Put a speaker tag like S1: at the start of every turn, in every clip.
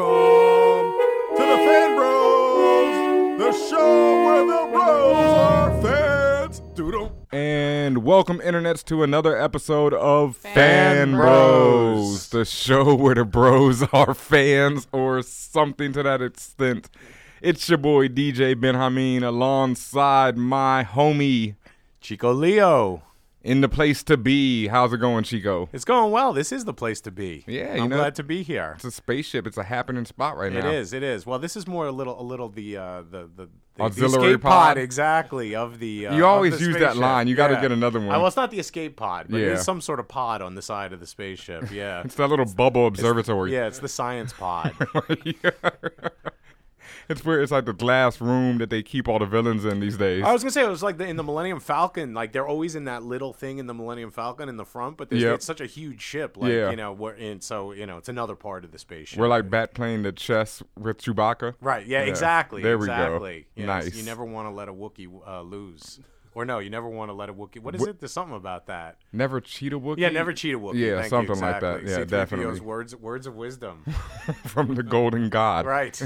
S1: Welcome to the Fan Bros, the show where the bros are fans. Doodle. And welcome, internets, to another episode of Fan,
S2: Bros.
S1: Bros. the show where the bros are fans or something to that extent. It's your boy DJ Ben Hameen alongside my homie
S2: Chico Leo.
S1: in the place to be. How's it going, Chico?
S2: It's going well. This is the place to be.
S1: Yeah,
S2: I'm
S1: you know-
S2: glad to be here.
S1: It's a spaceship. It's a happening spot right
S2: It
S1: now.
S2: is. It is. Well, this is more a little, a little the uh, the the. the- the
S1: Auxiliary
S2: escape pod.
S1: pod.
S2: exactly. Of the uh,
S1: You
S2: of
S1: always
S2: the
S1: use that
S2: spaceship.
S1: line. You gotta
S2: Yeah.
S1: get another one.
S2: Uh, well, it's not the escape pod, but
S1: Yeah.
S2: it's some sort of pod on the side of the spaceship. Yeah,
S1: It's that little bubble observatory.
S2: yeah, it's the science pod.
S1: it's weird. It's like the glass room that they keep all the villains in these days.
S2: I was gonna say it was like the, in the Millennium Falcon, like they're always in that little thing in the Millennium Falcon in the front, but there's,
S1: Yep.
S2: it's such a huge ship, like
S1: Yeah.
S2: you know, we're in, so you know, it's another part of the spaceship.
S1: We're like bat playing the chess with Chewbacca.
S2: Right. Yeah.
S1: Yeah,
S2: Exactly.
S1: there we go.
S2: exactly. Yes,
S1: Nice.
S2: You never want to let a Wookiee uh, lose, or no, you never want to let a Wookiee. What is it? There's something about that.
S1: Never cheat a Wookiee.
S2: Yeah, never cheat a Wookiee.
S1: Yeah,
S2: Thank you,
S1: something like that.
S2: exactly.
S1: Yeah,
S2: C-3PO's
S1: definitely.
S2: Words, words of wisdom.
S1: from the Golden God.
S2: right.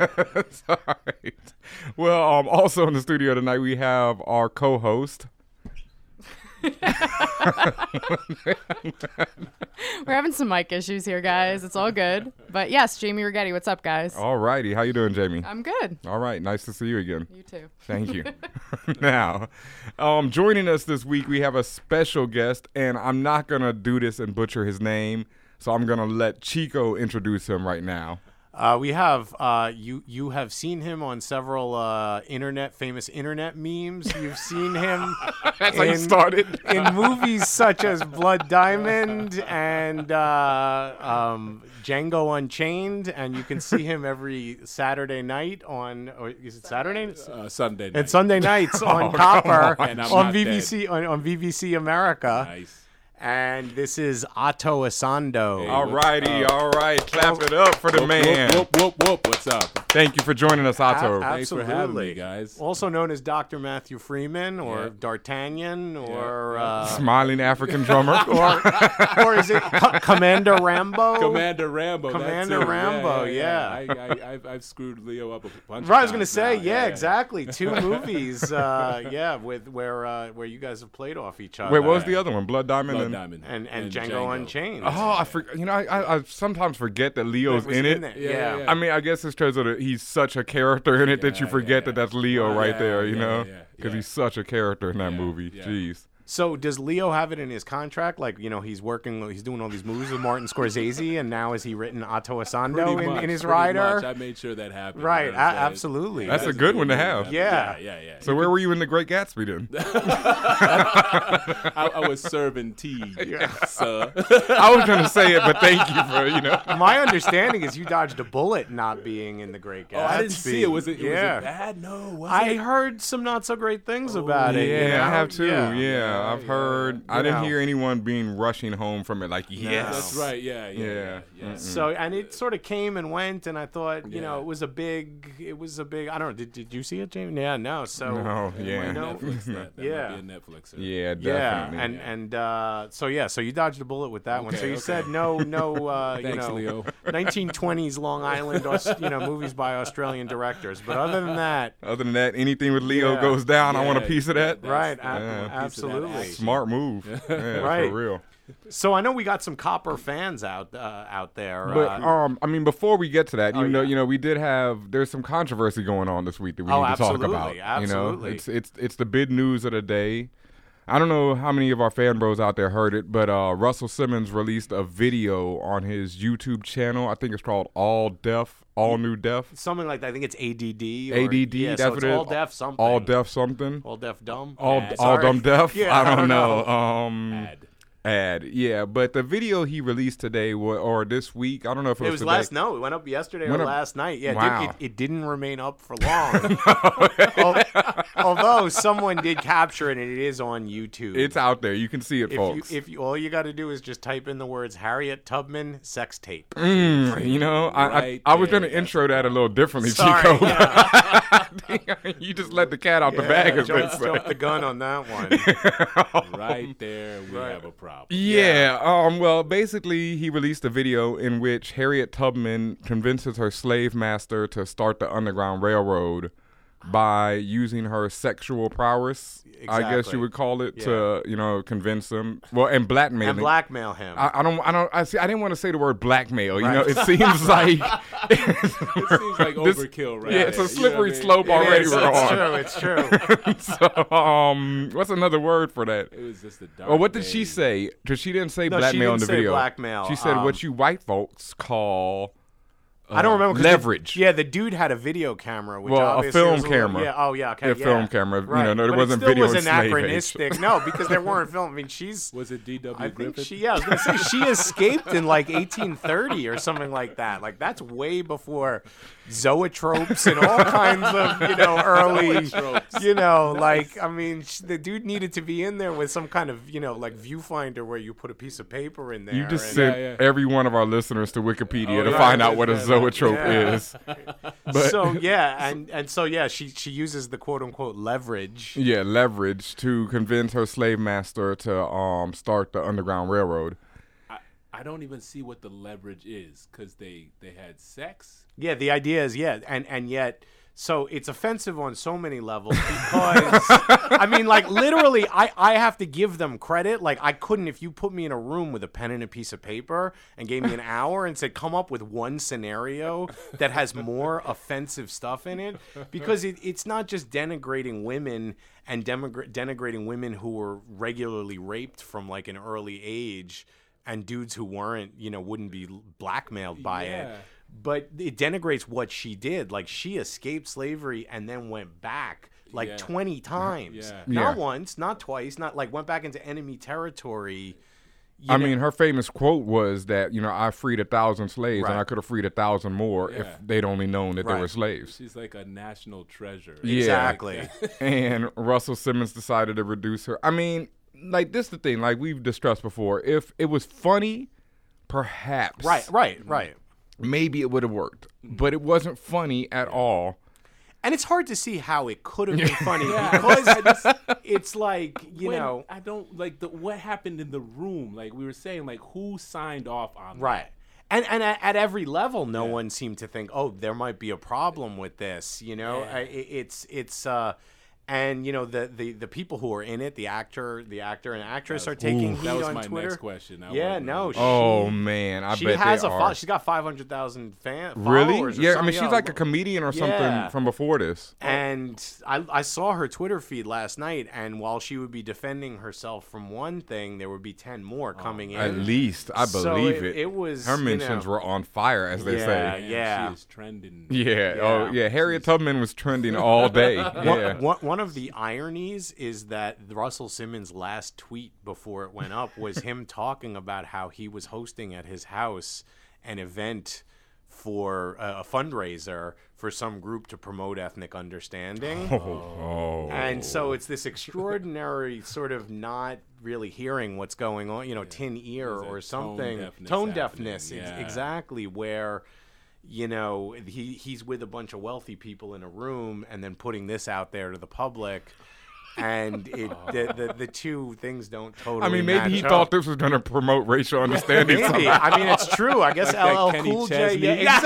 S1: All right. Well, um, also in the studio tonight we have our co-host.
S3: We're having some mic issues here, guys. It's all good. But yes, Jamie Rigetti, what's up, guys?
S1: All righty, how you doing, Jamie?
S3: I'm good.
S1: All Oh. right, nice to see you again.
S3: You too.
S1: Thank you. now, um, joining us this week, we have a special guest, and I'm not going to do this and butcher his name, so I'm going to let Chico introduce him right now.
S2: Uh, we have uh, you. You have seen him on several uh, internet famous internet memes. You've seen him. That's
S1: how you started.
S2: in movies such as Blood Diamond and uh, um, Django Unchained, and you can see him every Saturday night on. Or is it Saturday?
S4: uh, Sunday night.
S2: And Sunday nights on Copper
S4: Oh, on. And I'm
S2: on
S4: not
S2: BBC on, on BBC America.
S4: nice.
S2: And this is Otto Asando.
S1: All righty, all right. Clap it up for the
S4: Whoop,
S1: man.
S4: Whoop, whoop, whoop. What's up?
S1: Thank you for joining us, Otto.
S2: A-
S4: Thanks for having me,
S2: Absolutely. Oh.
S4: guys.
S2: Also known as Dr. Matthew Freeman or
S4: Yeah.
S2: D'Artagnan or uh,
S1: Smiling African drummer.
S2: or, or is it Co- Commander Rambo?
S4: Commander Rambo. that's
S2: Commander
S4: it. Yeah,
S2: Rambo,
S4: I, I, I've, I've screwed Leo up a bunch.
S2: Right, I
S4: of
S2: was gonna
S4: times
S2: say,
S4: now.
S2: yeah, exactly. Two movies, uh, yeah, with where uh, where you guys have played off each other.
S1: Wait, what was the other one? Blood Diamond?
S4: Blood
S1: and-
S4: Diamond
S2: And and, Django, Unchained.
S1: Oh, I forgot. You know, I, I, I sometimes forget that Leo's
S2: That was
S1: in
S2: in
S1: it.
S2: there. Yeah.
S1: I mean, I guess it's because of the, he's such a character in it that you
S4: Yeah,
S1: forget
S4: yeah. Oh,
S1: that that's Leo right
S4: Yeah,
S1: there, you
S4: yeah,
S1: know?
S4: yeah,
S1: Because
S4: yeah.
S1: he's such a character in that movie.
S4: yeah.
S1: Jeez.
S2: So does Leo have it in his contract? Like you know, he's working, he's doing all these movies with Martin Scorsese, and now has he written Otto
S4: Pretty
S2: Asando in,
S4: much,
S2: in his
S4: pretty
S2: rider?
S4: much. I made sure that happened. you
S2: Right,
S4: know what
S2: a-
S4: I'm saying?
S2: absolutely.
S1: That's a
S4: That's
S1: good one to
S4: movie,
S1: have.
S2: Yeah.
S4: yeah, yeah.
S1: So where were you in The Great Gatsby then?
S4: I, I was serving tea, sir.
S2: Oh,
S1: I was going to say it, but thank you for, you know.
S2: My understanding is you dodged a bullet not being in The Great Gatsby.
S4: Oh, I didn't see it. Was it,
S2: yeah.
S4: was it bad? No, was
S2: I
S4: it?
S2: heard some not so great things about it. you
S1: Yeah, I
S2: know?
S1: have too. Yeah,
S4: yeah,
S1: I've
S4: yeah.
S1: heard. I didn't
S2: Yeah.
S1: hear anyone being rushing home from it like, yes.
S4: That's right. Yeah, yeah,
S1: Yeah.
S4: yeah. yeah.
S2: So
S1: Mm.
S2: and it sort of came and went, and I thought, you know,
S4: Yeah.
S2: it was a big, it was a big. I don't know. Did, did you see it, Jamie? Yeah, no. So
S1: No, yeah.
S2: you know,
S4: Netflix. That, that
S2: Yeah.
S4: might be a Netflix. series.
S1: Yeah, definitely.
S2: yeah, and and uh, so yeah, so you dodged a bullet with that one. So
S4: Okay,
S2: you
S4: okay.
S2: said no, no, uh, you
S4: Thanks,
S2: know,
S4: Leo.
S2: 1920s Long Island, Aus- you know, movies by Australian directors. But other than that,
S1: Other than that, anything with Leo
S2: Yeah.
S1: goes down, I want a
S4: Yeah,
S1: piece of that.
S4: That's-
S2: right,
S4: that's
S2: ab-
S1: the one piece of
S4: that
S2: absolutely.
S4: action.
S1: Smart move. Yeah,
S2: Right.
S1: For real.
S2: So I know we got some copper fans out uh, out there.
S1: But
S2: uh,
S1: um, I mean, before we get to that, even though
S2: Oh, yeah.
S1: you know we did have there's some controversy going on this week that we
S2: Oh,
S1: need to
S2: absolutely,
S1: talk about. You know,
S2: absolutely.
S1: it's it's it's the big news of the day. I don't know how many of our fan bros out there heard it, but uh, Russell Simmons released a video on his YouTube channel. I think it's called All Deaf, All New Deaf,
S2: something like that. I think it's ADD. Or,
S1: ADD.
S2: Yeah,
S1: that's
S2: so
S1: what
S2: it's
S1: it is.
S2: all deaf. Something.
S1: All deaf something.
S2: All deaf. Dumb.
S1: All,
S2: Yeah,
S1: all
S2: sorry.
S1: dumb deaf.
S2: Yeah,
S1: I don't know.
S2: know.
S1: Um,
S4: Ad.
S1: ad. Yeah, but the video he released today wa- or this week, I don't know if it,
S2: It was
S1: today.
S2: last. No, it went up yesterday
S1: Went
S2: or
S1: up-
S2: last night. Yeah, it
S1: Wow.
S2: did- it, it, didn't remain up for long. Al- Although someone did capture it, and it is on YouTube.
S1: It's out there. You can see it,
S2: if
S1: folks.
S2: you if you, all you got to do is just type in the words Harriet Tubman sex tape.
S1: Mm, you know, I,
S4: Right
S1: I, I was
S4: there,
S1: going to
S4: that's-
S1: intro that a little differently,
S2: Sorry,
S1: Chico.
S2: yeah.
S1: you just let the cat out the bag. As
S2: Jones
S1: they say.
S2: dropped the gun on that one.
S1: Oh.
S4: right there, we have a problem.
S1: Yeah. Um. Well, basically, he released a video in which Harriet Tubman convinces her slave master to start the Underground Railroad by using her sexual prowess. I guess
S2: Exactly.
S1: you would call it to you know convince him. Well, and blackmailing.
S2: and blackmail him.
S1: I, I don't. I don't. I see. I didn't want to say the word blackmail. You know, it seems like
S4: It seems like
S1: This-
S4: overkill, right?
S1: yeah, it's a
S4: there. You know
S1: slippery
S4: what I mean?
S1: slope
S4: It
S1: already.
S4: is.
S1: We're
S2: it's
S1: on.
S2: true. It's true.
S1: so, um, what's another word for that?
S4: It was just the dark.
S1: Well, what did she
S4: days.
S1: say? Because she didn't say
S2: No, she
S1: blackmail in
S2: didn't
S1: the
S2: say
S1: video.
S2: blackmail.
S1: She said
S2: Um,
S1: what you white folks call.
S2: I don't
S1: uh,
S2: remember 'cause the-
S1: leverage.
S2: yeah, the dude had a video camera. Which
S1: Well, a
S2: obviously
S1: film
S2: was little-
S1: camera.
S2: yeah. Oh yeah. Okay.
S1: Yeah, film camera. You know, there
S2: But
S1: wasn't
S2: it still
S1: video
S2: was
S1: in slave age.
S2: anachronistic. no, because there weren't film. I mean, she's.
S4: Was it D.W.
S2: I think
S4: Griffith?
S2: she. Yeah, I was gonna say she escaped in like 1830 or something like that. Like that's way before zoetropes and all kinds of you know early.
S4: Zoetropes.
S2: You know, like I mean, sh- the dude needed to be in there with some kind of you know like viewfinder where you put a piece of paper in there.
S1: You just
S2: and-
S1: sent
S4: yeah.
S1: every one of our listeners to Wikipedia
S4: Oh,
S1: to
S4: yeah,
S1: find
S4: I
S1: out
S4: did
S1: what a
S4: that.
S1: zoetrope
S2: Yeah.
S1: is. But
S2: so yeah, and and so yeah, she she uses the quote unquote leverage.
S1: yeah, leverage to convince her slave master to um start the Underground Railroad.
S4: I, I don't even see what the leverage is because they they had sex.
S2: Yeah, the idea is yeah, and and yet so it's offensive on so many levels because I mean like literally I I have to give them credit like I couldn't if you put me in a room with a pen and a piece of paper and gave me an hour and said come up with one scenario that has more offensive stuff in it because it, it's not just denigrating women and demogra- denigrating women who were regularly raped from like an early age and dudes who weren't you know wouldn't be blackmailed by
S4: Yeah.
S2: it but it denigrates what she did. Like she escaped slavery and then went back like
S4: Yeah.
S2: 20 times.
S4: Yeah.
S2: Not
S1: Yeah.
S2: once, not twice, not like went back into enemy territory. You
S1: I
S2: know-
S1: mean, her famous quote was that you know I freed a thousand slaves and
S2: Right.
S1: I could have freed a thousand more if
S4: Yeah.
S1: they'd only known that they
S2: Right.
S1: were slaves.
S4: She's like a national treasure.
S1: Yeah.
S2: exactly.
S1: and Russell Simmons decided to reduce her. I mean, like this is the thing, like we've discussed before. If it was funny, perhaps
S2: right, right, right.
S1: maybe it would have worked. But it wasn't funny at all.
S2: And it's hard to see how it could have been funny
S4: Yeah.
S2: because it's like, you
S4: When-
S2: know,
S4: I don't like the what happened in the room. Like we were saying, like who signed off on that?
S2: right. And, and at at every level, no one seemed to think, oh, there might be a problem with this. You know, I, i it's it's uh, and you know the, the the people who are in it, the actor, the actor and actress are taking heat
S4: That was
S2: on
S4: my
S2: Twitter.
S4: next question. I
S2: Yeah,
S4: wasn't-
S2: no,
S1: Oh man, I
S2: she
S1: bet
S2: has
S1: they
S2: a fo-
S1: are.
S2: she's got 500,000 fan
S1: really?
S2: followers or
S1: Yeah, I
S2: something.
S1: mean she's like a comedian or
S2: Yeah.
S1: something from before this.
S2: and I, I saw her Twitter feed last night, and while she would be defending herself from one thing, there would be 10 more
S4: Oh,
S2: coming in.
S1: At least I
S2: So
S1: believe
S2: it-
S1: it.
S2: it was,
S1: her
S2: you
S1: mentions
S2: know-
S1: were on fire, as they
S2: Yeah,
S1: say.
S4: Man,
S2: yeah.
S4: she is trending.
S1: Yeah. Oh, yeah. Harriet Tubman was trending all day.
S2: One,
S1: yeah.
S2: one, one of the ironies is that Russell Simmons' last tweet before it went up was him talking about how he was hosting at his house an event for uh, a fundraiser for some group to promote ethnic understanding.
S1: Oh.
S2: And so it's this extraordinary sort of not really hearing what's going on, you know, tin ear
S4: a
S2: or
S4: tone
S2: something.
S4: deafness
S2: Tone
S4: happening,
S2: deafness, ex-
S4: yeah.
S2: exactly where you know he he's with a bunch of wealthy people in a room and then putting this out there to the public. And it the, the the two things don't totally.
S1: I mean, maybe he
S2: match up.
S1: thought this was going to promote racial understanding.
S2: Maybe.
S1: somehow.
S2: I mean, it's true. I guess
S4: that
S2: LL
S4: Kenny
S2: Cool J.
S4: Chesney.
S2: Yeah,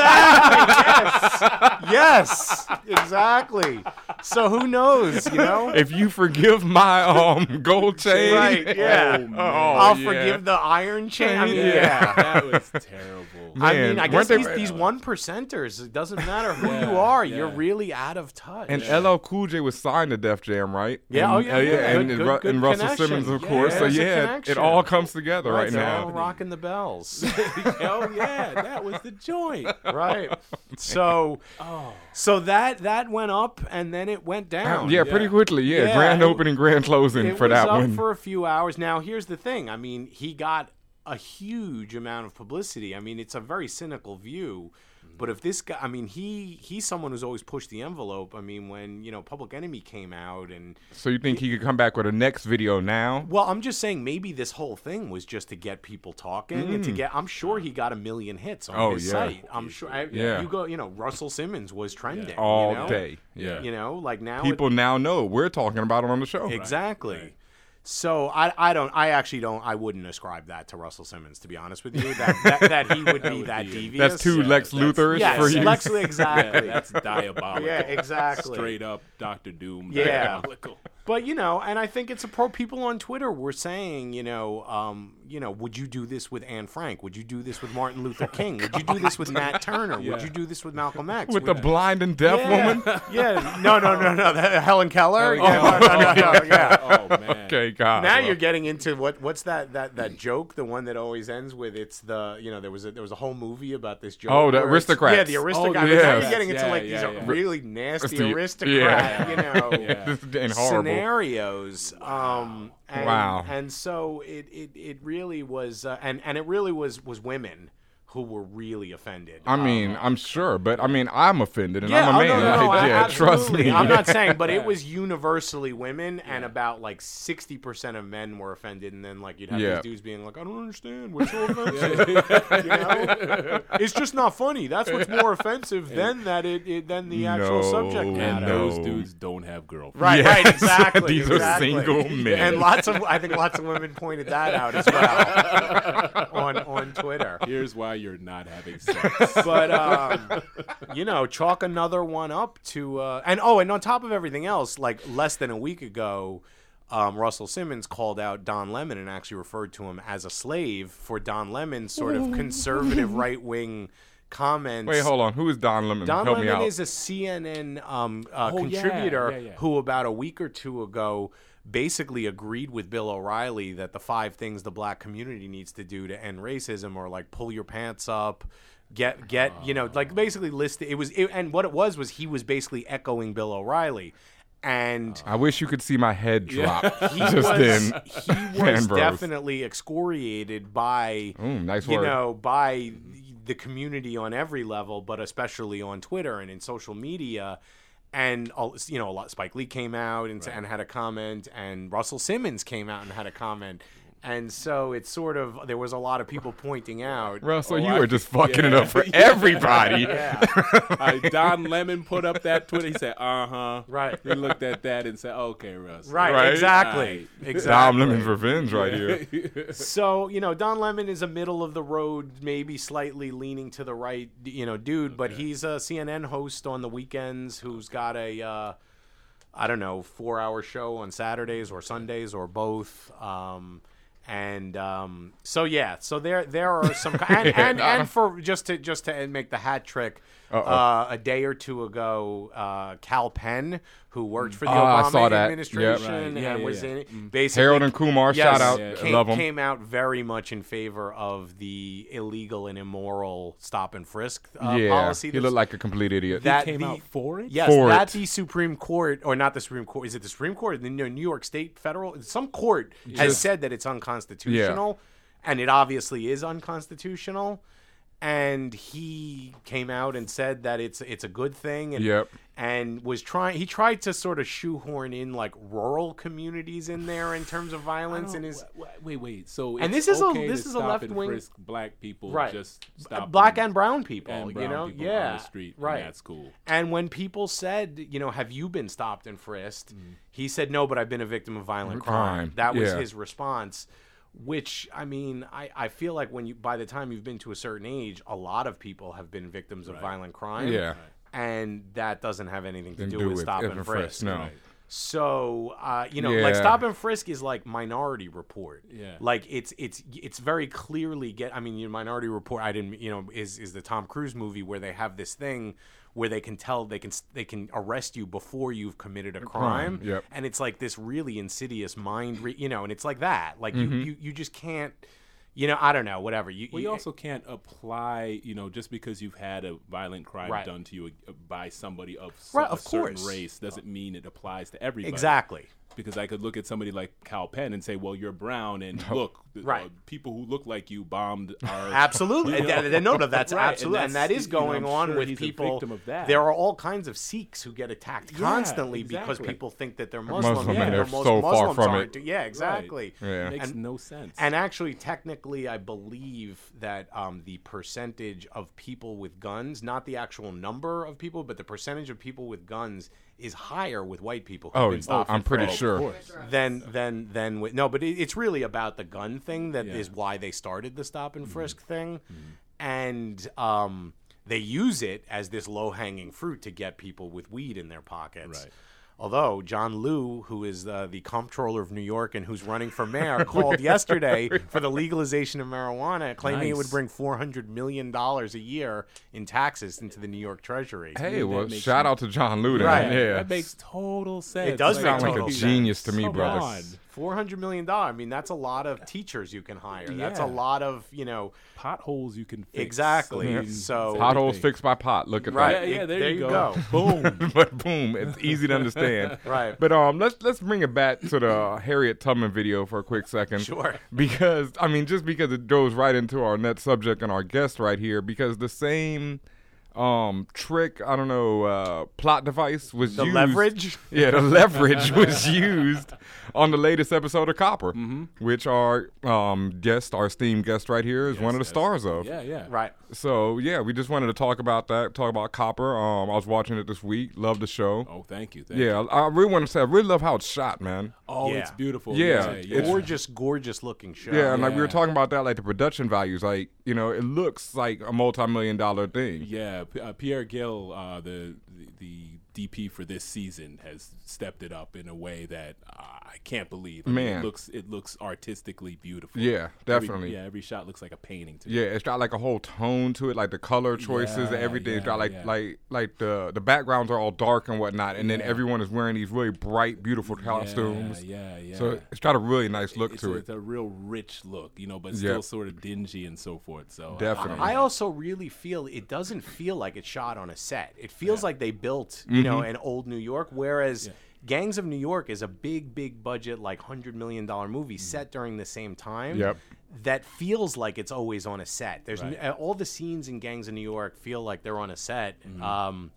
S2: exactly. yes. Yes. Exactly. So who knows? You know.
S1: If you forgive my um gold chain,
S2: Right, yeah.
S1: Oh,
S2: I'll
S1: yeah.
S2: forgive the iron chain. I mean,
S4: Yeah,
S2: yeah.
S4: that was terrible.
S2: I
S1: Man,
S2: mean, I guess
S1: weren't they-
S2: these, these one percenters. It doesn't matter who
S4: Yeah,
S2: you are. You're
S4: yeah.
S2: really out of touch.
S1: And LL Cool J was signed to Def Jam, right?
S2: Yeah, oh,
S1: And,
S2: yeah,
S1: uh,
S2: yeah.
S1: and,
S2: Good-
S1: Ru-
S2: good-
S1: and
S2: good
S1: Russell
S2: connection.
S1: Simmons, of
S2: Yeah,
S1: course. so
S2: there's a
S1: yeah, it, it
S2: connection.
S1: all comes together right,
S2: It's all
S1: now.
S2: rocking the bells.
S4: oh yeah, that was the joint.
S2: right. So,
S4: Oh.
S2: so that that went up and then it went down.
S1: yeah, pretty quickly. Yeah,
S2: Yeah,
S1: grand
S2: it-
S1: opening, grand closing
S2: it
S1: for
S2: was
S1: that
S2: up
S1: one.
S2: for a few hours. Now, here's the thing. I mean, he got a huge amount of publicity. I mean, it's a very cynical view, But if this guy, I mean, he he's someone who's always pushed the envelope. I mean, when you know Public Enemy came out, and
S1: So you think he could come back with a next video now?
S2: well, I'm just saying maybe this whole thing was just to get people talking and to get. I'm sure he got a million hits on
S1: Mm. Oh,
S2: his
S1: yeah.
S2: site. I'm sure. I,
S1: Yeah.
S2: You go, you know, Russell Simmons was trending
S1: All
S2: you know?
S1: day. Yeah.
S2: You know, like now it-
S1: People now know we're talking about it on the show.
S2: Exactly. So I, I don't I actually don't I wouldn't ascribe that to Russell Simmons to be honest with you that that, that he would be that devious.
S1: That's too
S4: Yeah,
S1: Lex
S4: that's-
S1: Lutherish
S2: Yes,
S1: for you.
S2: Lex
S4: Yeah,
S2: exactly.
S4: that's diabolical.
S2: yeah, exactly.
S4: Straight up Doctor Doom.
S2: Yeah.
S4: Diabolical.
S2: But you know, and I think it's a pro. People on Twitter were saying, you know, um, you know, would you do this with Anne Frank? Would you do this with Martin Luther King? Would you do this with Matt Turner?
S4: Yeah.
S2: Would you do this with Malcolm X?
S1: with the
S2: Would-
S1: blind and deaf
S2: yeah.
S1: woman.
S2: Yeah. No, no, no, no. That, Helen Keller.
S4: Helen
S2: yeah.
S4: Keller.
S2: No, no, no, no. Yeah.
S4: Oh man.
S1: Okay, God.
S2: now
S1: well,
S2: you're getting into what what's that that that joke the one that always ends with it's the you know there was a there was a whole movie about this joke
S1: Oh, the
S2: where it's-
S1: aristocrats.
S2: yeah the aristocrat
S1: Oh,
S2: I mean, now
S1: yes.
S2: you're getting into
S4: Yeah,
S2: like
S4: yeah,
S2: these
S4: yeah.
S2: really nasty
S1: It's the-
S2: aristocrat you know
S4: Yeah.
S1: this is getting horrible.
S2: scenarios um and,
S1: Wow.
S2: and so it it, it really was uh, and and it really was was women who were really offended
S1: I mean, I'm sure, but I mean, I'm offended and I'm a
S2: oh,
S1: man.
S2: No, no, no,
S1: like,
S2: I-
S1: yeah, trust
S2: absolutely.
S1: me.
S2: I'm not saying, but it was universally women, and about like 60% of men were offended. And then, like, you'd have
S1: Yeah.
S2: these dudes being like, I don't understand. What's so offensive? you know? It's just not funny. That's what's more offensive than that it, it than the actual
S1: No,
S2: subject
S4: And
S2: matter.
S1: no.
S4: those dudes don't have girlfriends.
S2: Right, right,
S1: Yes.
S2: exactly.
S1: These are
S2: exactly.
S1: single men.
S2: and lots of I think lots of women pointed that out as well on on Twitter.
S4: Here's why you're not having sex.
S2: but um, you know, chalk another one up to uh, and oh, and on top of everything else, like less than a week ago, um, Russell Simmons called out Don Lemon and actually referred to him as a slave for Don Lemon's sort of conservative right wing comments.
S1: Wait, hold on. Who is Don Lemon?
S2: Don
S1: Help me
S2: Lemon
S1: out.
S2: is a CNN um, uh,
S4: Oh, yeah,
S2: contributor
S4: yeah, yeah.
S2: who, about a week or two ago, basically agreed with Bill O'Reilly that the five things the black community needs to do to end racism are like pull your pants up, get get you know like basically list it was it, and what it was was he was basically echoing Bill O'Reilly, and
S1: I wish you could see my head drop
S2: he
S1: just
S2: was
S1: then.
S2: he was
S1: Ambrose.
S2: definitely excoriated by
S1: Mm, nice
S2: you
S1: word.
S2: know, by the community on every level, but especially on Twitter and in social media. And all- you know, a lot. Spike Lee came out and, and had a comment, and Russell Simmons came out and had a comment, and so it's sort of there was a lot of people pointing out.
S1: Russell,
S4: Oh,
S1: you
S4: I-
S1: are just fucking it up for
S4: Yeah.
S1: everybody.
S4: Uh, Don Lemon put up that Twitter. He said, "Uh huh."
S2: Right.
S4: He looked at that and said, "Okay, Russ."
S2: Right,
S1: Right?
S2: exactly, exactly.
S1: Don Lemon's revenge right here.
S2: So you know, Don Lemon is a middle of the road, maybe slightly leaning to the right, you know, dude. But he's a CNN host on the weekends who's got a, uh, I don't know, four-hour show on Saturdays or Sundays or both. Um, and um, so yeah, so there there are some and and, and for just to just to make the hat trick. Uh, a day or two ago, uh, Cal Penn, who worked for the
S1: Ah, I
S2: Obama
S1: saw that. Yep.
S2: administration
S4: Right.
S2: and
S4: Yeah, yeah,
S2: was
S4: yeah.
S2: in
S1: Mm.
S2: it, basically
S1: Harold and Kumar, shout out.
S4: Yeah.
S2: Came,
S1: Love them.
S2: Came out very much in favor of the illegal and immoral stop and frisk uh,
S1: yeah,
S2: policy.
S1: he
S2: that's-
S1: looked like a complete idiot.
S2: that
S4: Came
S2: the,
S4: out for it.
S2: Yes,
S1: for
S2: that
S1: it.
S2: the Supreme Court, or not the Supreme Court, is it the Supreme Court? The New New York State federal, some court has said that it's unconstitutional, and it obviously is unconstitutional. And he came out and said that it's it's a good thing, and
S1: Yep.
S2: and was trying. He tried to sort of shoehorn in like rural communities in there in terms of violence and his.
S4: Wait, wait, wait. So
S2: And
S4: it's
S2: this is a-
S4: okay to
S2: this is a
S4: stop and
S2: left-wing-
S4: frisk black people
S2: Right.
S4: just
S2: Uh,
S4: stop
S2: black
S4: them
S2: and brown people,
S4: and brown
S2: you know,
S4: people
S2: yeah,
S4: on the street. and
S2: right.
S4: that's cool.
S2: And when people said, you know, have you been stopped and frisked? He said, no, but I've been a victim of violent crime.
S1: Crime,
S2: That was
S1: yeah.
S2: his response. Which I mean, I, I feel like when you by the time you've been to a certain age, a lot of people have been victims of violent crime.
S1: Yeah. Right.
S2: and that doesn't have anything to
S1: And
S2: do, with stop and, frisk.
S1: No.
S2: So uh, you know, like
S1: Yeah.
S2: stop and frisk is like Minority Report.
S4: Yeah.
S2: Like it's it's it's very clearly get. I mean, you know, Minority Report. I didn't. You know, is is the Tom Cruise movie where they have this thing where they can tell they can they can arrest you before you've committed a crime.
S1: yep.
S2: And it's like this really insidious mind. Re- you know, and it's like that. Like you, you you just can't. You know, I don't know. Whatever. You,
S4: Well,
S2: you-
S4: you also can't apply, you know, just because you've had a violent crime
S2: Right.
S4: done to you uh, by somebody of, s-
S2: Right,
S4: a
S2: of
S4: certain
S2: course.
S4: race doesn't mean it applies to everybody.
S2: exactly.
S4: because I could look at somebody like Cal Penn and say, "Well, you're brown, and look, th-
S2: Right.
S4: uh, people who look like you bombed our
S2: Absolutely.
S4: You know?
S2: And that- no, no, that's
S4: Right, and
S2: absolutely, and
S4: that's-
S2: that is
S4: you know, I'm
S2: going on
S4: sure
S2: with
S4: he's a
S2: people.
S4: victim of that.
S2: There are all kinds of Sikhs who get attacked
S4: Yeah,
S2: constantly because
S4: exactly.
S2: people think that they're Muslim.
S1: Muslim
S2: yeah,
S4: and
S1: they're
S2: but most
S1: so far
S2: Muslims
S1: from
S2: aren't.
S1: it.
S2: Yeah, exactly.
S1: Yeah.
S4: makes
S2: And-
S4: no sense."
S2: And actually, technically, I believe that um, the percentage of people with guns, not the actual number of people, but the percentage of people with guns is higher with white people who've
S1: Oh,
S2: been stopped
S1: I'm
S2: and
S1: pretty
S2: frisked
S1: sure.
S2: than than than with no but it, it's really about the gun thing that is
S4: Yeah. Mm-hmm.
S2: why they started the stop and frisk thing and um they use it as this low-hanging fruit to get people with weed in their pockets
S4: Right.
S2: Although John Liu, who is uh, the comptroller of New York and who's running for mayor, called yesterday for the legalization of marijuana, claiming it would
S4: Nice.
S2: bring $400 million a year in taxes into the New York Treasury.
S1: Hey,
S4: that
S1: well,
S4: makes
S1: shout
S4: me-
S1: out to John Luden.
S2: Right.
S1: Yeah,
S4: that makes total sense.
S2: does
S1: You
S2: make
S1: sound like
S2: total
S1: a
S2: sense.
S1: genius to me,
S4: Come
S1: brother.
S4: on.
S2: $400 million. I mean, that's a lot of teachers you can hire. That's a
S4: Yeah.
S2: lot of, you know,
S4: Potholes you can fix.
S2: Exactly. So-
S1: Potholes fixed by pot. Look at
S2: Right.
S4: Yeah,
S1: that.
S4: yeah, there,
S2: There
S4: you
S2: you
S4: go. Boom.
S1: but boom, it's easy to understand.
S2: Right.
S1: But um, let's let's bring it back to the Harriet Tubman video for a quick second.
S2: Sure.
S1: Because I mean, just because it goes right into our net subject and our guest right here, because the same um trick, I don't know, uh plot device was
S2: The
S1: used.
S2: leverage?
S1: Yeah, the leverage was used on the latest episode of Copper,
S2: Mm-hmm.
S1: which our um guest, our esteemed guest right here, is one of the stars of.
S4: Yeah, yeah.
S2: Right.
S1: So yeah, we just wanted to talk about that. Talk about Copper. Um, I was watching it this week. Love the show.
S4: Oh, thank you. Thank You.
S1: Yeah, I I really want to say I really love how it's shot, man.
S4: Oh,
S2: Yeah.
S4: it's beautiful.
S1: Yeah,
S4: yeah.
S1: it's-
S2: Gorgeous, gorgeous looking show.
S1: Yeah, and like we were
S4: Oh, Yeah.
S1: talking about that, like the production values, like you know, it looks like a multi-million dollar thing.
S4: Yeah, P- uh, Pierre Gill, uh, the, the the DP for this season, has stepped it up in a way that uh, I can't believe. I mean,
S1: Man.
S4: it looks it looks artistically beautiful.
S1: Yeah,
S4: Every-
S1: definitely.
S4: yeah, every shot looks like a painting to me.
S1: Yeah, it's got like a whole tone to it, like the color choices, and
S4: Yeah,
S1: everything. it's
S4: yeah,
S1: got like
S4: yeah.
S1: like like the the backgrounds are all dark and whatnot, and then everyone is wearing these really bright, beautiful costumes.
S4: Yeah, yeah.
S1: So it's got a really nice look
S4: it's,
S1: to
S4: a,
S1: it.
S4: it's a real rich look, you know, but
S1: Yeah.
S4: still sort of dingy and so forth. So I-
S1: Definitely.
S2: I also really feel it doesn't feel like it's shot on a set. It feels like they built,
S4: Mm-hmm.
S2: you know, an old New York, whereas Gangs of New York is a big, big budget, like $100 million movie
S4: Mm-hmm.
S2: set during the same time.
S1: Yep.
S2: That feels like it's always on a set. There's n- uh all the scenes in Gangs of New York feel like they're on a set.
S4: Mm-hmm.
S2: Um,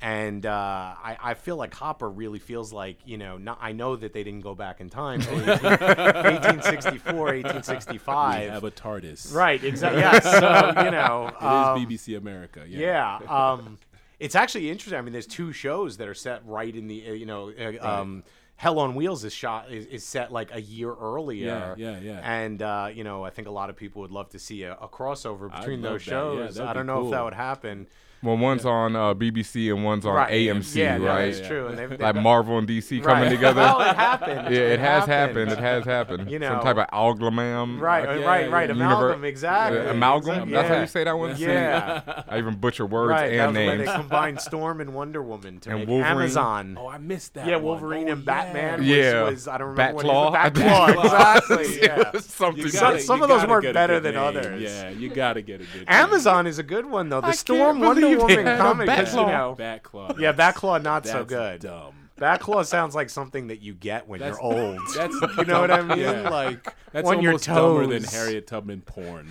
S2: and uh, I, I feel like Hopper really feels like, you know, not, I know that they didn't go back in time. to 1864, 1865.
S4: I have a TARDIS.
S2: Right, exactly. Yeah, so you know,
S4: It is
S2: um,
S4: BBC America. Yeah.
S2: yeah. Um, it's actually interesting. I mean, there's two shows that are set right in the uh, you know, uh, um, Hell on Wheels is shot is, is set like a year earlier.
S4: yeah, yeah.
S2: And uh, you know, I think a lot of people would love to see a, a crossover between those
S4: love that. Yeah,
S2: shows.
S4: that'd
S2: I don't
S4: be
S2: know if that
S4: cool.
S2: would happen.
S1: well, one's on uh, BBC and one's on AMC,
S2: Yeah, no,
S1: right?
S2: that's true. And they've, they've
S1: Like
S2: got-
S1: Marvel and DC coming
S2: right.
S1: together.
S2: Well, it happened.
S1: Yeah, it has happened. It has happened.
S2: You
S1: some
S2: know.
S1: type of algamam.
S2: Right,
S1: uh,
S2: right,
S4: Yeah,
S2: right, right.
S1: yeah.
S2: Amalgam,
S1: Univer- uh,
S2: exactly.
S1: amalgam.
S2: Exactly.
S1: That's how
S2: Yeah.
S1: you say that one. See,
S2: Yeah.
S1: I even butcher words
S2: right,
S1: and
S2: that was when
S1: names.
S2: they combined Storm and Wonder Woman to
S1: And
S2: make
S1: Wolverine.
S2: Amazon.
S4: Oh, I missed that.
S2: yeah,
S4: one.
S2: Wolverine
S4: Oh,
S2: and Batman.
S1: yeah.
S2: Was,
S1: Yeah.
S2: was, I don't remember
S1: Batclaw, I
S2: what
S1: think.
S2: he was. Batclaw, exactly.
S1: It
S2: yeah.
S1: was something.
S4: You
S2: Some-
S4: gotta-
S1: like-
S2: some
S4: you
S2: of those
S4: gotta
S2: work
S4: get a
S2: better
S4: good
S2: than
S4: name.
S2: others.
S4: Yeah, you gotta get a good. name.
S2: Amazon is a good one though. The
S1: I
S2: Storm
S1: can't
S2: Wonder
S1: believe they
S2: Woman
S1: had a
S2: comic, 'cause, you
S1: Batclaw.
S2: know,
S4: Batclaw.
S2: yeah,
S4: that's-
S2: Batclaw not so
S4: that's
S2: good.
S4: Dumb.
S2: Batclaw sounds like something that you get when
S4: That's
S2: you're old.
S4: That's
S2: you know what I mean?
S4: Yeah.
S2: Like
S4: That's
S2: on your
S4: almost dumber than
S2: toes.
S4: Harriet Tubman porn. That's-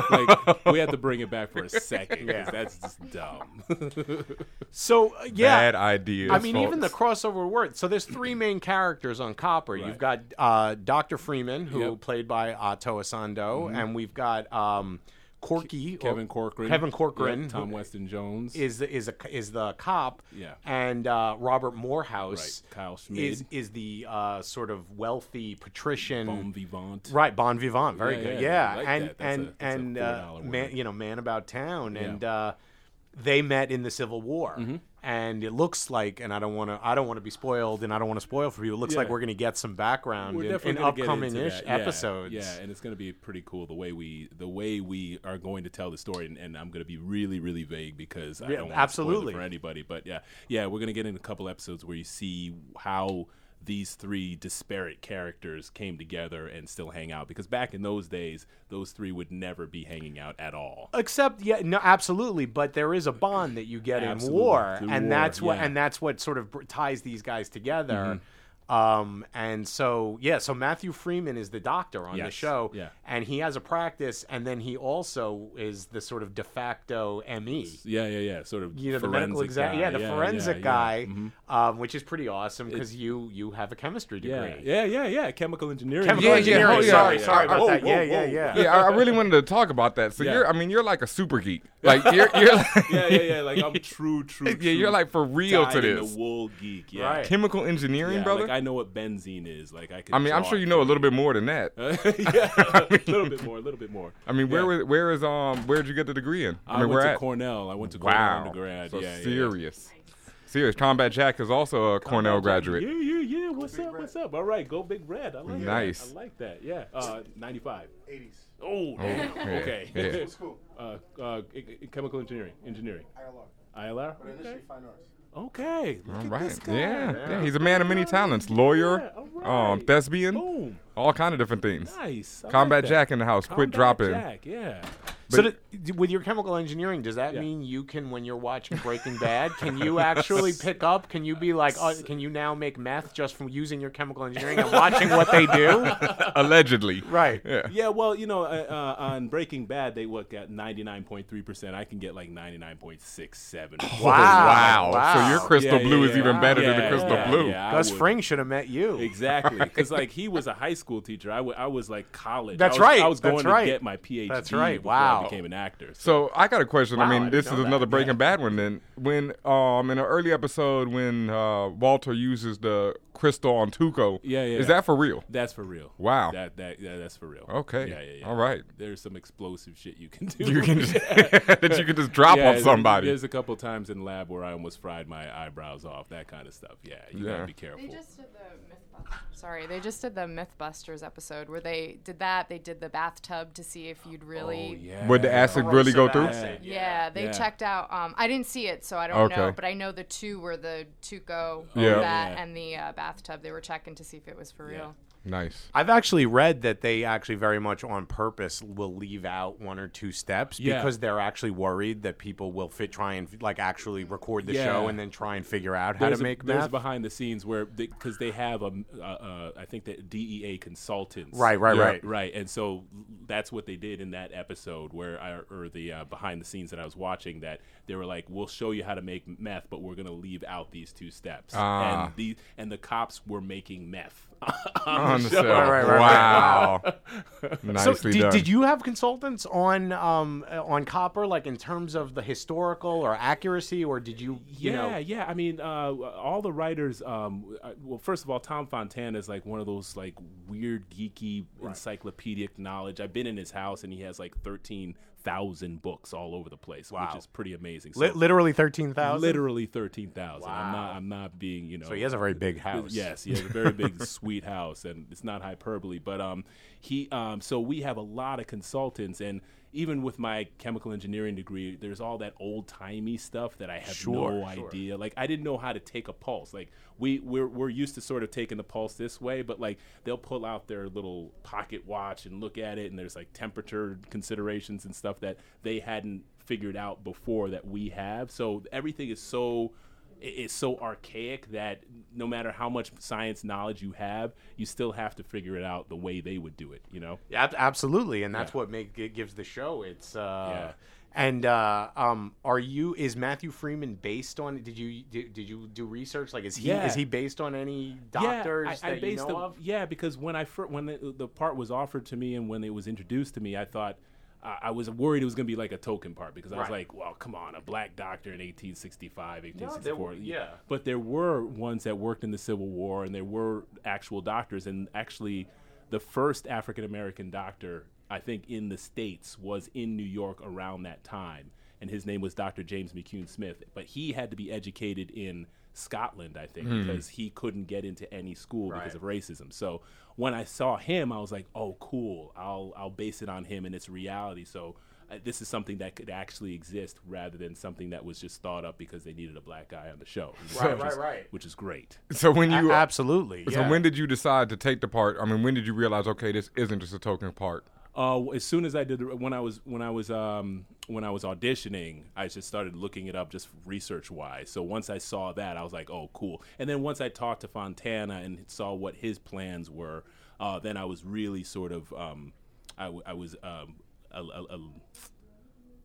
S2: right.
S4: like we have to bring it back for a second. 'cause
S2: Yeah.
S4: That's just dumb.
S2: So uh, yeah,
S1: Bad ideas.
S2: I mean, even the
S1: folks.
S2: crossover word. So there's three main characters on Copper. You've got uh, Doctor Freeman, who
S4: Yep. Mm-hmm.
S2: played by Otto Asando, and we've got um, Corky or-
S4: Kevin Corcoran.
S2: Kevin Corcoran,
S4: Yeah, Tom
S2: who
S4: Weston Jones.
S2: is the is a is the cop.
S4: Yeah.
S2: And uh, Robert Morehouse.
S4: Right, Kyle Schmid.
S2: is is the uh, sort of wealthy patrician.
S4: Bon Vivant.
S2: Right, bon vivant, very
S4: Yeah,
S2: good.
S4: yeah,
S2: Yeah,
S4: I like
S2: and
S4: that. That's
S2: and
S4: a- that's a
S2: and uh,
S4: $4
S2: man,
S4: word.
S2: you know, man about town, and uh, they met in the Civil War,
S4: Mm-hmm.
S2: and it looks like, and I don't want to, I don't want to be spoiled, and I don't want to spoil for you. It looks like
S4: Yeah.
S2: we're going to get some background
S4: We're
S2: in,
S4: definitely
S2: in
S4: gonna get
S2: upcoming
S4: into
S2: ish
S4: that. Yeah,
S2: episodes.
S4: Yeah, and it's gonna be pretty cool the way we the way we are going to tell the story, and, and I'm gonna be really really vague because I
S2: Yeah,
S4: don't want
S2: absolutely.
S4: for anybody. But yeah, yeah, we're gonna get in a couple episodes where you see how these three disparate characters came together and still hang out because back in those days those three would never be hanging out at all
S2: Except, yeah, no, absolutely. But there is a bond that you get
S4: Absolutely,
S2: in war,
S4: through
S2: and
S4: war,
S2: that's what
S4: yeah.
S2: and that's what sort of br- ties these guys together.
S4: Mm-hmm.
S2: Um, and so yeah, so Matthew Freeman is the doctor on the
S4: Yes,
S2: show,
S4: yeah.
S2: and he has a practice, and then he also is the sort of de facto ME.
S4: Yeah, yeah, yeah. Sort of
S2: You know, the medical
S4: forensic
S2: exam,
S4: guy.
S2: yeah, the forensic
S4: yeah. Mm-hmm.
S2: guy, um, which is pretty awesome because you you have a chemistry degree.
S4: Yeah, yeah, yeah, yeah. Chemical engineering.
S2: Chemical
S1: Yeah, yeah,
S2: engineering.
S1: oh, yeah.
S2: Sorry,
S1: Yeah,
S2: sorry
S1: yeah.
S2: about
S1: Whoa,
S2: that.
S1: whoa,
S2: yeah, yeah, yeah,
S1: Yeah, I, I really wanted to talk about that. So
S4: Yeah.
S1: you're, I mean, you're like a super geek. Like you're, you're, like,
S4: yeah, yeah, yeah. Like I'm true, true.
S1: yeah,
S4: true
S1: you're like for real to
S4: dyed in
S1: this.
S4: The wool geek. Yeah.
S2: Right.
S1: Chemical engineering,
S4: Yeah,
S1: brother.
S4: Like I know what benzene is. Like I. Could
S1: I mean, I'm
S4: draw
S1: sure you
S4: it.
S1: know a little bit more than that.
S4: yeah, a little bit more, a little bit more.
S1: I mean, where
S4: Yeah.
S1: was- where is um where did you get the degree in?
S4: I,
S1: mean,
S4: went
S1: we're
S4: to
S1: at-
S4: Cornell. I went to Cornell
S1: Wow,
S4: undergrad.
S1: so
S4: yeah, yeah, yeah.
S1: serious, serious. Combat Jack is also a Cornell graduate.
S4: Yeah, yeah, yeah. What's up? What's up? All right, go Big Red. I like that.
S1: Nice.
S4: I like that. Yeah. Uh, 95.
S5: 80s.
S4: Oh, damn.
S1: yeah,
S4: okay.
S1: yeah.
S5: School.
S4: uh, uh, e- e- chemical engineering. Engineering.
S5: ILR.
S4: ILR.
S5: But
S4: Okay.
S5: initially fine arts.
S4: Okay. Look
S1: All
S4: at
S1: right.
S4: this guy.
S1: Yeah. yeah. He's a man of many talents. Lawyer,
S4: Yeah, all
S1: um,
S4: right.
S1: thespian,
S4: Boom.
S1: all kind of different things.
S4: Nice. I like
S1: Combat
S4: that.
S1: Jack in the house. Quit
S4: Combat
S1: dropping.
S4: Jack. Yeah.
S2: So, th- with your chemical engineering, does that
S4: Yeah.
S2: mean you can, when you're watching Breaking Bad, can you actually pick up? Can you be like, uh, can you now make meth just from using your chemical engineering and watching what they do?
S1: Allegedly.
S2: Right.
S1: Yeah.
S4: Yeah, well, you know, uh, uh, on Breaking Bad, they what got ninety nine point three percent. I can get like ninety nine point six seven.
S2: Wow.
S1: Wow. So your crystal blue is even better than the crystal blue.
S2: Gus Fring should have met you.
S4: Exactly, because like he was a high school teacher. I wa- I was like college.
S2: That's
S4: I was,
S2: right,
S4: I was
S2: that's
S4: going to
S2: right.
S4: get my PhD.
S2: That's right,
S4: before
S2: wow.
S4: I became an actor. So,
S1: So I got a question.
S2: Wow,
S1: I
S2: I
S1: mean,
S2: didn't
S1: this is
S2: know that.
S1: another Breaking Bad one. Then when um in an early episode when uh, Walter uses the crystal on Tuco.
S4: Yeah, yeah.
S1: Is that for real?
S4: that's for real.
S1: Wow.
S4: That that yeah, that's for real.
S1: Okay.
S4: Yeah, yeah, yeah.
S1: All right.
S4: There's some explosive shit you can do.
S1: You can just, that you can just drop
S4: Yeah,
S1: on somebody.
S4: There's a couple times in lab where I almost fried my eyebrows off. That kind of stuff. Yeah, you
S1: Yeah.
S4: gotta be
S3: They
S4: careful.
S3: just did the Mythbusters. Sorry, they just did the Mythbusters episode where they did that. They did the bathtub to see if you'd really.
S4: oh, yeah.
S1: Would the acid really go through?
S2: Corrosive acid.
S3: Yeah, they
S4: Yeah.
S3: checked out. Um, I didn't see it, so I don't know.
S1: Okay. Oh,
S3: But I know the two were the Tuco,
S1: Yeah.
S3: that,
S4: yeah.
S3: and the uh, bathtub. They were checking to see if it was for real.
S1: Nice.
S2: I've actually read that they actually very much on purpose will leave out one or two steps
S4: Yeah.
S2: because they're actually worried that people will fit try and like actually record the
S4: Yeah.
S2: show and then try and figure out how
S4: there's
S2: to
S4: a-
S2: make
S4: there's
S2: meth.
S4: behind the scenes where because they have a m- uh, uh, I think that DEA consultants
S2: Right, right,
S1: Yeah.
S2: right.
S4: right and so that's what they did in that episode where I, or the uh, behind the scenes that I was watching that they were like we'll show you how to make meth but we're gonna leave out these two steps
S1: Ah.
S4: and the and the cops were making meth
S1: On the cell.
S2: Right, right, right,
S1: wow.
S2: So
S1: Nicely
S2: did,
S1: done.
S2: did you have consultants on um uh, on copper like in terms of the historical or accuracy or did you you
S4: yeah,
S2: know
S4: yeah. I mean, uh, all the writers. Um, uh, well, first of all, Tom Fontana is like one of those like weird, geeky, encyclopedic knowledge. I've been in his house, and he has like thirteen thousand books all over the place,
S2: Wow.
S4: which is pretty amazing. So,
S2: li- literally 13,000?
S4: literally thirteen thousand. I'm
S2: Wow.
S4: not. I'm not being. You know. uh,
S2: So he has a very big house.
S4: Yes, he has a very big sweet house, and it's not hyperbole. But um, he um, so we have a lot of consultants, and even with my chemical engineering degree, there's all that old timey stuff that I have
S2: Sure,
S4: no
S2: sure.
S4: idea. Like I didn't know how to take a pulse. Like we we're we're used to sort of taking the pulse this way, but like they'll pull out their little pocket watch and look at it, and there's like temperature considerations and stuff that they hadn't figured out before that we have. So everything is so i- is so archaic that no matter how much science knowledge you have, you still have to figure it out the way they would do it. You know?
S2: Yeah, ab- absolutely, and that's what make it gives the show. It's uh,
S4: Yeah.
S2: and uh, um, are you is Matthew Freeman based on? Did you did, did you do research? Like, is he
S4: Yeah.
S2: is he based on any doctors
S4: yeah, I, I
S2: that
S4: based
S2: you know
S4: the-
S2: of?
S4: Yeah, because when I fir- when the, the part was offered to me and when it was introduced to me, I thought I I was worried it was going to be like a token part because I was
S2: Right.
S4: like, well, come on, a black doctor in 1865, 1864.
S2: were- yeah.
S4: But there were ones that worked in the Civil War and there were actual doctors and actually the first African American doctor I think in the states was in New York around that time and his name was Dr. James McCune Smith, but he had to be educated in Scotland, I think, because he couldn't get into any school because of racism. So when I saw him, I was like, "Oh, cool! I'll I'll base it on him and its reality." So uh, this is something that could actually exist rather than something that was just thought up because they needed a black guy on the show.
S2: Right,
S4: which
S2: right,
S4: is-
S2: right.
S4: Which is great.
S1: so when
S2: A-
S1: you
S2: absolutely.
S1: so
S2: yeah.
S1: when did you decide to take the part? I mean, when did you realize okay, this isn't just a token part?
S4: Uh, as soon as I did, the- when I was when I was um, when I was auditioning, I just started looking it up just research wise. So once I saw that, I was like, oh, cool. And then once I talked to Fontana and saw what his plans were, uh, then I was really sort of um, I, w- I was um, a, a, a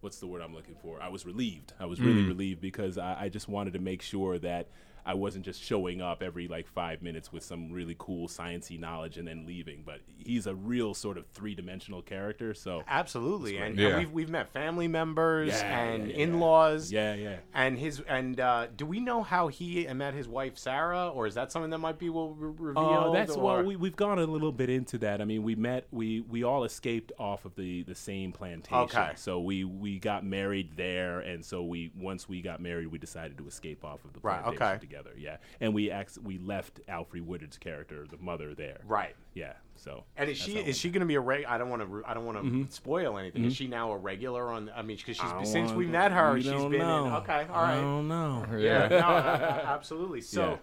S4: what's the word I'm looking for? I was relieved. I was really relieved because I, I just wanted to make sure that I wasn't just showing up every like five minutes with some really cool sciency knowledge and then leaving. But he's a real sort of three dimensional character. So
S2: Absolutely, and,
S1: Yeah.
S2: and we've we've met family members
S4: Yeah,
S2: and
S4: yeah, yeah.
S2: in-laws.
S4: yeah, yeah.
S2: And his and uh, do we know how he met his wife Sarah, or is that something that might be well re- revealed?
S4: Uh, that's
S2: or?
S4: well, we, we've gone a little bit into that. I mean, we met, we we all escaped off of the the same plantation.
S2: Okay.
S4: So we we got married there, and so we once we got married, we decided to escape off of the
S2: Right,
S4: plantation
S2: okay.
S4: together. Yeah, and we ex- we left Alfred Woodard's character, the mother, there.
S2: right.
S4: Yeah. So.
S2: And is
S4: that's
S2: she
S4: how Mm-hmm.
S2: is she going to be a reg? I don't want to I don't want to spoil anything. Is she now a regular on? I mean, because she's
S4: I
S2: since we
S4: wanna-
S2: met her,
S4: we
S2: she's
S4: don't
S2: been in,
S4: know.
S2: okay. All
S4: I
S2: right.
S4: don't know.
S2: Yeah. no, a- a- absolutely. So.
S4: Yeah.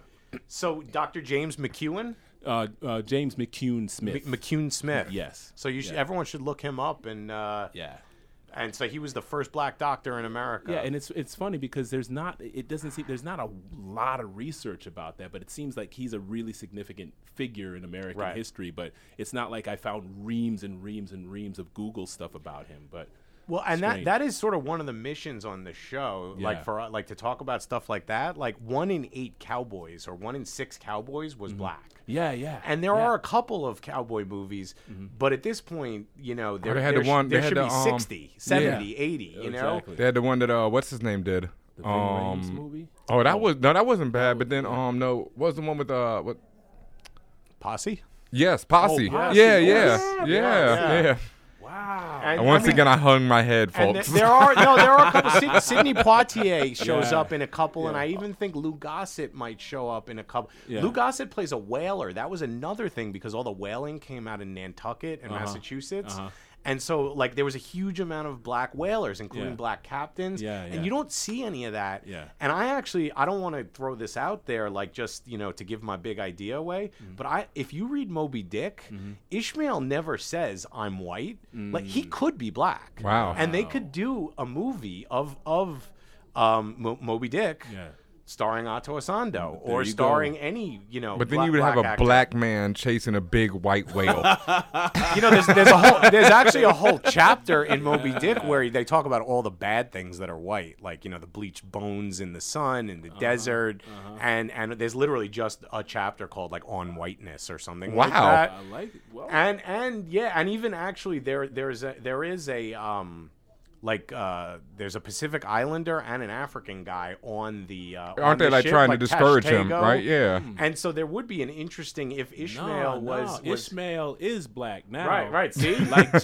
S2: So, Dr. James McEwen,
S4: Uh, uh, James McCune
S2: M-
S4: Smith.
S2: McCune Smith.
S4: yes.
S2: So you should,
S4: Yeah.
S2: everyone should look him up, and uh,
S4: Yeah.
S2: and so he was the first black doctor in America.
S4: Yeah, and it's it's funny because there's not it doesn't seem there's not a lot of research about that, but it seems like he's a really significant figure in American
S2: Right.
S4: history. But it's not like I found reams and reams and reams of Google stuff about him. But
S2: Well, and
S4: Strange.
S2: that that is sort of one of the missions on the show,
S4: Yeah.
S2: like for uh, like to talk about stuff like that. Like one in eight cowboys or one in six cowboys was
S1: Mm-hmm.
S2: black,
S4: yeah, yeah,
S2: and there
S4: yeah.
S2: are a couple of cowboy movies, but at this point, you know, there,
S1: Mm-hmm. they had the
S2: there, sh-
S1: one-
S2: there
S1: they had
S2: should
S1: the,
S2: be
S1: um,
S2: 60, 70, 80, you know.
S4: Exactly.
S1: They had the one that uh, what's his name did.
S4: Ving Rhames
S1: Um,
S4: movie?
S1: Oh, that was no, that wasn't bad. But then, um, no, what was the one with uh, what?
S2: Posse.
S1: Yes, Posse.
S2: Posse.
S1: Yeah,
S2: Oh,
S1: yeah, yeah,
S2: yeah,
S1: yeah,
S2: yeah.
S4: Wow.
S2: And,
S1: And once
S2: I mean,
S1: again, I hung my head,
S2: and th-
S1: folks.
S2: there are no, there are a couple. Syd- Sidney Poitier shows
S4: Yeah.
S2: up in a couple, and I even think Lou Gossett might show up in a couple.
S4: Yeah.
S2: Lou Gossett plays a whaler. That was another thing because all the whaling came out in Nantucket
S4: Uh-huh.
S2: and Massachusetts. And so, like, there was a huge amount of black whalers, including
S4: Yeah.
S2: black captains.
S4: Yeah, yeah.
S2: And you don't see any of that.
S4: Yeah.
S2: And I actually, I don't want to throw this out there, like, just you know, to give my big idea away.
S4: Mm-hmm.
S2: But I, if you read Moby Dick, Ishmael never says I'm white. Like, he
S4: Mm.
S2: could be black.
S1: Wow.
S2: And they could do a movie of of um, Mo- Moby Dick,
S4: Yeah.
S2: starring Otto Asando,
S4: There
S2: or
S4: you go.
S2: starring any you know.
S1: But then
S2: bla-
S1: you would have a
S2: actor.
S1: black man chasing a big white whale.
S2: You know, there's, there's a whole there's actually a whole chapter in Moby Dick where they talk about all the bad things that are white, like you know the bleached bones in the sun and the
S4: Uh-huh,
S2: desert, and and there's literally just a chapter called like on whiteness or something. like
S1: Wow.
S2: that.
S4: I like it. Well,
S2: and and yeah and even actually there there's a there is a um like uh there's a pacific islander and an african guy on the uh, on
S1: Aren't they
S2: the
S1: like
S2: ship,
S1: trying to
S2: like
S1: discourage him,
S2: Tashtego.
S1: right? Yeah.
S2: and so there would be an interesting if ishmael
S4: no,
S2: was,
S4: no.
S2: was
S4: Ishmael is black now.
S2: Right, right, see?
S4: like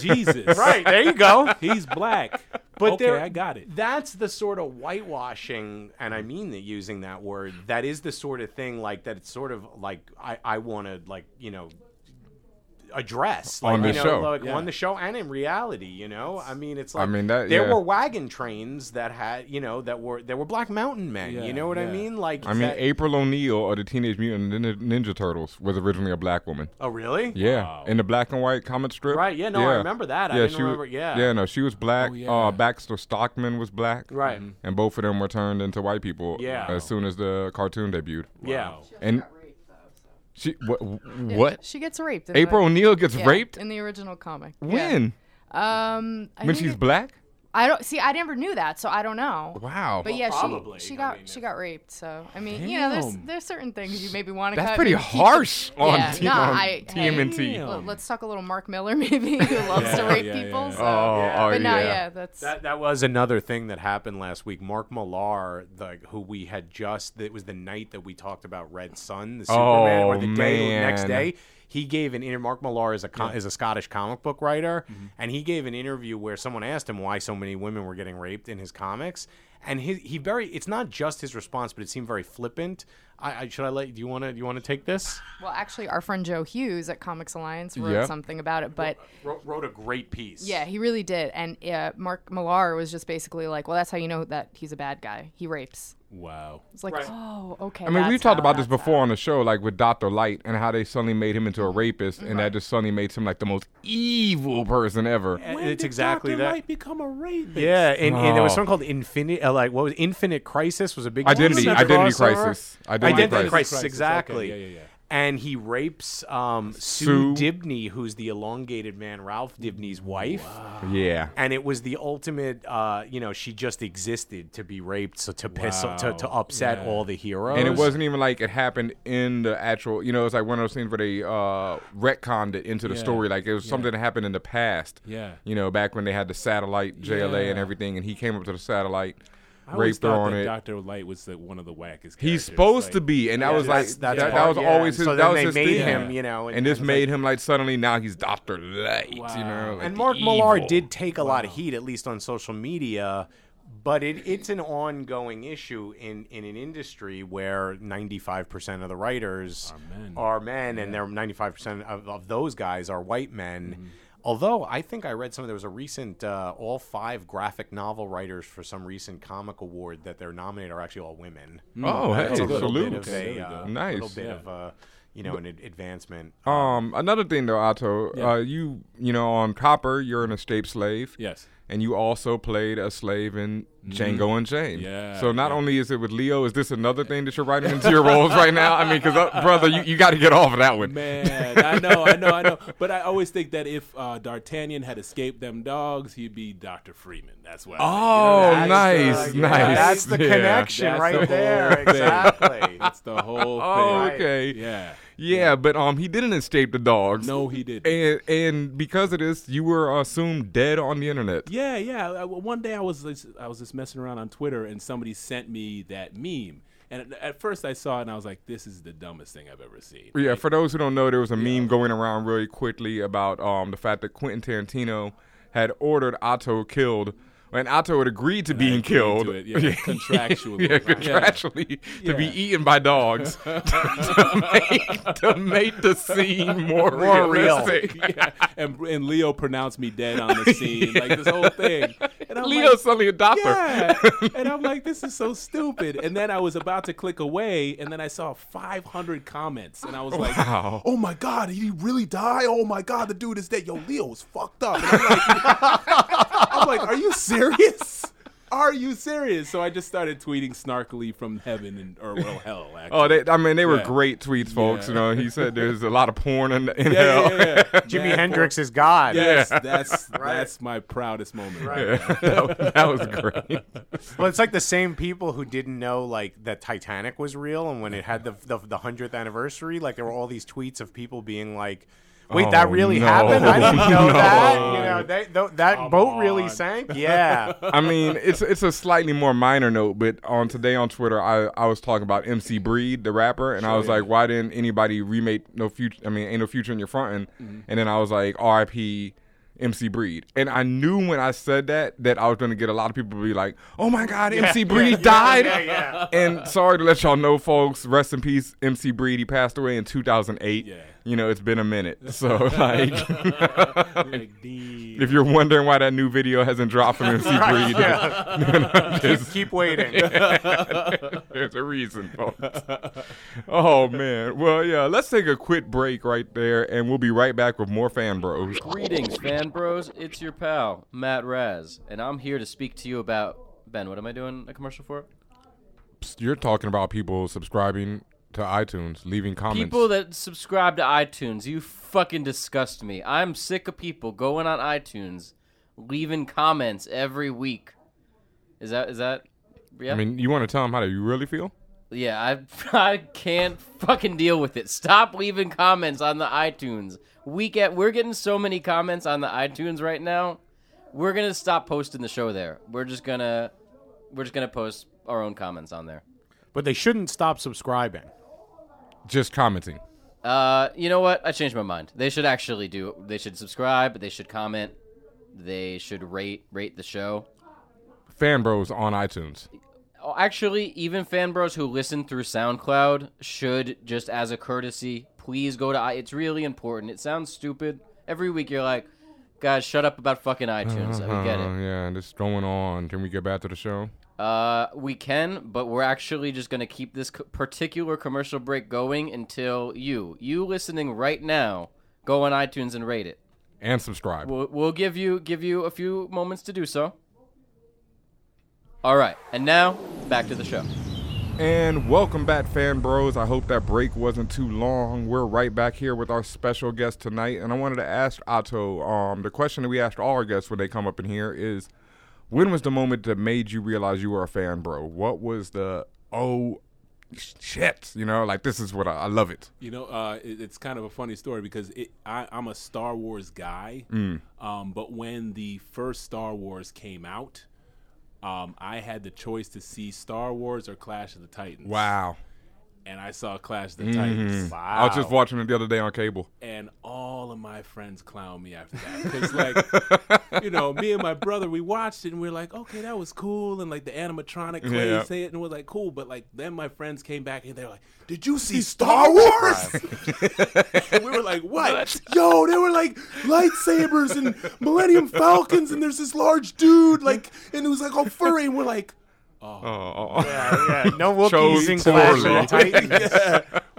S4: Jesus.
S2: right there you go
S4: He's black.
S2: but
S4: okay,
S2: there,
S4: I got it.
S2: That's the sort of whitewashing, and I mean that using that word. That is the sort of thing like that. It's sort of like I I want to like you know address like,
S1: On the
S2: you know,
S1: show.
S2: like
S4: Yeah.
S2: on the show and in reality. You know, I mean, it's like
S1: mean, that-
S2: there
S1: yeah.
S2: were wagon trains that had you know that were there were black mountain men.
S4: Yeah,
S2: you know what I
S4: yeah.
S2: mean? Like
S1: I mean,
S2: that-
S1: April O'Neil or the Teenage Mutant Ninja, Ninja Turtles was originally a black woman.
S2: oh really?
S1: Yeah,
S4: Wow.
S1: in the black and white comic strip.
S2: Right, yeah, no, I remember that. I didn't
S1: she wa-
S2: remember- yeah.
S1: yeah, no, she was black.
S3: Oh,
S4: yeah.
S1: uh, Baxter Stockman was black. Mm-hmm.
S2: Right.
S1: and both of them were turned into white people.
S2: Yeah.
S1: as soon as the cartoon debuted.
S2: Yeah.
S4: Wow.
S1: And
S3: raped, though, so.
S1: she what? what?
S3: She gets raped. in
S1: April
S3: the,
S1: O'Neil gets
S3: yeah,
S1: raped
S3: in the original comic. Yeah.
S1: when?
S3: Um, I
S1: When
S3: think
S1: she's
S3: it-
S1: black?
S3: I don't see. I never knew that, so I don't know.
S1: Wow.
S3: But yeah,
S2: probably.
S3: she she
S2: I
S3: got
S2: mean,
S3: she got raped. So I mean, you know, there's
S4: Damn.
S3: there's certain things you maybe want to.
S1: That's
S3: cut
S1: pretty
S3: and keep the-
S1: harsh on,
S3: Yeah,
S1: T-
S3: no,
S1: on
S3: I- hey.
S1: TMNT.
S4: Damn.
S3: Let- Let's talk a little Mark Miller, maybe, who loves to
S4: Yeah,
S3: rape
S4: yeah,
S3: people.
S4: yeah.
S3: So.
S1: Oh, oh,
S3: but no,
S1: yeah.
S3: yeah, that's
S2: That, that was another thing that happened last week. Mark Millar, the who we had just it was the night that we talked about Red Sun, the Superman, or the day the next
S1: man.
S2: day. He gave an interview. Mark Millar is a co is a Scottish comic book writer, and he gave an interview where someone asked him why so many women were getting raped in his comics, and his, he very it's not just his response, but it seemed very flippant. I, I should I let do you want to do you want to take this?
S3: Well, actually, our friend Joe Hughes at Comics Alliance wrote
S1: Yeah.
S3: something about it, but
S2: Wrote, wrote a great piece.
S3: yeah, he really did. And uh, Mark Millar was just basically like, "Well, that's how you know that he's a bad guy. He rapes."
S4: Wow.
S3: It's like,
S2: Right.
S3: oh, okay.
S1: I mean, we've
S3: that's
S1: talked
S3: how
S1: about this
S3: that's
S1: before on the show, like with Dr. Light and how they suddenly made him into
S4: Mm-hmm.
S1: a rapist, and that just suddenly made him like the most evil person ever.
S2: And it's exactly
S4: Dr.
S2: that.
S4: Light become a rapist.
S2: Yeah, and, and there was
S1: Oh.
S2: something called Infinite, uh, like what was Infinite Crisis was a big
S1: Identity-
S2: wasn't that
S1: Identity
S2: crossover?
S1: Crisis. Identity
S2: Crisis,
S1: Crisis.
S4: Crisis,
S2: exactly.
S4: okay, yeah, yeah, yeah.
S2: And he rapes um, Sue,
S1: Sue.
S2: Dibney, who's the elongated man Ralph Dibney's wife.
S1: Yeah.
S2: And it was the ultimate, uh, you know, she just existed to be raped, so to piss,
S4: Wow.
S2: to, to upset
S4: Yeah.
S2: all the heroes.
S1: And it wasn't even like it happened in the actual, you know, it's like one of those things where they uh, retconned it into the
S4: Yeah.
S1: story. Like it was something that happened in the past.
S4: Yeah.
S1: You know, back when they had the satellite, JLA, and
S4: Yeah.
S1: everything, and he came up to the satellite,
S4: I always
S1: raped her
S4: thought
S1: on
S4: that
S1: it.
S4: Dr. Light was the, one of the wackest characters.
S1: He's supposed
S4: like-
S1: to be, and that was like
S2: that's- that's
S1: that, that
S2: part,
S1: was
S2: yeah. And
S1: always his.
S2: so
S1: that
S2: then
S1: was
S2: they
S1: his
S2: made
S1: thing.
S2: him, you know,
S1: and,
S2: and-
S1: this
S2: and it's
S1: made him like suddenly now he's Doctor Light, you know,
S4: Wow.
S1: like
S2: and
S1: the
S2: Mark Millar
S1: evil.
S2: did take a lot of heat, at least on social media. But it, it's an ongoing issue in, in an industry where 95% of the writers are
S4: men.
S2: men, and they're 95% of, of those guys are white men. Although I think I read some, there was a recent, uh, all five graphic novel writers for some recent comic award that they're nominated are actually all women.
S1: Oh, hey,
S2: That's a little
S1: salute.
S2: bit of
S4: Okay,
S2: a,
S4: there we
S2: uh,
S4: go.
S1: Nice.
S2: little bit of a, you know, an ad- advancement.
S1: Um, another thing though, Otto, uh, you you know, on Copper, you're an escaped slave.
S4: Yes.
S1: and you also played a slave in
S2: Mm.
S1: Django and Jane.
S4: Yeah,
S1: So not
S4: yeah.
S1: only is it with Leo, is this another thing that you're writing into your roles right now? I mean, because brother, you, you got to get off of that one.
S4: Man, I know, I know, I know. But I always think that if uh, D'Artagnan had escaped them dogs, he'd be Dr. Freeman. That's what.
S1: Oh,
S4: I think. You know,
S1: nice,
S4: that's, uh,
S1: nice.
S4: yeah,
S2: That's the
S1: Yeah.
S2: connection
S4: That's
S2: right
S4: the
S2: there.
S4: whole thing.
S2: Exactly.
S4: That's the whole thing.
S1: Oh, okay.
S4: Yeah.
S1: Yeah, but um, he didn't escape the dogs.
S4: No, he didn't.
S1: And and because of this, you were assumed dead on the internet.
S4: Yeah, yeah. I- One day I was just, I was just messing around on Twitter and somebody sent me that meme. And at- at first I saw it and I was like, this is the dumbest thing I've ever seen.
S1: Yeah, for those who don't know, there was a meme going around really quickly about um, the fact that Quentin Tarantino had ordered Otto killed, and Otto had agreed to being
S4: Uh, agreed
S1: killed,
S4: to it, yeah, contractually.
S1: yeah,
S4: Yeah.
S1: contractually, to be
S4: Yeah.
S1: eaten by dogs to, make, to make the scene more,
S2: More real.
S1: realistic.
S4: yeah. And, and Leo pronounced me dead on the scene, like this whole thing. And I'm
S1: Leo's
S4: like,
S1: suddenly a doctor.
S4: yeah. and I'm like, this is so stupid. And then I was about to click away, and then I saw 500 comments, and I was like,
S1: Wow.
S4: oh my god, did he really die? Oh my god, the dude is dead. Yo, Leo was fucked up. And I'm, like, I'm like, are you serious? Are you serious? So I just started tweeting snarkily from heaven and or well hell. Actually.
S1: Oh, they, I mean, they were
S4: Yeah.
S1: great tweets, folks. You know, he said there's a lot of porn in, in
S4: yeah,
S1: hell.
S4: yeah, yeah, yeah.
S2: Jimi
S4: Mad
S2: Hendrix is God.
S4: Yes, that's that's my proudest moment.
S1: that, that was great.
S2: Well, it's like the same people who didn't know like that Titanic was real, and when it had the the the hundredth anniversary, like there were all these tweets of people being like. Wait,
S1: Oh,
S2: that really
S1: no.
S2: happened? I didn't know
S1: No.
S2: that. You know, they, th- that
S4: Come
S2: boat really
S4: on.
S2: sank. Yeah,
S1: I mean, it's it's a slightly more minor note, but on today on Twitter, I, I was talking about MC Breed, the rapper, and I was like, why didn't anybody remake No Future? I mean, Ain't No Future in Your Front End?
S2: Mm-hmm.
S1: And then I was like, RIP MC Breed. And I knew when I said that that I was going to get a lot of people to be like, oh my God, MC Breed died.
S2: yeah, yeah.
S1: And sorry to let y'all know, folks, rest in peace, MC Breed. He passed away in 2008.
S4: Yeah.
S1: You know, it's been a minute. So, like.
S4: Like, damn.
S1: If you're wondering why that new video hasn't dropped from MC Breed,
S2: keep, keep waiting.
S1: There's a reason, folks. Oh man. Well, yeah. Let's take a quick break right there, and we'll be right back with more fan bros.
S5: Greetings, fan bros. It's your pal, Matt Raz, and I'm here to speak to you about. Ben, what am I doing a commercial for?
S1: You're talking about people subscribing to iTunes, leaving comments.
S5: People that subscribe to iTunes, you fucking disgust me. I'm sick of people going on iTunes, leaving comments every week. Is that is that? Yeah.
S1: I mean, you want to tell them how you really feel?
S5: yeah. I I can't fucking deal with it. Stop leaving comments on the iTunes. We get we're getting so many comments on the iTunes right now. We're gonna stop posting the show there. We're just gonna we're just gonna post our own comments on there.
S2: But they shouldn't stop subscribing.
S1: Just commenting.
S5: Uh, you know what? I changed my mind. They should actually do. They should subscribe. They should comment. They should rate rate the show.
S1: Fan Bros on iTunes.
S5: Oh, Actually, even fan bros who listen through SoundCloud should, just as a courtesy, please go to. I- it's really important. It sounds stupid. Every week you're like, guys, shut up about fucking iTunes. We get
S1: Uh,
S5: it.
S1: Yeah, and it's going on. Can we get back to the show?
S5: Uh, we can, but we're actually just going to keep this co- particular commercial break going until you, you listening right now, go on iTunes and rate it.
S1: And subscribe.
S5: We'll, we'll give you give you a few moments to do so. All right, and now back to the show.
S1: And welcome back, fan bros. I hope that break wasn't too long. We're right back here with our special guest tonight. And I wanted to ask Otto um, the question that we asked all our guests when they come up in here is when was the moment that made you realize you were a fan bro? What was the, oh, shit, you know, like this is what I, I love it.
S4: You know, uh, it, it's kind of a funny story because it, I, I'm a Star Wars guy,
S1: Mm.
S4: um, but when the first Star Wars came out, um, I had the choice to see Star Wars or Clash of the Titans.
S1: Wow. Mm-hmm.
S4: And I saw Clash of the Titans. Wow.
S1: I was just watching it the other day on cable.
S4: and all of my friends clown me after that because like you know me and my brother we watched it and we are like okay that was cool and like the animatronic clay
S1: Yeah.
S4: say it and we're like cool but like then my friends came back and they're like did you see star wars and we were like what yo there were like lightsabers and millennium falcons and there's this large dude like and it was like all furry and we're like
S1: Oh,
S2: Yeah, yeah. No
S1: Chose
S2: Wookiees in Clash of the
S1: poorly.
S2: Titans.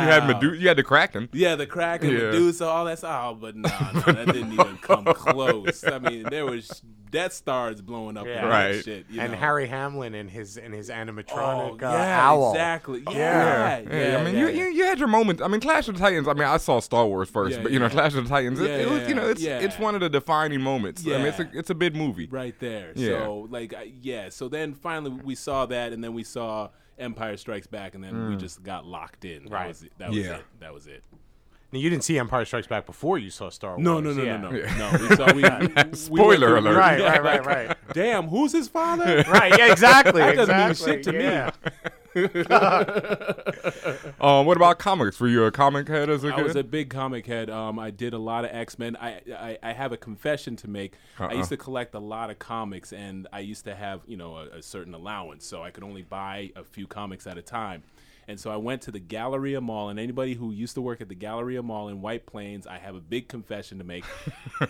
S1: you had Medu- you had the Kraken.
S4: Yeah, the crack and
S1: Yeah.
S4: Medusa, all that stuff. Oh, but no, no, that didn't even come close. I mean, there was Death Stars blowing up
S2: Yeah.
S4: and
S1: Right.
S4: right. shit. You
S2: and
S4: know.
S2: Harry Hamlin and his and his animatronic
S4: Oh,
S2: uh,
S4: yeah,
S2: owl.
S4: exactly. Yeah,
S2: Yeah.
S4: yeah.
S1: Yeah, I mean, You, you you had your moments. I mean, Clash of the Titans. I mean, I saw Star Wars first,
S4: Yeah,
S1: but you know,
S4: yeah.
S1: Clash of the Titans. It,
S4: Yeah,
S1: it was, you know, it's
S4: yeah.
S1: it's one of the defining moments. I mean, it's a
S4: Yeah.
S1: it's a big movie.
S4: right there.
S1: Yeah.
S4: So like, I, yeah. So then finally we saw that, and then we saw Empire Strikes Back, and then we just got locked in.
S2: Right.
S4: That was it. That was
S1: Mm. Yeah.
S4: it. That was it.
S2: Now, you didn't see Empire Strikes Back before you saw Star Wars.
S4: No, no, no,
S2: Yeah.
S4: no, no, no. We saw. We, we- we went
S1: Spoiler
S4: through-
S1: alert.
S2: Right, right, right, right.
S4: Damn, who's his father?
S2: Right, yeah, exactly.
S4: That doesn't mean
S2: exactly,
S4: shit to me.
S2: yeah.
S1: Um, what about comics? Were you a comic head as a
S4: I was a
S1: kid?
S4: big comic head. Um, I did a lot of X Men. I, I I have a confession to make. I used to collect a lot of comics, and I used to have you know a, a certain allowance, so I could only buy a few comics at a time. And so I went to the Galleria Mall, and anybody who used to work at the Galleria Mall in White Plains, I have a big confession to make.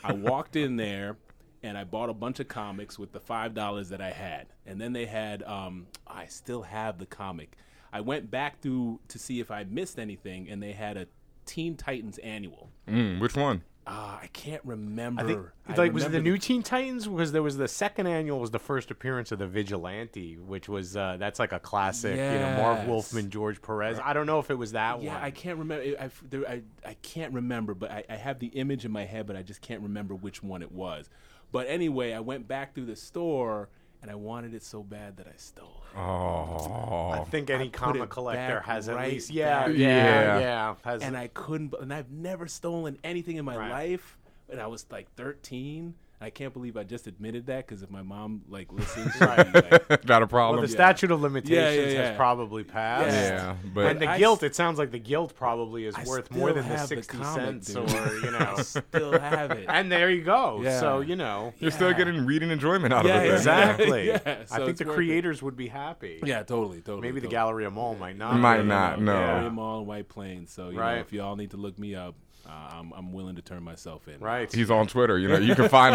S4: I walked in there, and I bought a bunch of comics with the five dollars that I had, and then they had. Um, I still have the comic. I went back through to see if I missed anything, and they had a Teen Titans annual.
S1: Mm, which one?
S4: Ah, I can't remember.
S2: I think
S4: I
S2: like was it the
S4: remember
S2: new Teen Titans because there was the second annual was the first appearance of the Vigilante, which was uh, that's like a classic, you know, Marv
S4: Yes.
S2: Wolfman, George Perez. I don't know if it was that
S4: Yeah,
S2: one.
S4: I can't remember. I, I- there, I, I can't remember, but I, I have the image in my head, but I just can't remember which one it was. But anyway, I went back through the store and I wanted it so bad that I stole it.
S2: I
S1: Oh,
S2: think any comic
S4: it
S2: collector
S4: back
S2: has at
S4: right
S2: least yeah,
S4: back.
S2: yeah,
S1: Yeah.
S2: yeah, has
S4: And I couldn't, b- and I've never stolen anything in my
S2: Right.
S4: life. And I was like 13. I can't believe I just admitted that because if my mom like listens, she'd be like,
S1: not a
S2: well, the
S1: problem.
S2: statute of limitations has
S4: yeah.
S2: probably passed.
S1: yeah, but
S2: and the
S4: I
S2: guilt,
S4: s-
S2: it sounds like the guilt probably is
S4: I
S2: worth
S4: still
S2: more than the
S4: have the
S2: 60
S4: comic,
S2: cents
S4: dude.
S2: or, you know.
S4: I still have it.
S2: and there you go.
S4: Yeah.
S2: So, you know.
S1: you're still getting reading enjoyment out
S4: Yeah,
S1: of it. then.
S2: Exactly.
S4: Yeah, so
S2: I think
S4: it's
S2: the
S4: worth it.
S2: creators would be happy.
S4: yeah, totally, totally.
S2: Maybe the
S4: totally.
S2: Galleria Mall might not.
S1: Might
S2: you know.
S1: not, no.
S4: Area
S2: Yeah.
S4: Mall in White Plains. So you
S2: Right.
S4: know, if y'all need to look me up, uh, I'm I'm willing to turn myself in.
S2: Right.
S1: He's on Twitter. You know, you can find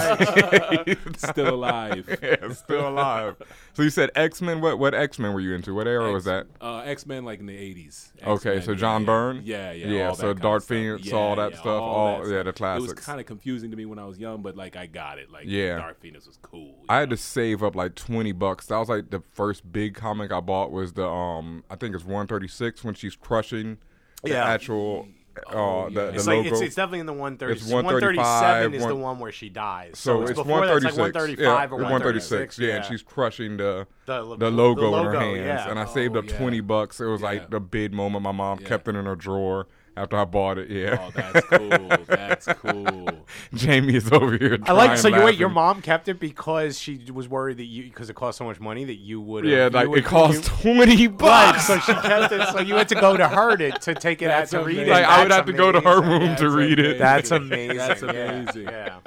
S1: him these days.
S4: Still alive.
S1: yeah, still alive. So you said X Men. What what X Men were you into? What era was that?
S4: Uh, X Men, like in the '80s.
S1: Okay,
S4: X-Men,
S1: so
S4: yeah,
S1: John
S4: yeah.
S1: Byrne?
S4: Yeah, yeah.
S1: Yeah,
S4: all
S1: so
S4: that kinda
S1: Dark
S4: stuff.
S1: Phoenix, all that stuff, all- yeah, the
S4: It
S1: classics.
S4: was kind of confusing to me when I was young, but like I got it. Like,
S1: Yeah.
S4: Dark Phoenix was cool.
S1: I had to save up like twenty bucks. That was like the first big comic I bought was the um I think it's one thirty six when she's crushing the
S2: Yeah.
S1: actual uh
S4: Oh, yeah.
S1: the, the
S2: It's
S1: logo.
S2: like it's, it's definitely in the 130,
S1: It's 135,
S2: 137 is the
S1: one-
S2: one where she dies.
S1: so it's
S2: before
S1: one
S2: that, it's
S1: thirty six.
S2: like 135 or
S1: 136.
S2: 136.
S1: Yeah, and she's crushing the
S2: The-
S1: the,
S2: the
S1: logo, in her
S2: logo,
S1: hands.
S2: yeah.
S1: And I saved
S4: Oh,
S1: up
S4: yeah.
S1: twenty bucks. It was like the big moment. My mom kept it in her drawer after I bought it. Yeah,
S4: Oh, that's cool. that's cool.
S1: Jamie is over here.
S2: I like so
S1: dying
S2: you wait. Your
S1: laughing.
S2: mom kept it because she was worried that you because it cost so much money that you would.
S1: Yeah,
S2: you
S1: like
S2: would-
S1: it cost twenty
S2: Right,
S1: bucks.
S2: so she kept it. So you had to go to her to, to take it out
S4: That's
S2: to read it.
S4: amazing.
S1: like I would
S2: That's
S1: have to go to her
S2: amazing.
S1: room
S4: That's
S1: to read it.
S4: amazing.
S2: That's amazing.
S4: That's
S2: yeah,
S4: amazing.
S2: Yeah.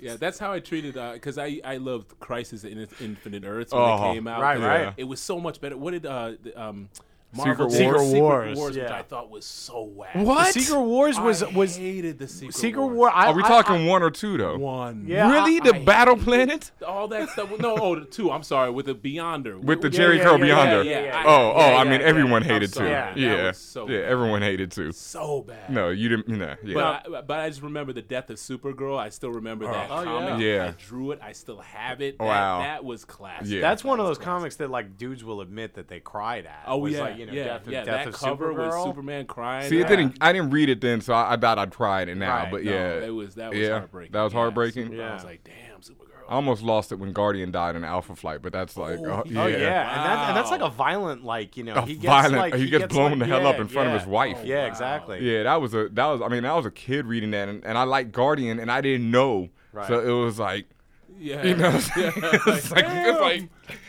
S4: Yeah, that's how I treated because I I loved Crisis in Infinite Earths when
S1: Oh,
S4: it came out.
S2: right,
S1: right.
S4: It was so much better. What did uh the, um Marvel
S1: Secret
S4: do?
S2: Wars?
S4: Secret
S2: Wars,
S4: Wars, which
S2: yeah.
S4: I thought was so whack.
S2: The
S5: What?
S2: Secret Wars
S4: I
S2: was was
S4: hated the Secret,
S2: Secret
S4: Wars.
S2: War. I,
S1: Are we
S2: I-
S1: talking
S2: I-
S1: one or two though?
S4: one.
S2: Yeah,
S1: really,
S2: I-
S1: the Battle Planet
S4: all that stuff. No, oh, the two. I'm sorry, with the Beyonder.
S1: with the
S4: Yeah,
S1: Jerry
S2: yeah,
S1: Curl
S2: yeah,
S1: Beyonder.
S2: yeah, yeah, yeah.
S1: oh, oh,
S4: Yeah,
S1: I
S4: yeah,
S1: mean
S4: yeah.
S1: everyone
S4: I'm
S1: hated two.
S4: sorry.
S1: Yeah,
S4: That
S1: yeah,
S4: was so bad.
S1: everyone hated two.
S4: so bad.
S1: No, you didn't. No, yeah. Uh-huh.
S4: But I, but I just remember the death of Supergirl. I still remember that
S5: Oh,
S4: comic.
S1: yeah. Yeah.
S4: I drew it. I still have it. That,
S1: Wow.
S4: that was classic.
S1: Yeah.
S2: That's one of
S4: That
S2: those
S4: was classic.
S2: comics that like dudes will admit that they cried at.
S4: Oh
S2: was,
S4: yeah,
S2: like, you know,
S4: yeah,
S2: Death of,
S4: yeah.
S2: Death
S4: that
S2: of
S4: cover
S2: Supergirl.
S4: with Superman crying.
S1: See,
S4: uh,
S1: it didn't. I didn't read it then, so I, I thought I'd try it now.
S2: Right,
S1: but
S4: no,
S1: yeah,
S4: it was that was
S1: yeah,
S4: heartbreaking.
S1: That was
S4: Yeah,
S1: heartbreaking.
S4: Supergirl. I was
S2: Yeah.
S4: like, damn, Supergirl.
S1: I almost lost it when Guardian died in Alpha Flight, but that's like, oh, yeah.
S2: Oh yeah, and, that, and that's like
S4: Wow.
S2: a violent, like you know,
S1: A
S2: he gets
S1: violent-
S2: like
S1: he gets blown
S2: like-
S1: the hell up
S2: yeah,
S1: in front of
S2: yeah. Oh,
S1: his wife.
S2: Yeah,
S4: Wow.
S2: exactly.
S1: Yeah, that was a that was. I mean, I was a kid reading that, and, and I liked Guardian, and I didn't know,
S2: Right.
S1: so it was like,
S4: yeah,
S1: you know, it's
S4: Yeah,
S1: like, it's like,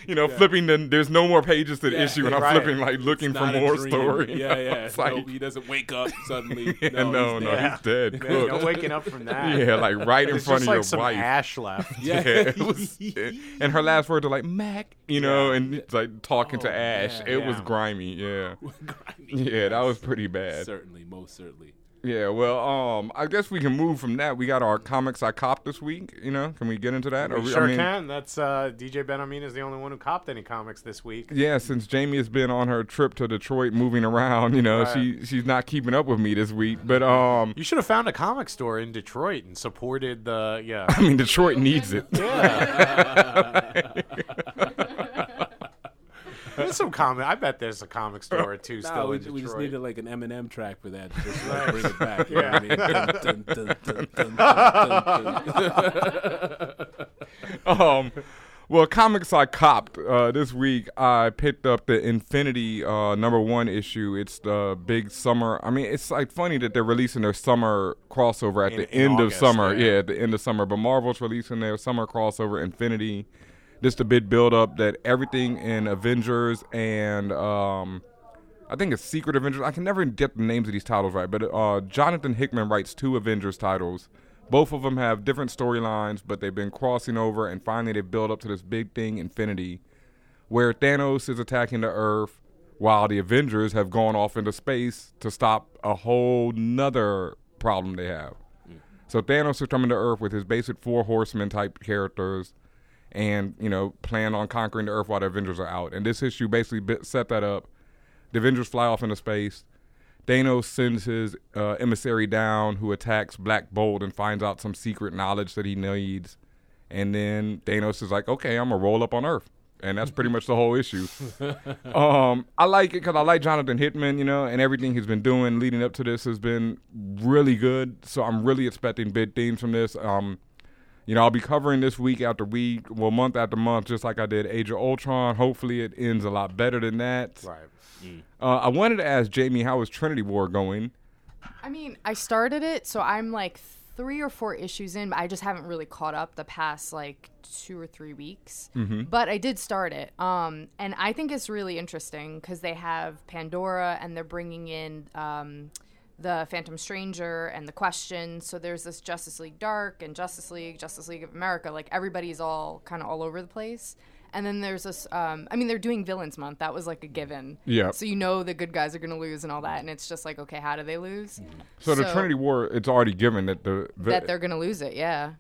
S1: you know, flipping. The, there's no more pages to the
S4: Yeah,
S1: issue, and I'm
S2: right.
S1: flipping like looking for
S4: not a
S1: more
S4: dream.
S1: story. you
S4: Yeah,
S1: know?
S4: yeah.
S1: It's like,
S4: no, he doesn't wake up suddenly.
S1: yeah,
S4: no,
S1: no,
S4: he's
S1: no,
S4: dead.
S1: he's dead.
S2: Man, no
S1: Cooked.
S2: waking up from that.
S1: Yeah, like right in
S2: There's just
S1: front of
S2: like
S1: your
S2: some
S1: wife.
S2: ash left.
S1: Yeah,
S4: Yeah.
S1: it was, and her last words are like Mac, you know, and it's like talking to
S4: Oh,
S1: Ash.
S4: yeah,
S1: it was
S2: yeah.
S1: grimy, yeah,
S4: Grimy.
S1: yeah, that was pretty bad.
S4: Certainly, most certainly.
S1: Yeah, well, um, I guess we can move from that. We got our comics I copped this week. You know, can we get into that? Or
S2: We
S1: we- I
S2: sure
S1: mean,
S2: can. That's uh, DJ Ben Amin is the only one who copped any comics this week.
S1: Yeah, since Jamie has been on her trip to Detroit, moving around, you know,
S2: Right.
S1: she she's not keeping up with me this week. But um,
S2: You should have found a comic store in Detroit and supported the yeah.
S1: I mean, Detroit needs it.
S2: There's some comic. I bet there's a comic store or two
S4: No,
S2: still
S4: we,
S2: in Detroit.
S4: we just needed like an Eminem track for that. Just to, like, bring it back. You
S2: Yeah.
S4: know what I mean? Dun, dun, dun, dun, dun, dun, dun.
S1: um, well, comics I copped uh, this week. I picked up the Infinity uh, number one issue. It's the big summer. I mean, it's like funny that they're releasing their summer crossover at
S2: In-
S1: the
S2: in
S1: end
S2: August,
S1: of summer.
S2: yeah.
S1: Yeah. at the end of summer. But Marvel's releasing their summer crossover Infinity. Just a big build up that everything in Avengers and um, I think it's Secret Avengers. I can never get the names of these titles right, but uh, Jonathan Hickman writes two Avengers titles. Both of them have different storylines, but they've been crossing over, and finally they build up to this big thing, Infinity, where Thanos is attacking the Earth, while the Avengers have gone off into space to stop a whole nother problem they have. So Thanos is coming to Earth with his basic four horsemen type characters, and you know plan on conquering the Earth while the Avengers are out. And this issue basically bi- set that up. The Avengers fly off into space. Thanos sends his uh, emissary down, who attacks Black Bolt and finds out some secret knowledge that he needs. And then Thanos is like, "Okay, I'm gonna roll up on Earth," and that's pretty much the whole issue. um, I like it because I like Jonathan Hitman, you know, and everything he's been doing leading up to this has been really good. So I'm really expecting big themes from this. Um, you know, I'll be covering this week after week, well, month after month, just like I did Age of Ultron. Hopefully, it ends a lot better than that.
S2: Right.
S1: Uh, I wanted to ask Jamie, how is Trinity War going?
S3: I mean, I started it, so I'm like three or four issues in, but I just haven't really caught up the past like two or three weeks. But I did start it. Um, and I think it's really interesting because they have Pandora and they're bringing in um, the Phantom Stranger and the Question. So there's this Justice League Dark and Justice League, Justice League of America. Like everybody's all kind of all over the place. And then there's this. Um, I mean, they're doing Villains Month. That was like a given.
S1: Yeah.
S3: So you know the good guys are going to lose and all that. And it's just like, okay, how do they
S1: Mm.
S3: lose?
S1: So, the Trinity War, it's already given that the, the
S3: that they're going to lose it. Yeah.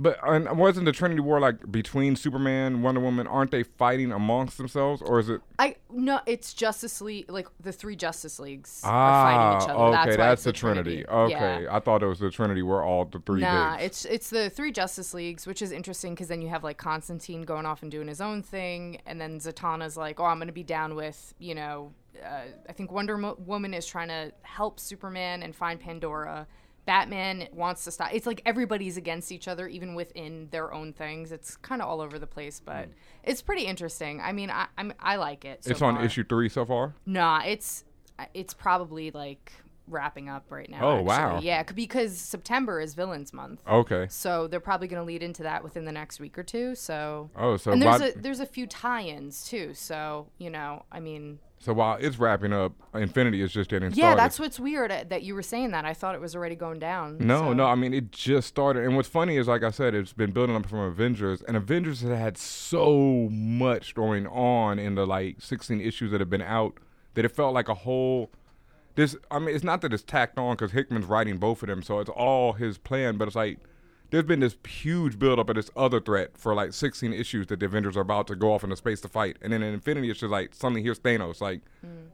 S1: but and wasn't the Trinity War like between Superman, Wonder Woman? Aren't they fighting amongst themselves, or is it?
S3: I no, it's Justice League. Like the three Justice Leagues
S1: Ah,
S3: are fighting each other.
S1: okay,
S3: that's,
S1: that's,
S3: why it's
S1: the
S3: a
S1: Trinity.
S3: Yeah.
S1: Okay, I thought it was the Trinity where all the three.
S3: Nah,
S1: did.
S3: it's it's the three Justice Leagues, which is interesting because then you have like Constantine going off and doing his own thing, and then Zatanna's like, "Oh, I'm gonna be down with you know." Uh, I think Wonder Mo- Woman is trying to help Superman and find Pandora. Batman wants to stop. It's like everybody's against each other, even within their own things. It's kind of all over the place, but it's pretty interesting. I mean, I I'm, I like it. so
S1: Hmm. it's on
S3: far.
S1: issue three so far.
S3: Nah, it's it's probably like wrapping up right now.
S1: Oh,
S3: actually.
S1: wow.
S3: Yeah, c- because September is Villains Month.
S1: Okay.
S3: So they're probably going to lead into that within the next week or two. So
S1: Oh, so
S3: and there's
S1: by-
S3: a there's a few tie-ins too. So you know, I mean,
S1: So while it's wrapping up, Infinity is just getting
S3: yeah,
S1: started.
S3: that's what's weird uh, that you were saying that. I thought it was already going down.
S1: No,
S3: so-
S1: no. I mean, it just started. And what's funny is, like I said, it's been building up from Avengers, and Avengers has had so much going on in the like 16 issues that have been out that it felt like a whole. This, I mean, it's not that it's tacked on because Hickman's writing both of them, so it's all his plan. But it's like there's been this huge buildup of this other threat for like 16 issues that the Avengers are about to go off into space to fight, and then in Infinity, it's just like suddenly here's Thanos. Like,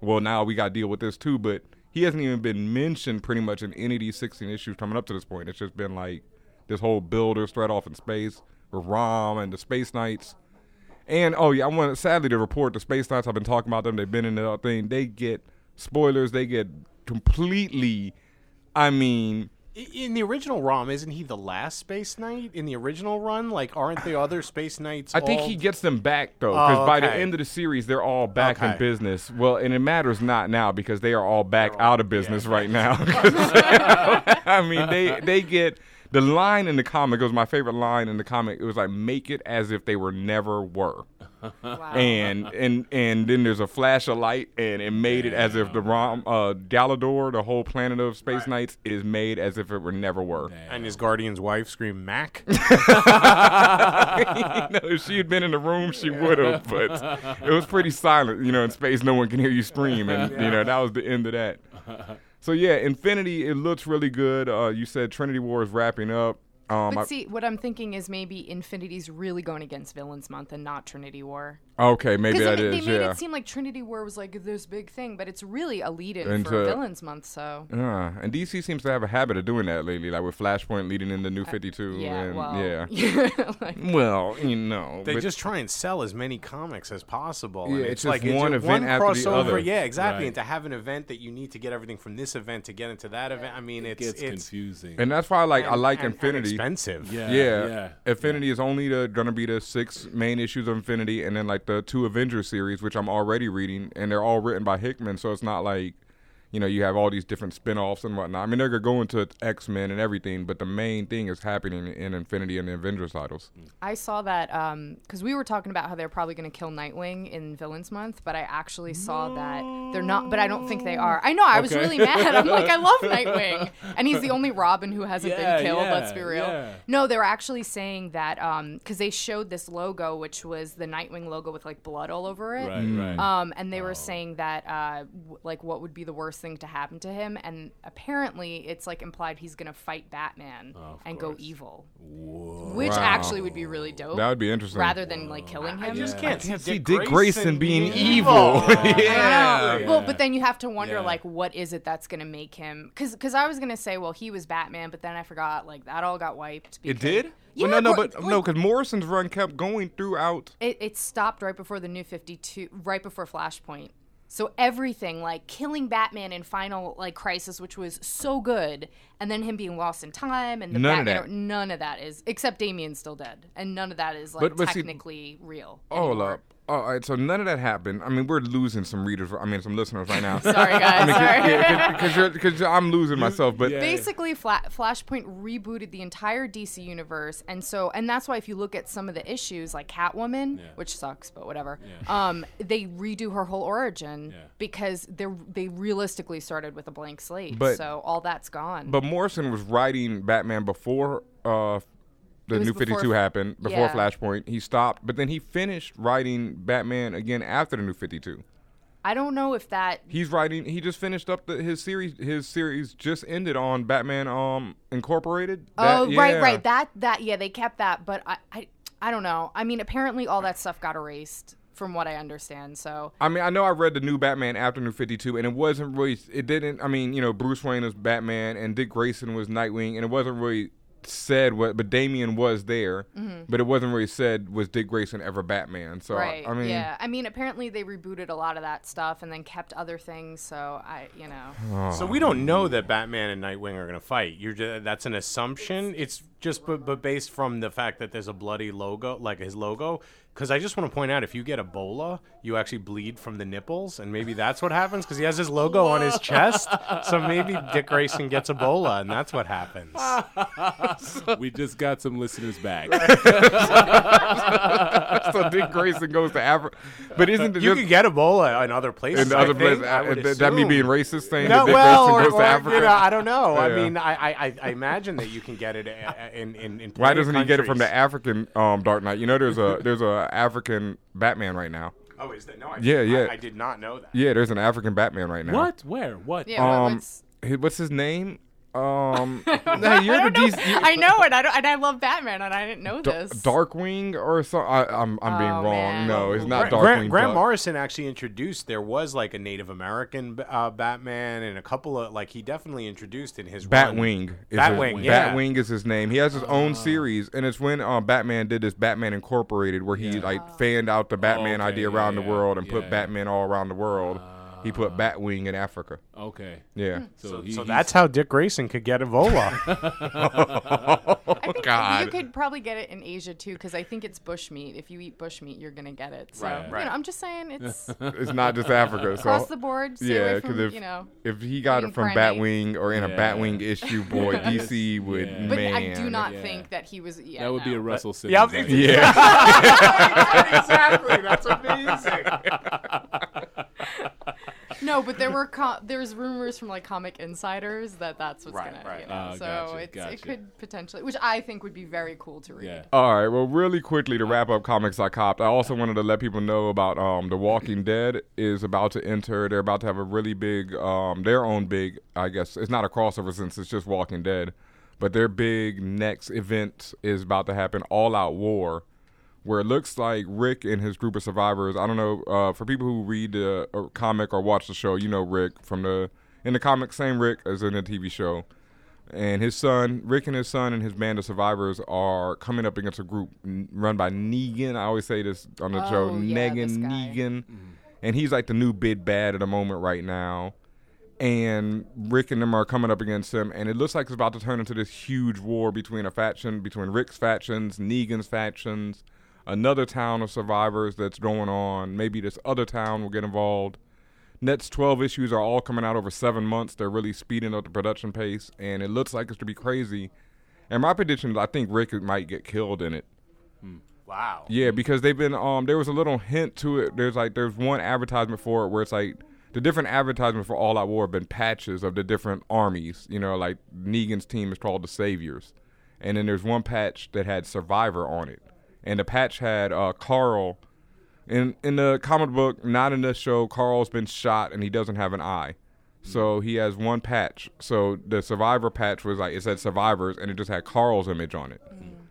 S1: well, now we got to deal with this too, but he hasn't even been mentioned pretty much in any of these 16 issues coming up to this point. It's just been like this whole builder threat off in space with Rom and the Space Knights. And oh yeah, I want sadly to report the Space Knights. I've been talking about them. They've been in the thing. They get spoilers. They get completely. I mean,
S2: I- In the original ROM, isn't he the last Space Knight in the original run? Like, aren't the other Space Knights?
S1: I think
S2: all-
S1: he gets them back though, because
S2: Oh,
S1: by the
S2: okay.
S1: end of the series, they're all back in
S2: Okay.
S1: business. Well, and it matters not now because they are all back out of business right now. I mean, they they get the line in the comic it was my favorite line in the comic. It was like, "Make it as if they were never were."
S3: Wow.
S1: and and and then there's a flash of light, and it made it as if the Rom uh, Galador, the whole planet of Space Knights, is made as if it were never were.
S2: and his guardian's wife scream "Mac."
S1: you know, if she had been in the room, she would have. But it was pretty silent. You know, in space, no one can hear you scream, and you know that was the end of that. So yeah, Infinity. It looks really good. Uh, you said Trinity War is wrapping up. Um, I-
S3: But see, what I'm thinking is maybe Infinity's really going against Villains Month and not Trinity War.
S1: okay, maybe
S3: Because
S1: that
S3: they,
S1: is.
S3: made
S1: Yeah.
S3: it seem like Trinity War was like this big thing, but it's really a lead-in
S1: Into-
S3: for Villains Month. So
S1: Uh, and DC seems to have a habit of doing that lately, like with Flashpoint leading into New 52.
S3: Uh, yeah,
S1: and,
S3: well,
S1: yeah.
S3: like,
S1: Well, you know.
S2: They
S1: but-
S2: just try and sell as many comics as possible. and
S1: Yeah, it's
S2: it's,
S1: just
S2: like it's
S1: one
S2: just
S1: event
S2: one
S1: after the
S2: crossover.
S1: other.
S2: Yeah, exactly.
S4: Right.
S2: And to have an event that you need to get everything from this event to get into that event. I mean, it's
S4: gets
S2: it's
S4: confusing.
S1: and that's why like I
S2: and-
S1: like
S2: and- and
S1: Infinity.
S2: expensive.
S4: yeah,
S1: yeah.
S4: yeah.
S1: Infinity is only the gonna be the six main issues of Infinity, and then like the two Avengers series, which I'm already reading, and they're all written by Hickman, so it's not like you know you have all these different spin-offs and whatnot. I mean, they're gonna go into X Men and everything, but the main thing is happening in Infinity and the Avengers titles.
S3: I saw that because we were talking about how they're probably going to kill Nightwing in Villains Month, but I actually saw that they're not. But I don't think they are. I know. I was
S4: Okay.
S3: really mad. I'm like, I love Nightwing, and he's the only Robin who hasn't
S4: Yeah,
S3: been killed.
S4: yeah,
S3: let's be real.
S4: yeah.
S3: No, they were actually saying that because they showed this logo, which was the Nightwing logo with like blood all over it.
S4: Right, right.
S3: Um, and they were saying that, uh, w- like, what would be the worst thing to happen to him? And apparently, it's like implied he's gonna fight
S1: Oh,
S3: Batman and go evil, which
S1: Wow.
S3: actually would be really dope.
S1: That would be interesting.
S3: rather than like killing him.
S2: I just can't,
S1: see Dick Grayson being evil.
S3: I
S1: yeah.
S3: know. Well, but then you have to wonder,
S4: Yeah.
S3: like, what is it that's gonna make him? Because, I was gonna say, well, he was Batman, but then I forgot, like, that all got wiped.
S1: It
S3: because-
S1: did.
S3: Yeah,
S1: well, no, no,
S3: but,
S1: but
S3: like-
S1: no, because Morrison's run kept going throughout.
S3: It, it stopped right before the new 52, right before Flashpoint. So everything, like killing Batman in Final like Crisis, which was so good, and then him being lost in time, and the
S1: None of
S3: Batman,
S1: that.
S3: none of that is except Damien's still dead, and none of that is like
S1: But- but see-
S3: technically real.
S1: Hold
S3: anymore.
S1: up. All right, so none of that happened. I mean, we're losing some readers. I mean, some listeners right now.
S3: Sorry guys, sorry.
S1: Because because I'm losing myself, but
S4: yeah.
S3: basically Fla- flashpoint rebooted the entire dc universe and so and that's why if you look at some of the issues like catwoman which sucks but whatever um, they redo her whole origin because they they realistically started with a blank slate
S1: But-
S3: so all that's gone
S1: but Morrison was writing Batman before uh, the
S3: was
S1: New
S3: before-
S1: Fifty Two happened, before
S3: Yeah.
S1: Flashpoint. He stopped, but then he finished writing Batman again after the New Fifty Two.
S3: i don't know if that
S1: He's writing. He just finished up the, his series. His series just ended on Batman um Incorporated.
S3: oh
S1: That-
S3: right
S1: yeah.
S3: right that that yeah they kept that but I, I i don't know i mean apparently all that stuff got erased from what i understand so
S1: I mean, I know I read the new Batman after New 52, and it wasn't really, it didn't, I mean, you know, Bruce Wayne was Batman and Dick Grayson was Nightwing, and it wasn't really said what, but Damien was there,
S3: Mm-hmm.
S1: but it wasn't really said was Dick Grayson ever Batman. So, I-
S3: Right.
S1: I, mean,
S3: yeah. I mean, apparently they rebooted a lot of that stuff and then kept other things. So I, you know,
S1: Uh-huh.
S2: So we don't know that Batman and Nightwing are going to fight. You're just, that's an assumption. It's just but, but based from the fact that there's a bloody logo, like his logo. Because I just want to point out, if you get Ebola, you actually bleed from the nipples, and maybe that's what happens. Because he has his logo on his chest, so maybe Dick Grayson gets Ebola, and that's what happens.
S4: we just got some listeners back.
S1: so Dick Grayson goes to Africa, but isn't it
S2: You
S1: just
S2: can get Ebola in other places.
S1: in the other
S2: I think,
S1: place? uh,
S2: I would
S1: That that me
S2: assume.
S1: being racist saying
S2: No,
S1: that Dick
S2: well,
S1: Grayson
S2: or,
S1: goes
S2: or,
S1: to Africa.
S2: you know, I don't know. I
S1: Yeah.
S2: mean, I, I, I- I imagine that you can get it uh, in in. in
S1: Why
S2: plenty of
S1: doesn't he get it from the
S2: countries.
S1: African um, Dark Knight? You know, there's a there's a African Batman right now.
S2: Oh, is that no? I,
S1: Yeah, yeah.
S2: I, I did not know that.
S1: Yeah, there's an African Batman right now.
S4: what? Where? What?
S3: Yeah, well,
S1: Um,
S3: let's-
S1: hi- what's his name? Um, hey, you're the DC. you-
S3: I know it. I don't, and I love Batman, and I didn't know
S1: Da-
S3: this.
S1: Darkwing or something. I'm I'm being
S3: Oh,
S1: wrong.
S3: man.
S1: No, it's not
S2: Gra-
S1: Darkwing.
S2: Grant, Grant
S1: but-
S2: Morrison actually introduced. There was like a Native American uh, Batman and a couple of like he definitely introduced in his run.
S1: Batwing. Is
S2: Batwing,
S1: His,
S2: yeah.
S1: Batwing is his name. He has his
S3: Oh.
S1: own series, and it's when um, Batman did this Batman Incorporated, where he like fanned out the Batman
S4: Oh, okay,
S1: idea
S4: yeah,
S1: around the
S4: yeah,
S1: world and put
S4: yeah. Uh.
S1: Batman all around the world. he put Batwing in Africa.
S4: Okay.
S1: Yeah.
S4: So, he,
S2: So
S4: he's-
S2: that's how Dick Grayson could get Evola.
S3: I think
S1: God.
S3: you could probably get it in Asia too, because I think it's bush meat. If you eat bush meat, you're gonna get it. So
S2: Right, right.
S3: you know, I'm just saying it's
S1: It's not just Africa. So
S3: across Hmm. the board. Stay
S1: yeah,
S3: away
S1: because
S3: from,
S1: if
S3: you know.
S1: if he got it
S3: being
S1: from
S3: primate.
S1: Batwing or in a
S4: Yeah.
S1: Batwing issue, boy, DC would
S4: Yeah.
S3: But
S1: man.
S3: I do not
S4: yeah.
S3: think that he was. Yeah,
S4: that would be
S3: no.
S4: a Russell Simmons.
S2: yeah,
S4: idea.
S2: it's-
S1: Yeah.
S2: exactly. That's amazing.
S3: No, but there were co- there's rumors from like comic insiders that that's what's
S2: Right,
S3: gonna.
S2: right.
S3: You know,
S4: Ah,
S3: so
S4: gotcha,
S3: it's
S4: gotcha.
S3: it could potentially, which I think would be very cool to read.
S4: Yeah.
S1: All right. Well, really quickly to wrap up comics I copped, I also wanted to let people know about um, The Walking Dead is about to enter. They're about to have a really big, um, their own big. I guess it's not a crossover since it's just Walking Dead, but their big next event is about to happen. All Out War, where it looks like Rick and his group of survivors. I don't know. Uh, for people who read the uh, comic or watch the show, you know Rick from the in the comic, same Rick as in the TV show and his son Rick and his son and his band of survivors are coming up against a group n- run by Negan. I always say this on the show,
S3: Oh, yeah,
S1: Negan,
S3: this guy. Mm-hmm.
S1: Negan, and he's like the new big bad at the moment right now. And Rick and them are coming up against him, and it looks like it's about to turn into this huge war between a faction, between Rick's factions, Negan's factions, another town of survivors that's going on. Maybe this other town will get involved. Net's 12 issues are all coming out over seven months. They're really speeding up the production pace, and it looks like it's to be crazy. And my prediction is I think Rick might get killed in it.
S2: Wow.
S1: Yeah, because they've been um there was a little hint to it. There's like there's one advertisement for it where it's like the different advertisements for All Out War have been patches of the different armies. You know, like Negan's team is called the Saviors. And then there's one patch that had Survivor on it. And the patch had uh Carl in in the comic book, not in the show, Carl's been shot and he doesn't have an eye. So he has one patch. So the survivor patch was like it said survivors and it just had Carl's image on it.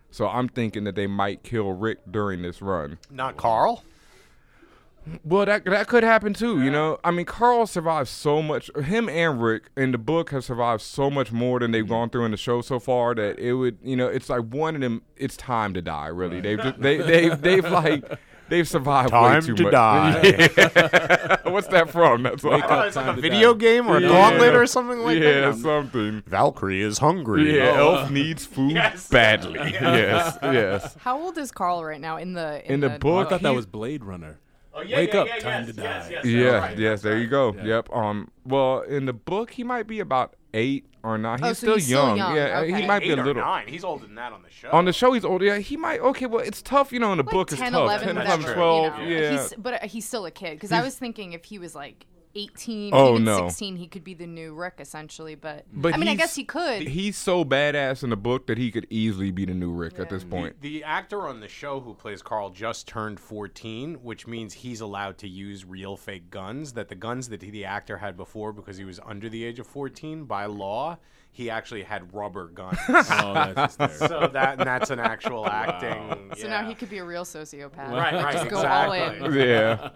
S1: So I'm thinking that they might kill Rick during this run.
S2: Not Carl.
S1: Well, that that could happen too. You know, I mean, Carl survived so much. Him and Rick in the book have survived so much more than
S2: Mm-hmm.
S1: they've gone through in the show so far that it would. You know, it's like one of them. It's time to die. Really, they've just, they they they've like they've survived way
S2: Time
S1: too
S2: to
S1: much.
S2: die.
S1: What's that from? That's why.
S4: Wake
S2: Oh,
S4: up,
S2: it's like
S4: time
S2: a
S4: to
S2: video
S4: die.
S2: game or a
S1: Yeah.
S2: gauntlet or something like that.
S1: yeah, something.
S2: Valkyrie is hungry.
S1: Yeah, Elf needs food badly. yes, yes.
S3: How old is Carl right now in the
S1: In the
S4: Oh, I
S1: book,
S4: thought that
S1: he-
S4: was Blade Runner.
S2: Oh,
S4: Wake up, time to die.
S1: Yeah, yes, there you go. Yep. Um. Well, in the book, he might be about eight or nine. He's,
S3: Oh, so
S1: still,
S3: he's still
S1: young.
S3: young.
S1: Yeah,
S3: Okay.
S1: he might be a
S2: or
S1: little.
S2: nine. He's older than that on the show.
S1: On the show, he's older. Yeah, he might. Okay, well, it's tough. You know, in the book, it's
S3: 10,
S1: tough.
S3: 11,
S1: 10,
S3: whatever,
S1: 11,
S3: you
S1: 12.
S3: know.
S1: Yeah.
S3: He's, but uh, he's still a kid because I was thinking if he was like 18,
S1: Oh,
S3: even
S1: no.
S3: 16, he could be the new Rick essentially. But,
S1: But
S3: I mean, I
S1: he's-
S3: guess he could.
S1: he's so badass in the book that he could easily be the new Rick at this point.
S2: The actor on the show who plays Carl just turned 14, which means he's allowed to use real fake guns. That the guns that he, the actor had before, because he was under the age of 14 by law, he actually had rubber guns.
S4: Oh, that's hysterical.
S2: so that and that's an actual acting.
S3: so
S2: yeah.
S3: now he could be a real sociopath.
S2: Right,
S3: Like,
S2: right,
S3: just go all
S2: exactly.
S3: in.
S1: Yeah.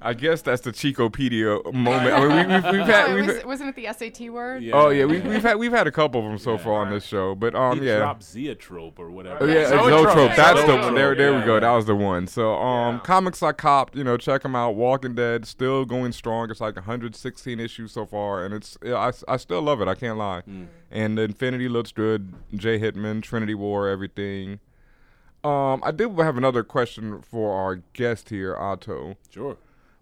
S1: I guess that's the Chicopedia moment. I mean, we, we've, we've had.
S3: Sorry,
S1: We've,
S3: was, wasn't Oh, it the SAT word?
S4: Yeah.
S1: oh yeah, we, we've had we've had a couple of them so
S4: Yeah.
S1: far on this show, but um,
S4: He
S1: yeah.
S4: dropped Zeotrope or whatever.
S1: Oh, yeah,
S2: Zoetrope.
S1: Zoetrope. That's the
S4: Zoetrope,
S1: there. There we
S4: yeah.
S1: go. That was the one. So, um,
S2: Yeah.
S1: comics I copped. You know, check them out. Walking Dead still going strong. It's like 116 issues so far, and it's yeah, I, I still love it. I can't lie.
S2: Mm.
S1: And Infinity looks good. Jay Hitman, Trinity War, everything. Um, I did have another question for our guest here, Otto,
S4: Sure.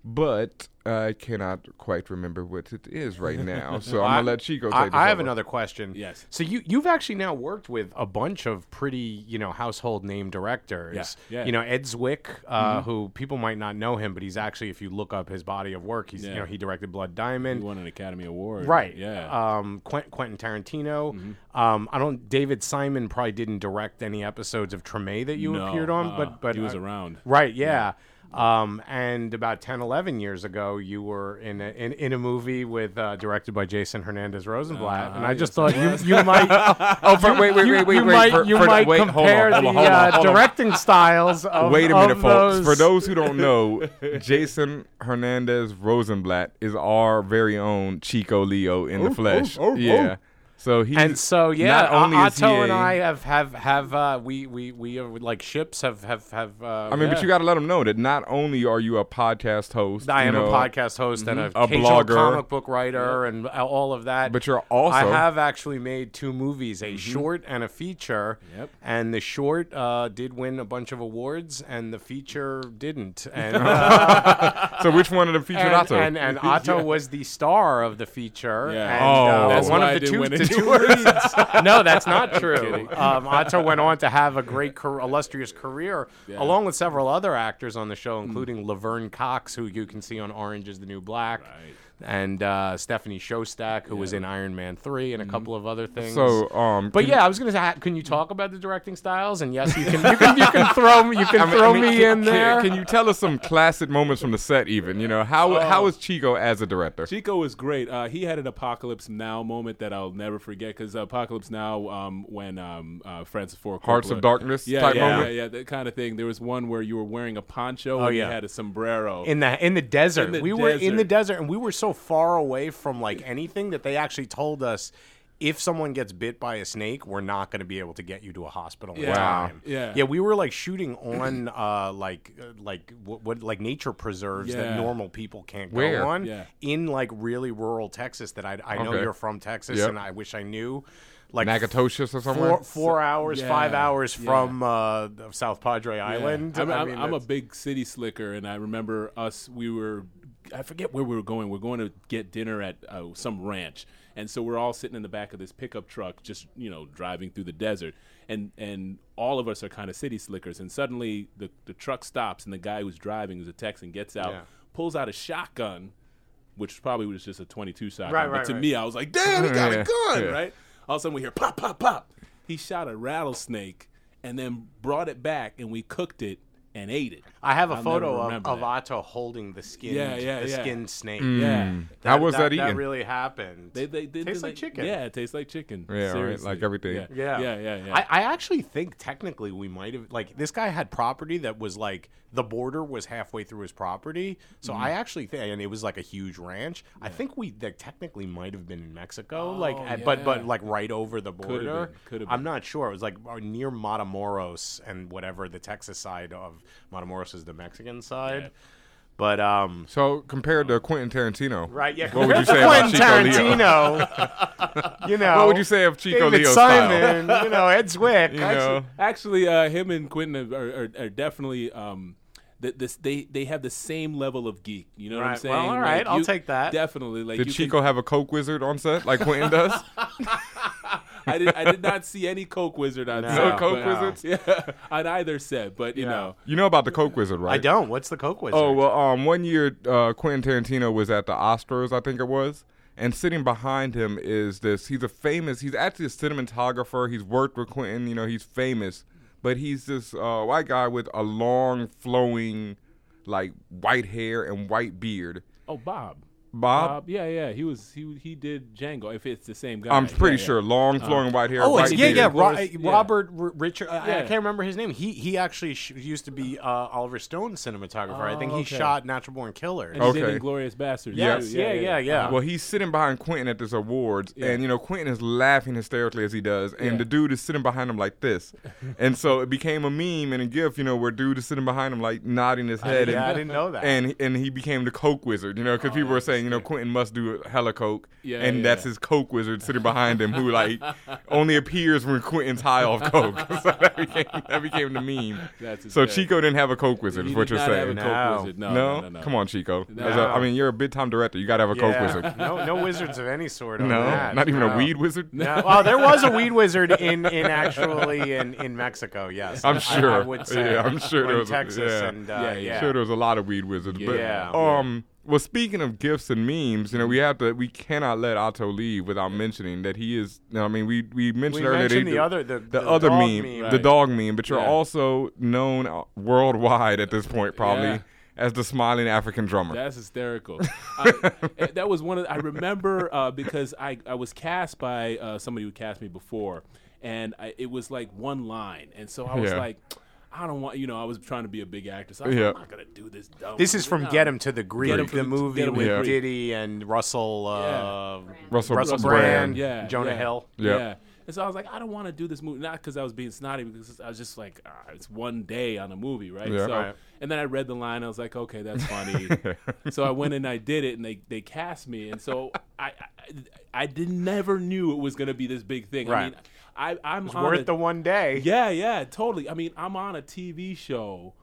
S1: but I cannot quite remember what it is right now. So I'm
S2: I-
S1: gonna let Chico take
S2: I,
S1: this
S2: I have
S1: over.
S2: another question.
S4: Yes.
S2: So you you've actually now worked with a bunch of pretty you know household name directors.
S4: Yeah, yeah. Mm-hmm.
S2: You know Ed Zwick, uh, who people might not know him, but he's actually if you look up his body of work, he's you
S4: Yeah.
S2: know he directed Blood
S4: He
S2: Diamond.
S4: won an Academy Award.
S2: Right.
S4: Yeah. Mm-hmm.
S2: Um, Quent- Quentin Tarantino. Um, I don't. David Simon probably didn't direct any episodes of Treme that you
S4: No,
S2: appeared on,
S4: uh-uh.
S2: but but
S4: he was
S2: uh,
S4: around.
S2: Right. Yeah. Um, and about 10, 11 years ago, you were in a, in, in a movie with uh, directed by Jason Hernandez Rosenblatt, and I just thought you, you might
S1: Oh, for, wait, wait,
S2: you,
S1: wait, wait,
S2: you
S1: wait.
S2: might,
S1: for,
S2: you
S1: for,
S2: might
S1: wait, hold on,
S2: compare
S1: hold on,
S2: the
S1: hold on,
S2: uh,
S1: hold on.
S2: directing styles of
S1: Wait a
S2: of
S1: minute, folks.
S2: those-
S1: For those who don't know, Jason Hernandez Rosenblatt is our very own Chico Leo in the flesh.
S4: oh, oh.
S1: yeah. So he
S2: And so, yeah,
S1: Not only
S2: O-
S1: is he
S2: Otto and
S1: a-
S2: I have have have uh, we we we are like ships have have have. Uh,
S1: I mean, but you got to let him know that not only are you a podcast host,
S2: I
S1: you
S2: am
S1: know, mm-hmm.
S2: a podcast host and a,
S1: A
S2: occasional
S1: blogger.
S2: comic book writer, and all of that.
S1: But you're also- Mm-hmm.
S2: I have actually made two movies, a short and a feature.
S4: Yep.
S2: And the short uh, did win a bunch of awards, and the feature didn't. And uh,
S1: So which one of the featured
S2: and,
S1: Otto?
S2: and, and Otto was the star of the feature.
S4: Yeah.
S2: And,
S1: Oh.
S2: uh,
S1: That's
S2: one
S4: why I
S2: of the
S4: didn't
S2: two,
S4: win
S2: the two
S4: any
S2: leads. no, that's not true. Um, Otto went on to have a great, car- illustrious career, along with several other actors on the show, including Laverne Cox, who you can see on Orange Is the New Black, and uh, Stephanie Shostak, who was in Iron Man Three, and a couple of other things.
S1: so um,
S2: But yeah, I was gonna say, ha- can you talk about the directing styles? And yes, you can. You can. You can throw. You can throw me
S1: can,
S2: in there.
S1: Can, you tell us some classic moments from the set? Even you know how
S2: Oh.
S1: how is Chico as a director?
S4: Chico was great. Uh, he had an Apocalypse Now moment that I'll never forget because Apocalypse Now, um, when um, uh, Francis Ford Coppola,
S1: Hearts of Darkness
S4: yeah,
S1: type
S4: yeah,
S1: moment? Oh,
S4: yeah, yeah, that kind of thing. There was one where you were wearing a poncho and
S2: yeah.
S4: you had a sombrero.
S2: in the in the desert.
S4: In the
S2: we were in the
S4: desert.
S2: desert, and we were so far away from like anything that they actually told us. If someone gets bit by a snake, we're not going to be able to get you to a hospital in
S4: Yeah. Wow.
S2: time.
S4: Yeah.
S2: yeah, we were like shooting on uh, like uh, like what, what like nature preserves that
S4: Yeah.
S2: normal people can't
S1: Where?
S2: go on
S4: Yeah.
S2: in like really rural Texas. That I I know
S1: Okay.
S2: you're from Texas,
S1: Yep.
S2: and I wish I knew. Like
S1: Nacogdoches or somewhere.
S2: four four hours,
S4: Yeah.
S2: five hours
S4: Yeah.
S2: from uh, South Padre
S4: Yeah.
S2: Island.
S4: I'm, I'm- I'm a
S2: that's-
S4: big city slicker, and I remember us. We were, I forget where we were going. We're going to get dinner at uh, some ranch, and so we're all sitting in the back of this pickup truck, just you know, driving through the desert, and and all of us are kind of city slickers. And suddenly the the truck stops, and the guy who's driving, who's a Texan, gets out,
S2: Yeah.
S4: pulls out a shotgun, which probably was just a 22 shotgun.
S2: Right,
S4: but
S2: right,
S4: to
S2: right.
S4: me, I was like, damn, he got
S1: Yeah,
S4: a gun,
S1: yeah.
S4: right? All of a sudden we hear pop, pop, pop. He shot a rattlesnake and then brought it back and we cooked it and ate it.
S2: I have a
S4: I'll
S2: photo
S4: never
S2: of,
S4: remember
S2: of
S4: that.
S2: Otto holding the skin,
S4: Yeah, yeah,
S2: the
S4: yeah. Mm.
S2: skinned snake.
S4: Yeah.
S1: How was that,
S2: That
S1: eaten?
S2: really happened.
S4: They, they, they,
S2: Tastes
S4: they-
S2: like chicken.
S4: Yeah, it tastes like chicken.
S1: Yeah, right,
S4: Seriously.
S1: like everything.
S4: Yeah,
S2: Yeah.
S4: yeah, yeah. yeah,
S2: I, I actually think technically we might have like this guy had property that was like the border was halfway through his property.
S4: Mm.
S2: So I actually think, and it was like a huge ranch. I think we that technically might have been in Mexico, like
S4: Oh,
S2: at, but but
S4: yeah.
S2: like right over the
S4: have
S2: border.
S4: been, could have
S2: I'm
S4: been.
S2: not sure. It was like or near Matamoros and whatever the Texas side of Matamoros is the Mexican side. But um,
S1: So compared to Quentin Tarantino,
S2: Right, yeah.
S1: What would you say about
S2: Quentin
S1: Chico Leo?
S2: Tarantino, you know.
S1: What would you say of Chico
S2: David
S1: Leo style?
S2: Simon, you know, Ed Zwick.
S1: You
S4: actually,
S1: know,
S4: actually, uh, him and Quentin are, are, are definitely um, th- this. They they have the same level of geek. You know what I'm
S2: Right.
S4: saying?
S2: Well, all right, I'll
S4: you-
S2: take that.
S4: Definitely. Like
S1: did
S4: you
S1: Chico
S4: Can,
S1: have a coke wizard on set like Quentin does?
S4: I did. I did not see any Coke Wizard on
S2: No.
S4: set,
S1: No Coke
S4: but-
S1: wizards?
S4: Yeah, on either set, but you know.
S1: You know about the coke wizard, right?
S2: I don't. What's the Coke Wizard?
S1: Oh well, um, one year uh, Quentin Tarantino was at the Oscars, I think it was, and sitting behind him is this. He's a famous. He's actually a cinematographer. He's worked with Quentin. You know, he's famous, but he's this uh, white guy with a long, flowing, like white hair and white beard.
S4: Oh, Bob.
S1: Bob?
S4: Bob? Yeah, yeah. He was he he did Django. If it's the same guy,
S1: I'm pretty
S4: Yeah, yeah. Uh-huh.
S1: sure. Long, flowing white hair.
S2: Oh,
S1: white
S2: it's, yeah,
S1: beard.
S2: yeah, Ro-
S4: Louis-
S2: uh,
S4: yeah.
S2: Robert R- Richard. I- I
S4: Yeah.
S2: can't remember his name. He he actually sh- used to be uh, Oliver Stone's cinematographer. I think he
S4: Oh, okay.
S2: shot Natural Born Killers.
S4: And he did
S1: Okay.
S4: Inglorious Bastards.
S2: Yes,
S4: too.
S2: yeah, yeah, yeah.
S1: Oh, Well, he's sitting behind Quentin at this awards,
S4: Yeah.
S1: and you know Quentin is laughing hysterically as he does, and
S4: Yeah.
S1: the dude is sitting behind him like this, and so it became a meme and a gif, you know, where dude is sitting behind him like nodding his head,
S2: yeah, I
S1: and,
S2: didn't know that.
S1: and and he became the coke wizard, you know, because people were saying, you know, Quentin must do hella coke,
S4: Oh, Yeah,
S1: and
S4: yeah,
S1: that's
S4: yeah.
S1: his coke wizard sitting behind him, who like only appears when Quentin's high off coke. so that became, that became the meme.
S4: That's
S1: so
S4: hysterical.
S1: Chico didn't have a coke wizard,
S4: He
S1: is what
S4: did
S1: you're
S4: not have a
S1: saying.
S2: No.
S4: Coke wizard. No,
S1: no?
S4: no, no,
S1: come on, Chico.
S4: No.
S1: As a- I mean, you're a big time director. You gotta have a coke
S2: Yeah.
S1: wizard.
S2: No, no wizards of any sort. on
S1: No,
S2: that.
S1: not even
S2: No.
S1: a weed wizard.
S2: No. Oh, there was a weed wizard in, in actually in, in Mexico. Yes,
S1: I'm
S2: I-
S1: sure.
S2: I, would say.
S1: Yeah, I'm sure
S2: Or
S1: there
S2: in
S1: was a-
S2: Texas
S1: yeah.
S2: and uh,
S4: Yeah,
S2: yeah,
S4: yeah.
S1: Sure, there was a lot of weed wizards, but
S2: Yeah.
S1: um, well, speaking of gifts and memes, you know, we have to, we cannot let Otto leave without mentioning that he is. You know, I mean, we we mentioned
S2: We
S1: earlier that
S2: mentioned
S1: he-
S2: the other the,
S1: the, other
S2: dog
S1: meme, the
S4: Right.
S1: dog meme, but you're
S4: Yeah.
S1: also known uh, worldwide at this point, probably
S4: Yeah.
S1: as the smiling African drummer.
S4: That's hysterical. I, that was one of I remember uh, because I, I was cast by uh, somebody who cast me before, and I, it was like one line, and so I was
S1: Yeah.
S4: like, I don't want you know I was trying to be a big actor, so I was
S1: Yeah.
S4: like, I'm not gonna do this. Dumb
S2: This is from
S4: no.
S2: Get Him to the Greek,
S4: Get 'Em to
S2: the
S4: the-
S2: movie
S4: Get 'Em to
S2: with
S1: the Greek.
S2: Diddy and Russell uh,
S1: Russell,
S2: Russell Brand.
S1: Brand.
S4: yeah,
S2: Jonah
S4: yeah,
S2: Hill.
S1: Yeah.
S4: yeah. And so I was like, I don't want to do this movie, not because I was being snotty, because I was just like, ah, it's one day on a movie, right?
S1: Yeah.
S4: So,
S2: Right.
S4: and then I read the line, I was like, okay, that's funny. so I went and I did it, and they they cast me, and so I I, I did never knew it was gonna be this big thing. I
S2: Right.
S4: mean, I I'm
S2: It's
S4: on
S2: worth
S4: a-
S2: the one day.
S4: yeah, yeah, totally. I mean, I'm on a TV show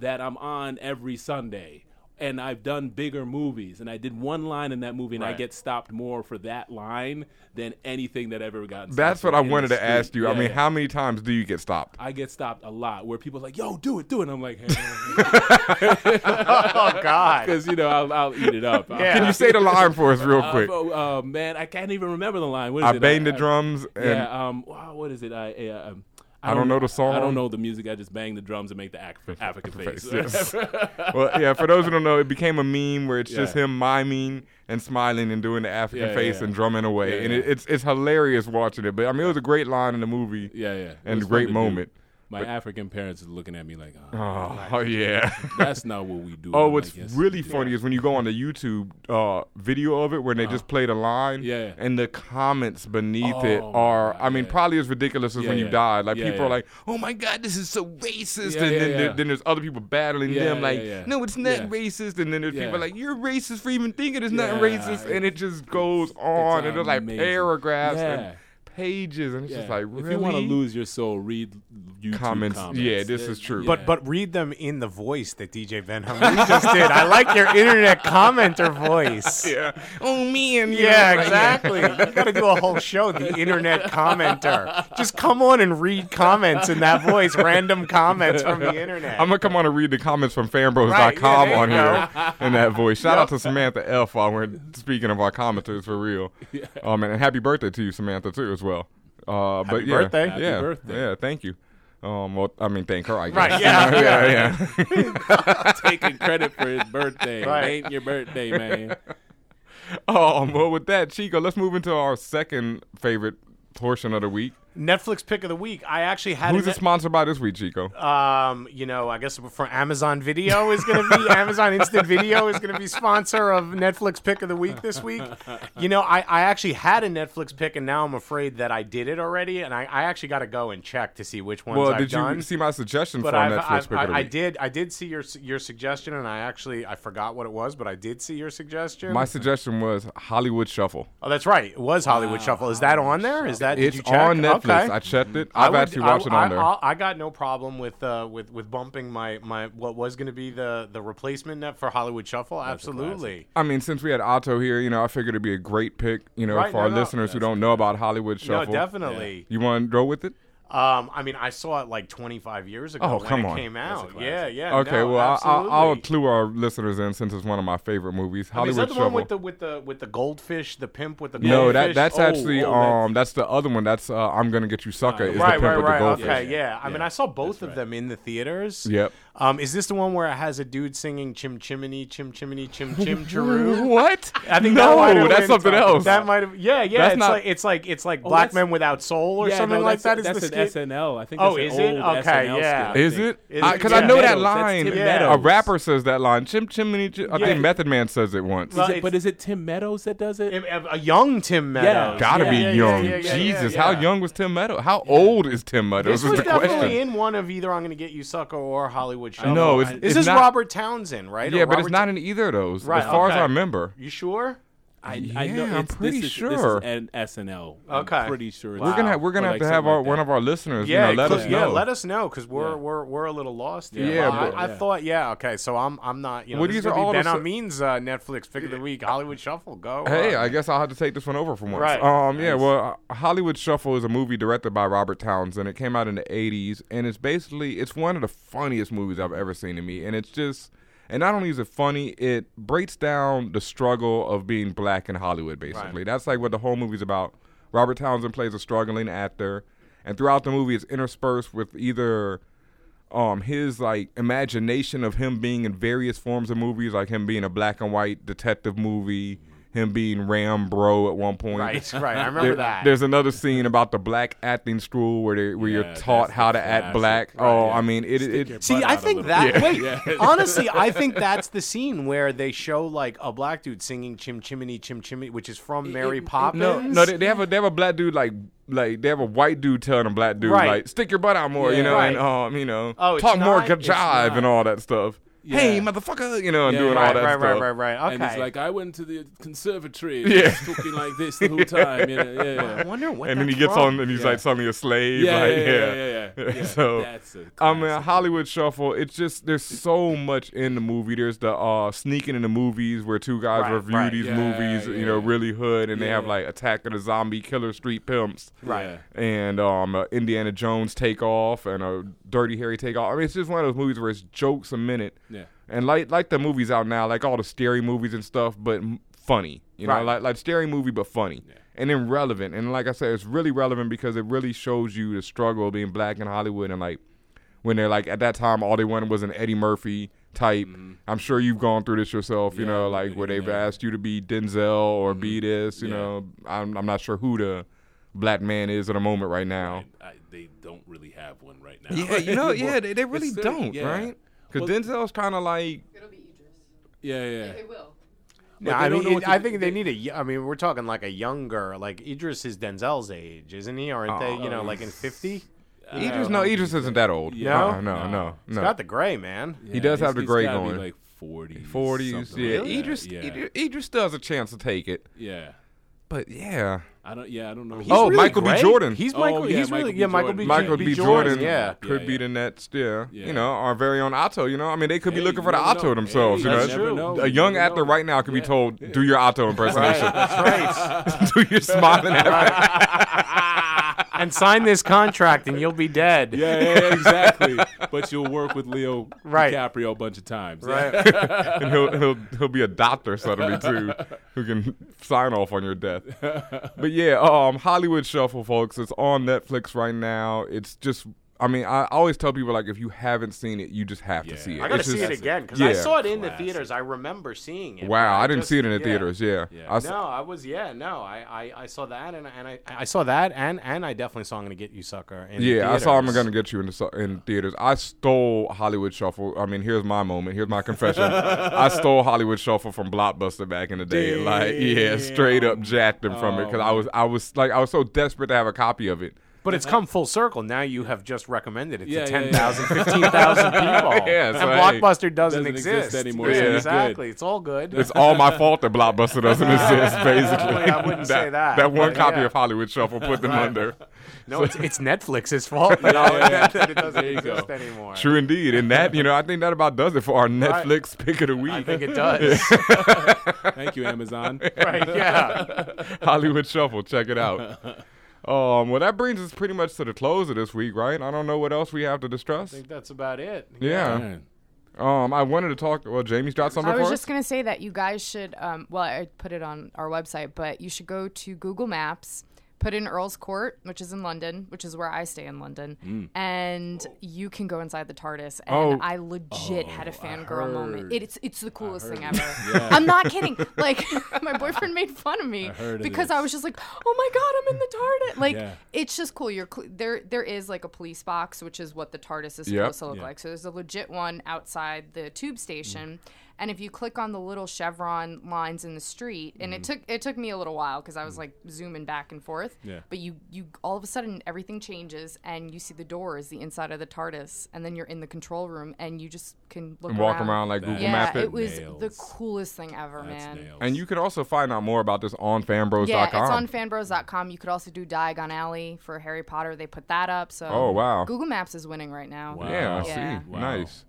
S4: that I'm on every Sunday, and I've done bigger movies, and I did one line in that movie, and I
S2: Right.
S4: get stopped more for that line than anything that I've ever gotten.
S1: That's
S4: stopped
S1: what I
S4: for in
S1: wanted
S4: the
S1: to ask
S4: street.
S1: you. I
S4: Yeah,
S1: mean,
S4: yeah.
S1: how many times do you get stopped?
S4: I get stopped a lot where people are like, "Yo, do it, do it." And I'm like,
S2: Oh God.
S4: because you know I'll, I'll eat it up. I'll-
S2: Yeah.
S1: Can you say the line for us real
S4: Uh,
S1: quick?
S4: oh, uh, man, I can't even remember the line. What is
S1: I
S4: it?
S1: banged the
S4: I-
S1: drums and
S4: yeah. Um. Wow, what is it? I. I, uh, um,
S1: I don't know the song.
S4: I don't know the music. I just bang the drums and make the African, African face.
S1: face, yes. well, yeah. For those who don't know, it became a meme where it's just
S4: Yeah.
S1: him miming and smiling and doing the African
S4: Yeah,
S1: face
S4: yeah.
S1: and drumming away,
S4: Yeah,
S1: and
S4: yeah.
S1: It, it's it's hilarious watching it. But I mean, it was a great line in the movie.
S4: Yeah, yeah. It
S1: And
S4: was
S1: great
S4: fun to do.
S1: moment.
S4: My African parents are looking at me like, oh,
S1: Oh, oh, yeah.
S4: that's not what we do.
S1: Oh,
S4: I'm
S1: what's
S4: like, "Yes,
S1: really
S4: we do."
S1: funny is when you go on the YouTube uh, video of it, when they just played a line,
S4: Uh-huh. Yeah.
S1: and the comments beneath it
S4: Oh, my
S1: are,
S4: God,
S1: I mean,
S4: yeah.
S1: probably as ridiculous as
S4: Yeah,
S1: when you
S4: yeah.
S1: died. Like
S4: Yeah,
S1: people are
S4: yeah.
S1: like, "Oh my God, this is so racist,"
S4: Yeah,
S1: and
S4: yeah,
S1: then, there-
S4: yeah.
S1: then there's other people battling
S4: Yeah,
S1: them,
S4: yeah,
S1: like,
S4: yeah.
S1: "No, it's not
S4: Yeah.
S1: racist," and then there's
S4: Yeah.
S1: people like, "You're racist for even thinking it's not
S4: Yeah,
S1: racist," and it just goes on, and there's like
S4: amazing.
S1: paragraphs
S4: Yeah.
S1: and pages, and it's just
S4: Yeah.
S1: like, really?
S4: If you want to lose your soul, read YouTube
S1: Comments.
S4: comments.
S1: Yeah, this is true.
S2: But but read them in the voice that DJ Van Halen just did. I like your internet commenter voice.
S1: Yeah. Oh man. you know,
S2: Yeah,
S1: like-
S2: exactly. You got to do a whole show, the internet commenter. Just come on and read comments in that voice, random comments from the internet.
S1: I'm gonna come on and read the comments from fanbros.com
S2: Right, yeah, there you
S1: on here in that voice. Shout out to Samantha F while we're speaking of our commenters for real. Um and happy birthday to you, Samantha, too, as well. Uh but yeah,
S2: birthday.
S1: Yeah,
S2: Happy
S4: birthday.
S1: Yeah, thank you. Um well I mean thank her, I guess.
S2: Right, yeah.
S1: yeah, yeah.
S4: taking credit for his birthday.
S2: Right.
S4: It ain't your birthday, man.
S1: um well with that, Chico, let's move into our second favorite portion of the week.
S2: Netflix pick of the week. I actually had
S1: Who's
S2: a
S1: it sponsored by this week, Chico?
S2: um, you know, I guess from Amazon Video is going to be Amazon Instant Video is going to be sponsor of Netflix pick of the week this week. You know, I, I actually had a Netflix pick, and now I'm afraid that I did it already, and I, I actually got to go and check to see which ones
S1: well,
S2: I've
S1: did you
S2: done.
S1: see my suggestion
S2: but
S1: for
S2: I've,
S1: Netflix
S2: I've,
S1: pick of the
S2: I, I
S1: week?
S2: did I did see your your suggestion, and I actually I forgot what it was, but I did see your suggestion.
S1: My suggestion was Hollywood Shuffle.
S2: oh, that's right. It was Hollywood Shuffle. Is that on there? Is that did
S1: It's
S2: you check?
S1: on Netflix.
S2: Okay.
S1: I checked it.
S2: I
S1: I've
S2: would-
S1: actually watched
S2: I,
S1: it on
S2: I,
S1: there.
S2: I, I got no problem with uh, with with bumping my, my what was going to be the the replacement net for Hollywood Shuffle. Absolutely.
S1: I mean, since we had Otto here, you know, I figured it'd be a great pick, you know,
S2: Right,
S1: for our
S2: no, no.
S1: listeners who don't know about Hollywood Shuffle.
S2: No, definitely.
S1: You want to go with it?
S2: Um, I mean, I saw it like 25 years ago
S1: Oh,
S2: when
S1: come
S2: it
S1: on.
S2: came
S4: That's a
S2: out.
S4: classic.
S2: Yeah, yeah.
S1: Okay,
S2: no,
S1: well, I, I, I'll
S2: absolutely.
S1: clue our listeners in since it's one of my favorite movies,
S2: I mean, is
S1: Hollywood
S2: that the
S1: Shuffle.
S2: one with the with the with the goldfish, the pimp with the goldfish?
S1: no, that that's
S2: Oh,
S1: actually
S2: oh, that's-
S1: um that's, the other one. That's uh, I'm gonna get you sucker.
S4: Uh,
S1: is the
S2: right,
S1: pimp
S2: right,
S1: with
S2: right.
S1: the goldfish?
S2: Okay, yeah. I
S4: Yeah.
S2: mean, I saw both
S4: That's
S2: of
S4: right.
S2: them in the theaters.
S1: Yep.
S2: Um, is this the one where it has a dude singing "Chim Chiminy, Chim Chiminy, Chim Chim Chiru"?
S1: What?
S2: I think that
S1: no,
S2: might have
S1: that's
S2: been-
S1: something else.
S2: That might have, yeah, yeah.
S1: That's
S2: it's
S1: not-
S2: like it's like it's like black
S4: Oh, that's-
S2: men without soul or
S4: Yeah,
S2: something
S4: no,
S2: like that.
S4: that's-
S2: Is the
S4: That's
S2: skit?
S4: an SNL. I think.
S2: Oh,
S4: that's
S2: is
S4: an
S2: it?
S4: old
S2: Okay,
S4: SNL
S2: yeah.
S4: skit, I
S1: Is
S4: think.
S1: it?
S2: Is it-
S1: Because I
S2: yeah.
S1: know that
S4: Meadows, that's
S1: line.
S4: Tim
S1: A
S4: Meadows.
S1: rapper says that line. Chim chimney. Chim. I think Method Man says it once.
S2: Well,
S4: Is it-
S2: it's-
S4: But is it Tim Meadows that does it?
S2: A- a- a young Tim Meadows.
S1: Gotta
S4: yeah,
S1: be
S4: yeah,
S1: young.
S2: yeah, yeah,
S1: Jesus,
S2: yeah, yeah.
S1: how young was Tim Meadows? How old is Tim Meadows?
S2: This
S1: Is
S2: was
S1: the question.
S2: definitely in one of either I'm going to get you sucker or Hollywood Shuffle.
S1: know, it's-
S2: this
S1: it's
S2: is
S1: not-
S2: Robert Townsend, right? Or
S1: Yeah, but it's
S2: Robert
S1: not in either of those,
S2: Right,
S1: as far as
S2: okay.
S1: I remember.
S2: You sure?
S4: I, I
S1: Yeah,
S4: know.
S1: I'm
S4: It's,
S1: pretty
S4: this is,
S1: sure.
S4: This is an SNL.
S2: Okay.
S4: I'm pretty sure. It's
S1: We're gonna
S2: Wow.
S1: have, we're gonna
S4: Or
S1: have
S4: like
S1: to have
S4: something
S1: our
S4: like
S1: one
S4: that.
S1: of our listeners,
S2: Yeah,
S1: you know, let
S2: cl-
S1: us
S2: yeah,
S1: know.
S2: let us know because we're
S4: Yeah.
S2: we're we're a little lost. Here.
S1: Yeah,
S2: Well,
S1: but-
S2: I, I thought yeah. Okay, so I'm I'm not. You know,
S1: Well,
S2: this
S1: these
S2: is
S1: are
S2: gonna
S1: all
S2: be
S1: the
S2: Ben
S1: so-
S2: Amin's uh, Netflix pick of the week, Hollywood Shuffle. Go.
S1: Hey,
S2: uh,
S1: I guess I'll have to take this one over for once.
S2: Right.
S1: Um, yeah, well, uh, Hollywood Shuffle is a movie directed by Robert Townsend. It came out in the '80s, and it's basically it's one of the funniest movies I've ever seen to me. And it's just, and not only is it funny, it breaks down the struggle of being black in Hollywood. Basically, that's like what the whole movie's about. Robert Townsend plays a struggling actor, and throughout the movie, it's interspersed with either um his like imagination of him being in various forms of movies, like him being a black and white detective movie, him being Ram Bro at one point.
S2: right, right. I remember
S1: There-
S2: that.
S1: There's another scene about the black acting school where they, where you're
S4: Yeah,
S1: taught
S4: that's
S1: how to
S4: the
S1: act
S4: classic.
S1: black.
S4: Right,
S1: oh,
S4: yeah.
S1: I mean, it, it,
S4: your
S1: it
S2: See,
S4: butt
S2: I
S4: out a
S2: think
S4: little
S2: that.
S4: bit.
S2: Wait,
S4: Yeah.
S2: honestly, I think that's the scene where they show like a black dude singing "Chim Chiminy, Chim Chiminy," which is from Mary Poppins.
S1: no, no, they, they have a they have a black dude like like they have a white dude telling a black dude
S2: Right.
S1: like stick your butt out more, you
S4: Yeah.
S1: know, and
S2: Right.
S1: um, you know,
S2: Oh, it's
S1: talk more
S2: not-
S1: good
S2: it's
S1: jive
S4: not.
S1: and all that stuff. Hey,
S4: Yeah.
S1: motherfucker, you know, and
S4: Yeah,
S1: doing all
S2: right,
S1: that
S2: right,
S1: stuff.
S2: right, right, right, Okay.
S4: And he's like, I went to the conservatory.
S1: Yeah.
S4: Yeah. Talking like this the whole time. Yeah, yeah, yeah.
S2: I wonder what.
S1: and then he
S2: that's
S1: gets
S2: from.
S1: on and he's
S4: Yeah.
S1: like suddenly a slave.
S4: Yeah,
S1: like,
S4: yeah, yeah, yeah, yeah, yeah.
S1: so uh,
S4: That's a
S1: I mean,
S4: classic.
S1: Hollywood Shuffle. It's just there's so much in the movie. There's the uh, sneaking in the movies where two guys
S2: Right,
S1: review
S2: right.
S1: these
S4: Yeah,
S1: movies, you know,
S4: yeah.
S1: really hood, and they have
S4: Yeah.
S1: like Attack of the Zombie Killer Street Pimps,
S4: Right.
S1: And um, uh, Indiana Jones Takeoff and a Dirty Harry Takeoff. I mean, it's just one of those movies where it's jokes a minute.
S4: Yeah.
S1: And like like the movies out now, like all the scary movies and stuff, but m- funny. You know,
S2: Right.
S1: like like scary movie but funny, and then relevant. And like I said, it's really relevant because it really shows you the struggle of being black in Hollywood and like when they're like at that time all they wanted was an Eddie Murphy type. I'm sure you've gone through this yourself. You
S4: Mm-hmm. Yeah,
S1: know, like where they've asked you to be Denzel or be this. You
S4: Mm-hmm. Yeah.
S1: know, I'm I'm not sure who the black man is at the moment right now.
S4: I, they don't really have one right now.
S1: Yeah, you know,
S4: Anymore.
S1: yeah, they, they
S4: It's
S1: really
S4: so-
S1: don't,
S4: yeah.
S1: right? Because
S4: Well-
S1: Denzel's kind of like
S3: It'll be Idris.
S4: Yeah, yeah.
S3: It will.
S2: No,
S4: But they
S2: I
S4: don't
S2: mean,
S4: know what
S2: it-
S4: to
S2: I
S4: do.
S2: think they need a. y- I mean, we're talking like a younger, like Idris is Denzel's age, isn't he? Aren't they? You know, like in fifty.
S1: Idris. No, Idris isn't that old.
S4: Yeah.
S1: Uh-uh, no, no,
S4: No.
S1: no.
S2: He's got the gray man.
S1: He does have the gray
S4: great
S1: going.
S4: Like 40s.
S1: 40s.
S4: something
S1: Yeah.
S4: like that.
S1: Idris,
S4: Yeah.
S1: Idris. Idris still has a chance to take it,
S4: Yeah.
S1: but yeah.
S4: I don't. Yeah, I don't know.
S1: Oh, really Michael B. Jordan.
S2: He's
S4: Oh,
S2: Michael.
S4: yeah,
S2: he's
S4: Michael
S2: really
S4: B.
S2: yeah. Michael
S4: Jordan.
S2: B.
S1: Michael B. Jordan,
S2: Yeah.
S1: could
S4: Yeah,
S1: be
S4: yeah.
S1: the next. Yeah,
S4: Yeah.
S1: you know, our very own Otto. You know, I mean, they could be
S4: Hey,
S1: looking
S4: you
S1: for the
S4: never know.
S1: Otto themselves.
S4: Hey,
S1: you know,
S2: that's true.
S1: a
S4: You
S1: young
S4: never
S1: actor
S4: know.
S1: right now could be
S4: Yeah.
S1: told, "Do your Otto impersonation." that's right. Do your smiling at
S2: and sign this contract, and you'll be dead.
S4: Yeah, yeah, yeah, exactly. but you'll work with Leo
S2: Right.
S4: DiCaprio a bunch of times. Yeah.
S2: Right.
S1: and he'll he'll he'll be a doctor suddenly too, who can sign off on your death. But yeah, um, Hollywood Shuffle, folks, it's on Netflix right now. It's just, I mean, I always tell people like, if you haven't seen it, you just have
S4: Yeah.
S1: to see it.
S4: I
S2: I gotta
S1: It's
S2: see
S1: just-
S2: it again because
S1: yeah.
S2: I saw it in the
S4: Classic.
S2: theaters. I remember seeing it.
S1: Wow,
S2: but
S1: I didn't
S2: just-
S1: see it in the
S2: yeah.
S1: theaters. Yeah,
S4: Yeah.
S1: I s-
S2: No, I was yeah. No, I I, I saw that and and I I saw that and and I definitely saw I'm gonna get you sucker. In the
S1: Yeah, I saw I'm
S2: theaters.
S1: gonna get you in the su- in theaters. I stole Hollywood Shuffle. I mean, here's my moment. Here's my confession. I stole Hollywood Shuffle from Blockbuster back in the day. Like, yeah, straight up jacked them from it because I
S2: Oh.
S1: was I was like I was so desperate to have a copy of it.
S2: But it's come full circle. Now you have just recommended it
S4: Yeah, yeah,
S2: to
S4: yeah.
S2: 10,000, 15,000 people.
S1: Yeah,
S2: and
S1: so, hey,
S2: Blockbuster doesn't,
S4: doesn't exist anymore,
S2: Yeah,
S1: so it's good.
S2: exactly. It's all good.
S1: It's all my fault that Blockbuster doesn't exist. Basically,
S2: I wouldn't say that,
S1: That one
S2: but
S1: copy
S2: yeah.
S1: of Hollywood Shuffle put them under.
S2: no, it's, it's Netflix's fault now that, that it doesn't exist anymore.
S1: True indeed, and that you know I think that about does it for our Netflix pick of the week.
S2: I think it does.
S4: Thank you, Amazon.
S2: right, yeah.
S1: Hollywood Shuffle. Check it out. Um, well, that brings us pretty much to the close of this week, right? I don't know what else we have to discuss.
S2: I think that's about it.
S1: Yeah.
S4: Man.
S1: Um, I wanted to talk. Well, Jamie's got something
S3: I
S1: for
S3: was
S1: us.
S3: just gonna say that you guys should. Um, well, I put it on our website, but you should go to Google Maps, put in Earl's Court, which is in London, which is where I stay in London, and you can go inside the TARDIS. And
S1: Oh.
S3: I legit had a fangirl moment.
S4: heard.
S3: It's it's the coolest thing ever. I'm not kidding. Like my boyfriend made fun of me
S4: heard of
S3: because I
S4: this.
S3: was just like, oh my god, I'm in the TARDIS. Like
S4: Yeah.
S3: it's just cool. You're cl- there. There is like a police box, which is what the TARDIS is supposed
S1: Yep.
S3: to look like. So there's a legit one outside the tube station. And if you click on the little chevron lines in the street, and
S1: Mm-hmm.
S3: it took it took me a little while because I
S1: Mm.
S3: was like zooming back and forth.
S4: Yeah.
S3: But you you all of a sudden everything changes, and you see the doors, the inside of the TARDIS, and then you're in the control room, and you just can look
S1: and
S3: around.
S1: walk around like Google
S4: Yeah,
S1: Map it.
S3: it was the
S4: Nails.
S3: coolest thing ever,
S4: That's
S3: man.
S4: nails.
S1: and you can also find out more about this on fanbros.com.
S3: Yeah, it's on fanbros.com. You could also do Diagon Alley for Harry Potter. They put that up. So
S1: Oh, wow.
S3: Google Maps is winning right now.
S4: Wow.
S1: Yeah, I
S3: Yeah.
S1: see.
S4: Wow.
S1: Nice.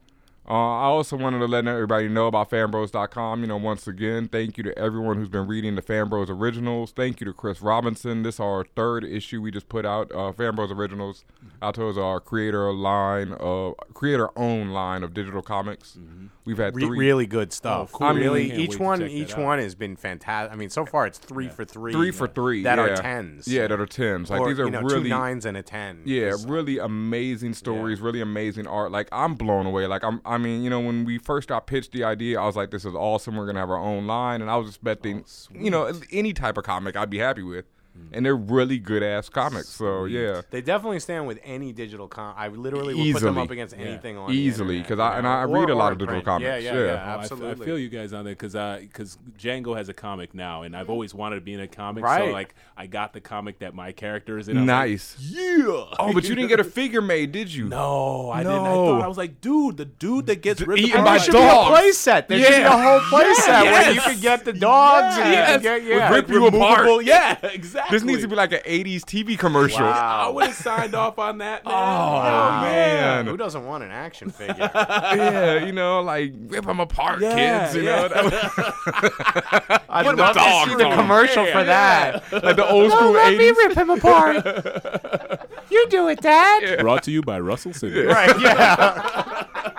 S1: Uh, I also wanted to let everybody know about fanbros.com. You know, once again, thank you to everyone who's been reading the Fanbros Originals. Thank you to Chris Robinson. This is our third issue we just put out. Uh, Fanbros Originals. Alto is our creator line, uh, creator own line of digital comics. We've had
S2: Mm-hmm. Re-
S1: three.
S2: really good stuff.
S4: Oh, cool.
S2: I
S4: Really
S2: really,
S4: can't wait
S2: each
S4: to
S2: one,
S4: check that
S2: each
S4: out.
S2: one has been fantastic. I mean, so far it's three for three.
S1: Three for three
S2: that
S1: yeah.
S2: are tens.
S1: Yeah, that are tens. Like
S2: Or,
S1: these are
S2: you know,
S1: really
S2: two nines and a ten.
S1: Yeah,
S2: Just-
S1: really amazing stories, really amazing art. Like I'm blown away. Like I'm I mean, you know, when we first got pitched the idea, I was like, This is awesome, we're gonna have our own line and I was
S4: Oh,
S1: expecting you know, any type of comic I'd be happy with.
S4: Mm.
S1: And they're really good ass comics. So yeah.
S2: They definitely stand with any digital con. I literally would put them
S1: Easily.
S2: up against anything on the
S1: Easily,
S2: internet,
S1: 'cause I-
S2: you
S1: and
S2: know,
S1: I
S2: or-
S1: read a lot
S2: or
S1: of digital
S2: print.
S1: comics,
S2: Yeah,
S1: yeah.
S2: yeah,
S1: Oh, I
S4: Oh, I f-
S2: absolutely.
S4: I, feel you guys on there because because Django has a comic now, and I've always wanted to be in a comic. So
S2: Right.
S4: like, I got the comic that my character is in. I was like,
S1: Nice.
S4: yeah.
S1: Oh, but you didn't get a figure made, did you?
S4: No, I didn't. I
S1: No.
S4: thought I was like, dude, the dude that gets ripped
S1: eaten
S4: apart
S1: by
S2: There
S4: by
S2: should be a
S1: dogs.
S2: play set. There should be
S1: Yeah.
S2: a whole play set where you
S1: Yes.
S2: could get the dogs and
S1: Yes.
S2: you could
S1: With
S2: get yeah.
S1: rip you apart.
S4: Well, yeah, exactly.
S1: This needs to be like "Oh." an eighties TV commercial.
S2: Wow.
S4: I would have signed off on that. Man.
S1: Wow. man.
S2: Oh, Who doesn't want an action figure?
S1: Yeah, you know, like rip them apart,
S4: Yeah,
S1: kids. You
S4: yeah.
S1: know, That was-
S2: I'd
S1: What
S2: love
S1: about
S2: to see
S1: dogs,
S2: the
S1: though?
S2: commercial for that.
S1: like the old school eighties.
S2: rip him apart. you do it, Dad.
S4: Brought to you by Russell Simmons.
S2: Right, yeah.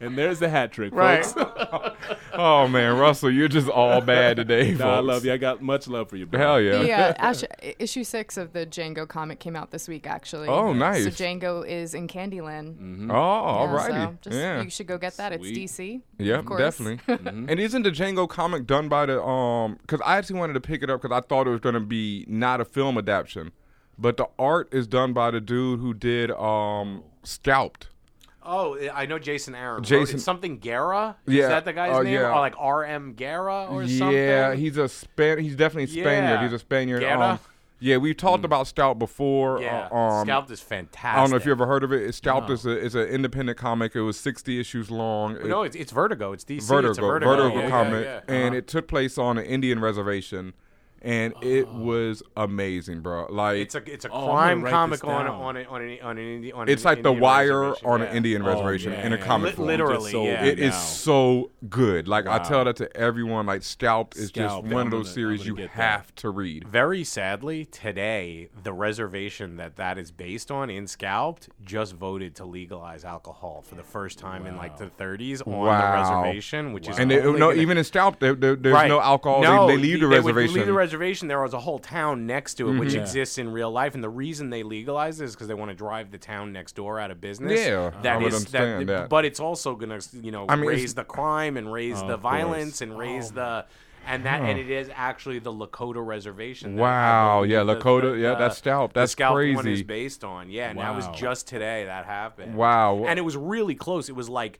S4: And there's the hat trick,
S2: Right.
S4: folks.
S1: Oh man, Russell, you're just all bad today.
S4: Nah, I
S1: folks.
S4: love you. I got much love for you, bro.
S1: Hell
S3: The,
S1: yeah.
S3: uh, ash- i- issue six of the Django comic came out this week, actually.
S1: Oh, nice.
S3: So Django is in Candyland.
S1: Oh, all
S3: Yeah,
S1: righty.
S3: so just,
S1: yeah.
S3: You should go get that.
S4: Sweet.
S3: It's DC.
S1: Yep,
S3: of course.
S1: definitely. Mm-hmm. And isn't the Django comic done by the um? Because I actually wanted to pick it up because I thought it was going to be not a film adaptation, but the art is done by the dude who did um Scalped.
S2: Oh, I know Jason Aaron. wrote it.
S1: Jason-
S2: something Guerra.
S1: Yeah.
S2: Is that the guy's
S1: Oh,
S2: name?
S1: yeah.
S2: Or like R.M. Guerra or something?
S1: Yeah, he's a span. He's definitely Spaniard.
S2: Yeah.
S1: He's a Spaniard.
S2: Guerra?
S1: Um, yeah, we've talked about Scout before.
S2: Yeah.
S1: uh, um,
S2: Scalped is fantastic.
S1: I don't know if you ever heard of it. It's Scalped is a is an independent comic. It was sixty issues long. It-
S2: No, it's, it's Vertigo. It's DC.
S1: Vertigo,
S2: it's a
S1: Vertigo,
S2: Vertigo, yeah, yeah,
S1: comic,
S2: yeah. Uh-huh.
S1: and it took place on an Indian reservation, and it was amazing, bro. Like
S2: Oh. It's a it's a
S4: Oh,
S2: crime
S4: I'm gonna write
S2: comic
S4: this
S2: on
S4: down.
S2: on an on an, on an Indian on
S1: It's
S2: an
S1: like The
S2: Indian
S1: Wire
S2: reservation,
S1: on
S2: yeah.
S1: an Indian reservation in a
S4: yeah.
S1: comic
S2: Li-
S1: form.
S2: literally,
S4: Just sold
S2: yeah.
S1: It is
S4: now.
S1: so good. Like I tell that to everyone. Like Scalped is
S4: Scalped,
S1: just one
S4: I'm
S1: of those
S4: gonna- I'm
S1: series
S4: gonna
S1: you
S4: get that.
S1: have to read.
S2: Very sadly, today the reservation that that is based on in Scalped just voted to legalize alcohol for the first time in like the 30s on
S1: Wow.
S2: the reservation, which is
S1: And they,
S2: only
S1: no,
S2: Oh, gonna-
S1: even in Scalped, there, there- there's
S2: Right.
S1: no alcohol.
S2: No,
S1: they, they leave the
S2: they would
S1: reservation. Mm-hmm.
S2: leave the reservation. There was a whole town next to it, which
S4: Yeah.
S2: exists in real life. And the reason they legalize it is because they want to drive the town next door out of business.
S1: Yeah, I
S2: that
S1: would
S2: is
S1: understand that.
S2: But it's also going to, you know,
S1: I mean, it's-
S2: raise the crime and raise the violence and raise
S4: Oh
S2: the. And that, and it is actually the Lakota reservation. that I
S1: Wow,
S2: believe
S1: yeah,
S2: the-
S1: Lakota,
S2: the-
S1: yeah,
S2: the-
S1: that's scalp.
S2: the
S1: That's
S2: scalp One
S1: crazy.
S2: is based on, yeah, and that was
S4: Wow.
S2: just today that happened.
S1: Wow.
S2: and it was really close. It was like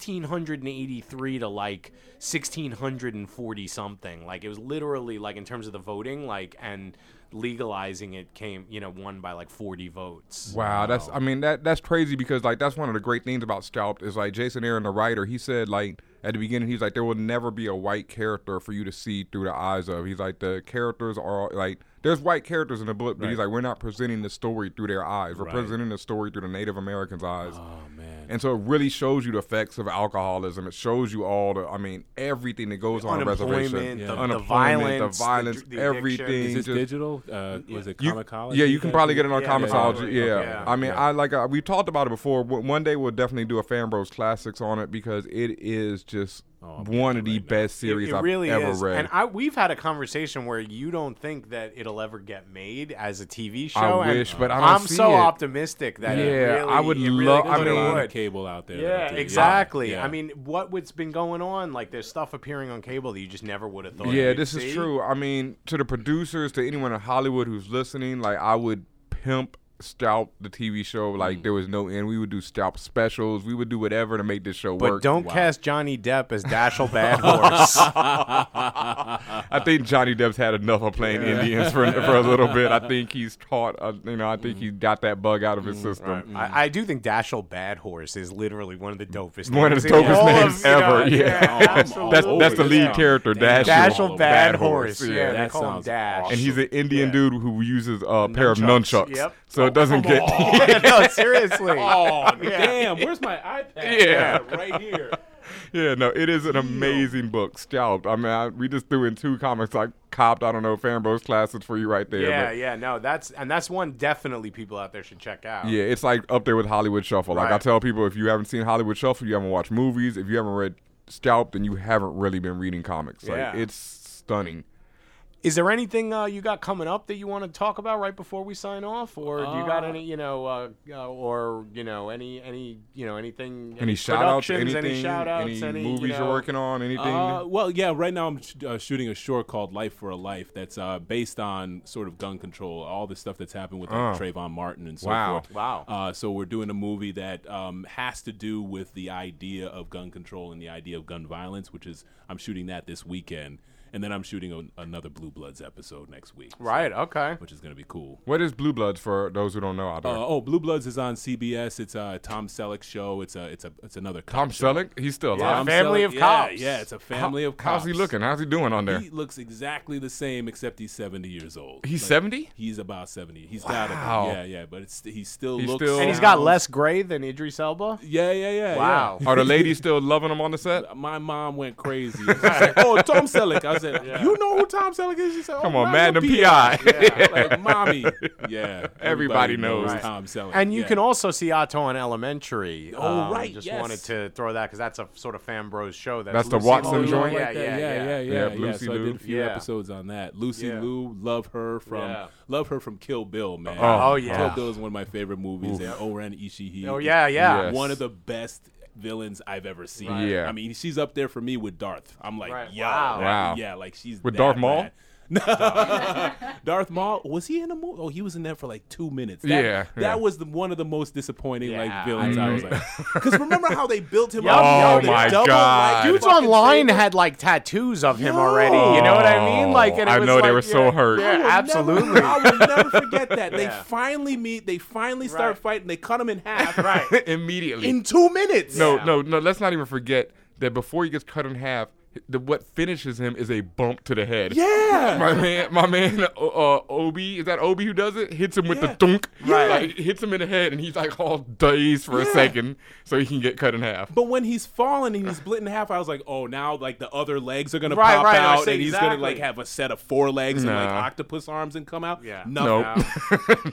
S2: 1683 to like 1640 something. Like it was literally like in terms of the voting, like and legalizing it came, you know, won by like 40 votes.
S1: Wow, that's I mean that that's crazy because like that's one of the great things about Scalped is like Jason Aaron, the writer, he said like at the beginning he's like there will never be a white character for you to see through the eyes of. He's like the characters are like there's white characters in the book, but he's like we're not presenting the story through their eyes. We're
S4: Right.
S1: presenting the story through the Native Americans' eyes.
S4: Oh man.
S1: And so it really shows you the effects of alcoholism. It shows you all the, I mean, everything that goes on a reservation.
S2: Unemployment, the- the
S1: Unemployment,
S2: violence, the
S1: the violence,
S2: dr- the addiction.
S1: everything.
S4: Is this
S1: just-
S4: digital? Uh, Was it
S1: you-
S4: Comic College?
S1: Yeah, you can probably get it on
S2: Yeah,
S1: Comixology. Yeah,
S2: yeah, yeah.
S1: I mean, I like uh, we talked about it before. W- One day we'll definitely do a Fan Bros Classics on it because it is just
S2: Oh,
S1: one of the best series
S2: it
S1: I've
S2: really
S1: ever
S2: is.
S1: read.
S2: And I, we've had a conversation where you don't think that it'll ever get made as a TV show.
S1: I
S2: and
S1: wish, but I don't
S2: I'm
S1: see
S2: so
S1: it.
S2: optimistic that it
S1: Yeah,
S2: really,
S1: I would
S2: it really
S1: love- I
S2: could.
S1: mean-
S4: a
S2: It
S4: lot
S2: would.
S4: of cable out there.
S2: Yeah,
S4: that did-
S2: exactly.
S4: yeah.
S2: I mean, what what's been going on? Like, there's stuff appearing on cable that you just never would have thought.
S1: Yeah,
S2: you'd
S1: this
S2: see.
S1: is true. I mean, to the producers, to anyone in Hollywood who's listening, like I would pimp Stout the TV show
S2: Mm.
S1: like there was no end. We would do Stout specials. We would do whatever to make this show
S2: But
S1: work.
S2: don't cast Johnny Depp as Dashiell Bad Horse.
S1: I think Johnny Depp's had enough of playing Indians for for a little bit. I think he's taught. Uh, you know, I think
S2: Mm.
S1: he got that bug out of his system.
S2: I, I do think Dashiell Bad Horse is literally one of the dopest.
S1: One of
S2: names
S1: the
S2: in
S1: dopest
S2: all of-
S1: names
S2: you know,
S1: ever. yeah,
S4: Oh yeah,
S1: that's that's the lead
S4: Yeah.
S1: character,
S4: Damn.
S1: Dashiell.
S2: Dashiell Bad,
S1: Bad
S2: Horse.
S1: Horse, yeah.
S2: Yeah, they
S4: That
S2: call him
S4: sounds
S2: Dash.
S4: awesome.
S1: and he's an Indian dude who uses a pair of
S2: Nunchucks.
S1: nunchucks.
S2: Yep.
S1: So it doesn't get.
S2: no, seriously.
S4: Oh damn! Where's my iPad?
S1: Yeah.
S4: right here.
S1: Yeah, no, it is an amazing book, Scalped. I mean, I, we just threw in two comics I copped. I don't know, Fanbros classes for you right there.
S2: Yeah,
S1: but-
S2: yeah, no, that's and that's one definitely people out there should check out.
S1: yeah, it's like up there with Hollywood Shuffle. Like I
S2: Right.
S1: tell people, if you haven't seen Hollywood Shuffle, you haven't watched movies. If you haven't read Scalped, then you haven't really been reading comics. Like
S2: Yeah.
S1: it's stunning.
S2: Is there anything uh, you got coming up that you want to talk about right before we sign off, or do you got any, you know, uh, uh, or you know, any, any, you know, anything,
S1: Any shout outs?
S2: productions,
S1: Anything?
S2: any shout outs, any, you
S1: movies
S2: know-
S1: are working on? Anything?
S4: Uh, well, yeah. Right now, I'm sh- uh, shooting a short called "Life for a Life" that's uh, based on sort of gun control, all the stuff that's happened with like,
S1: Oh.
S4: Trayvon Martin and so
S1: Wow.
S4: forth.
S2: Wow.
S4: Uh, so we're doing a movie that um, has to do with the idea of gun control and the idea of gun violence, which is I'm shooting that this weekend, and then I'm shooting a- another Blue Bloods episode next week. so-
S2: Right. Okay.
S4: which is going to be cool.
S1: what is Blue Bloods for those who don't know out there?
S4: Uh, oh, Blue Bloods is on CBS. It's a Tom Selleck show. It's a it's a it's another cop
S1: Tom
S4: show.
S1: Selleck, he's still
S2: Yeah,
S1: alive.
S2: Family
S4: Selleck-
S2: of
S4: yeah,
S2: Cops.
S4: Yeah, it's a family of cops.
S1: How's he looking? How's he doing on there?
S4: He looks exactly the same, except he's seventy years old.
S1: He's
S4: Like,
S1: 70?
S4: He's about seventy. He's got
S1: Wow.
S4: yeah, yeah, but it's he still
S1: He's
S4: looks.
S1: still-
S2: And he's got less gray than Idris Elba.
S4: Yeah, yeah, yeah.
S2: Wow.
S1: Are the ladies still loving him on the set?
S4: yeah. My mom went crazy. She's like, "Oh, Tom Selleck." I said, "You know who Tom Selleck is?" She said, oh,
S1: Come on,
S4: Magnum
S1: Magnum PI.
S4: like, "Mommy." Yeah.
S1: Everybody knows. Right.
S4: Tom Selleck.
S2: And you
S4: yeah.
S2: can also see Otto on Elementary.
S4: Oh,
S2: Um,
S4: right,
S2: Just
S4: yes.
S2: wanted to throw that because that's a sort of fan bros show. That's,
S1: That's the
S2: Lucy
S1: Watson
S4: Oh,
S2: Liu.
S1: joint?
S4: joint?
S2: Yeah, yeah, yeah.
S4: yeah,
S1: Yeah,
S4: yeah. yeah.
S1: Lucy
S4: So I
S1: Liu.
S4: did a few
S2: Yeah.
S4: episodes on that. Lucy
S2: Yeah.
S4: Liu, love her from
S2: Yeah.
S4: love her from Kill Bill, man.
S1: Oh,
S2: Oh, yeah.
S4: Kill Bill is one of my favorite movies. And Oren Ishii.
S2: Oh
S4: is
S2: yeah, yeah.
S1: Yes.
S4: one of the best villains I've ever seen.
S1: Right. Yeah.
S4: I mean, she's up there for me with Darth. I'm like,
S2: Right.
S4: yo,
S2: Wow.
S4: that-
S1: Wow.
S4: yeah, like she's
S1: With
S4: that
S1: Darth Maul?
S4: bad. No, Darth Maul was he in a movie? Oh, he was in there for like two minutes. That,
S1: Yeah,
S4: that
S1: yeah.
S4: was the one of the most disappointing
S2: Yeah,
S4: like villains. I,
S1: I
S4: was like, because remember how they built him
S2: Yeah,
S4: up?
S2: oh
S4: Yo, they
S1: my
S4: doubled, like,
S1: God.
S4: you
S2: dudes
S4: fucking
S2: online
S4: saved him.
S2: had like tattoos of him already. You know what I mean? Like, and it
S1: I
S2: was
S1: know they
S2: like,
S1: were so
S2: yeah,
S1: hurt.
S2: Yeah,
S4: I will
S2: absolutely.
S4: Never, I will never forget that. They
S2: Yeah.
S4: finally meet. They finally start
S2: Right.
S4: fighting. They cut him in half.
S2: right.
S1: Immediately.
S4: In two minutes.
S1: No,
S2: Yeah.
S1: no, no. Let's not even forget that before he gets cut in half, the, what finishes him is a bump to the head.
S4: Yeah.
S1: My man, my man, uh, Obi, is that Obi who does it? Hits him with
S4: Yeah.
S1: the thunk.
S2: Yeah.
S1: Like, hits him in the head, and he's like all dazed for a
S4: Yeah.
S1: second so he can get cut in half.
S4: But when he's falling and he's split in half, I was like, oh, now like the other legs are gonna
S2: Right,
S4: pop
S2: right, I
S4: out
S2: see,
S4: and he's gonna like
S2: exactly.
S4: have a set of four legs and like
S1: Nah.
S4: octopus arms and come out.
S2: Yeah.
S4: no.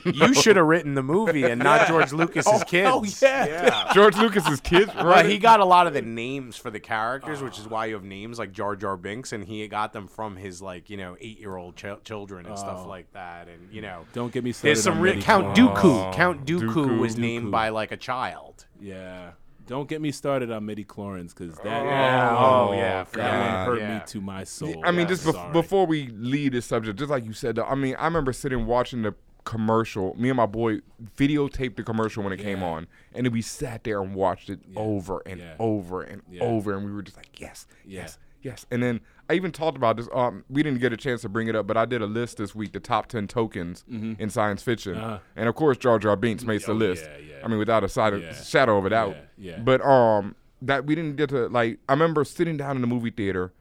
S2: You should have written the movie and not George Lucas's kids.
S4: oh, yeah.
S1: George Lucas's kids,
S2: Well,
S1: right?
S2: he got a lot of the names for the characters, which
S4: Oh.
S2: is why you have names like Jar Jar Binks, and he got them from his like you know eight year old ch- children and stuff like that, and you know
S4: Oh. Don't get me started.
S2: there's some
S4: on
S2: real
S4: Medieval.
S2: Count
S1: Oh.
S2: Dooku. Count Dooku,
S1: Dooku.
S2: was named by like a child.
S4: Yeah. Don't get me started on midi chlorins because that,
S2: Yeah. Oh, yeah.
S4: that one hurt
S2: Yeah.
S4: me to my soul.
S1: I mean, just bef-
S4: Sorry.
S1: before we leave this subject, just like you said, though, I mean, I remember sitting watching the commercial. Me and my boy videotaped the commercial when it came on, and then we sat there and watched it over and
S4: Yeah.
S1: over and over, and we were just like, yes,
S4: Yeah.
S1: yes, yes. And then I even talked about this. Um, we didn't get a chance to bring it up, but I did a list this week, the top ten tokens in science fiction, and of course, Jar Jar Binks makes the
S4: Mm-hmm. Uh-huh. Oh,
S1: list.
S4: yeah, yeah.
S1: I mean, without a side
S4: Yeah.
S1: of, shadow of a doubt.
S4: Yeah, yeah.
S1: But um, that we didn't get to like. I remember sitting down in the movie theater,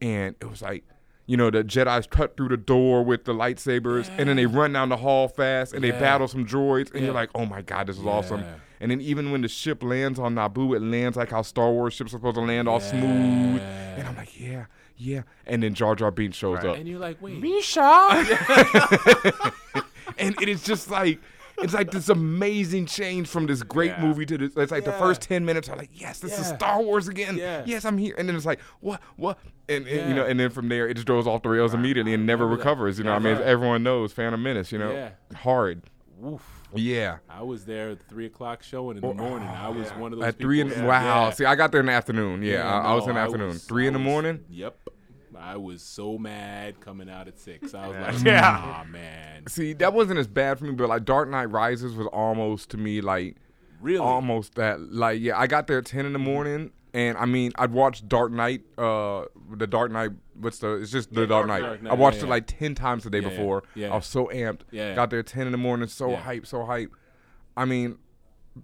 S1: and it was like, you know, the Jedi's cut through the door with the lightsabers, and then they run down the hall fast, and they battle some droids, and you're like, oh my god, this is awesome.
S4: Yeah.
S1: And then even when the ship lands on Naboo, it lands like how Star Wars ships are supposed to land, all smooth. And I'm like, yeah, yeah. And then Jar Jar Binks shows up,
S4: and you're like, wait,
S2: Misha,
S1: and it is just like. It's like this amazing change from this great
S4: Yeah.
S1: movie to this. It's like the
S4: Yeah.
S1: first ten minutes are like, yes, this is
S4: Yeah.
S1: Star Wars again.
S4: Yeah.
S1: Yes, I'm here. And then it's like, what, what? And, and, you
S4: Yeah.
S1: know, and then from there it just goes off the rails immediately and never
S4: remember that.
S1: recovers. You know, what I mean, As
S4: Never.
S1: everyone knows Phantom Menace. You know,
S4: Yeah.
S1: hard.
S4: Woof.
S1: Yeah.
S4: I was there at the three o'clock show and in the morning. I was one of those
S1: At three in
S4: people-
S1: wow.
S4: Yeah.
S1: See, I got there in the afternoon. Yeah,
S4: Yeah,
S1: I, I was
S4: no,
S1: in the afternoon.
S4: was-
S1: three
S4: I
S1: in the
S4: was-
S1: morning.
S4: Yep. I was so mad coming out at six. I was like,
S2: Yeah.
S4: ah, man.
S1: See, that wasn't as bad for me, but like Dark Knight Rises was almost to me like
S4: Really?
S1: almost that. Like, yeah, I got there at ten in the morning, and I mean, I'd watched Dark Knight, uh, the Dark Knight. What's the? It's just the Dark, Knight.
S4: Dark Knight,
S1: I watched
S4: yeah,
S1: it
S4: yeah.
S1: like ten times the day
S4: Yeah, yeah,
S1: before.
S4: yeah.
S1: I was so amped.
S4: Yeah, yeah.
S1: Got there at ten in the morning, so
S4: Yeah.
S1: hype, so hype. I mean,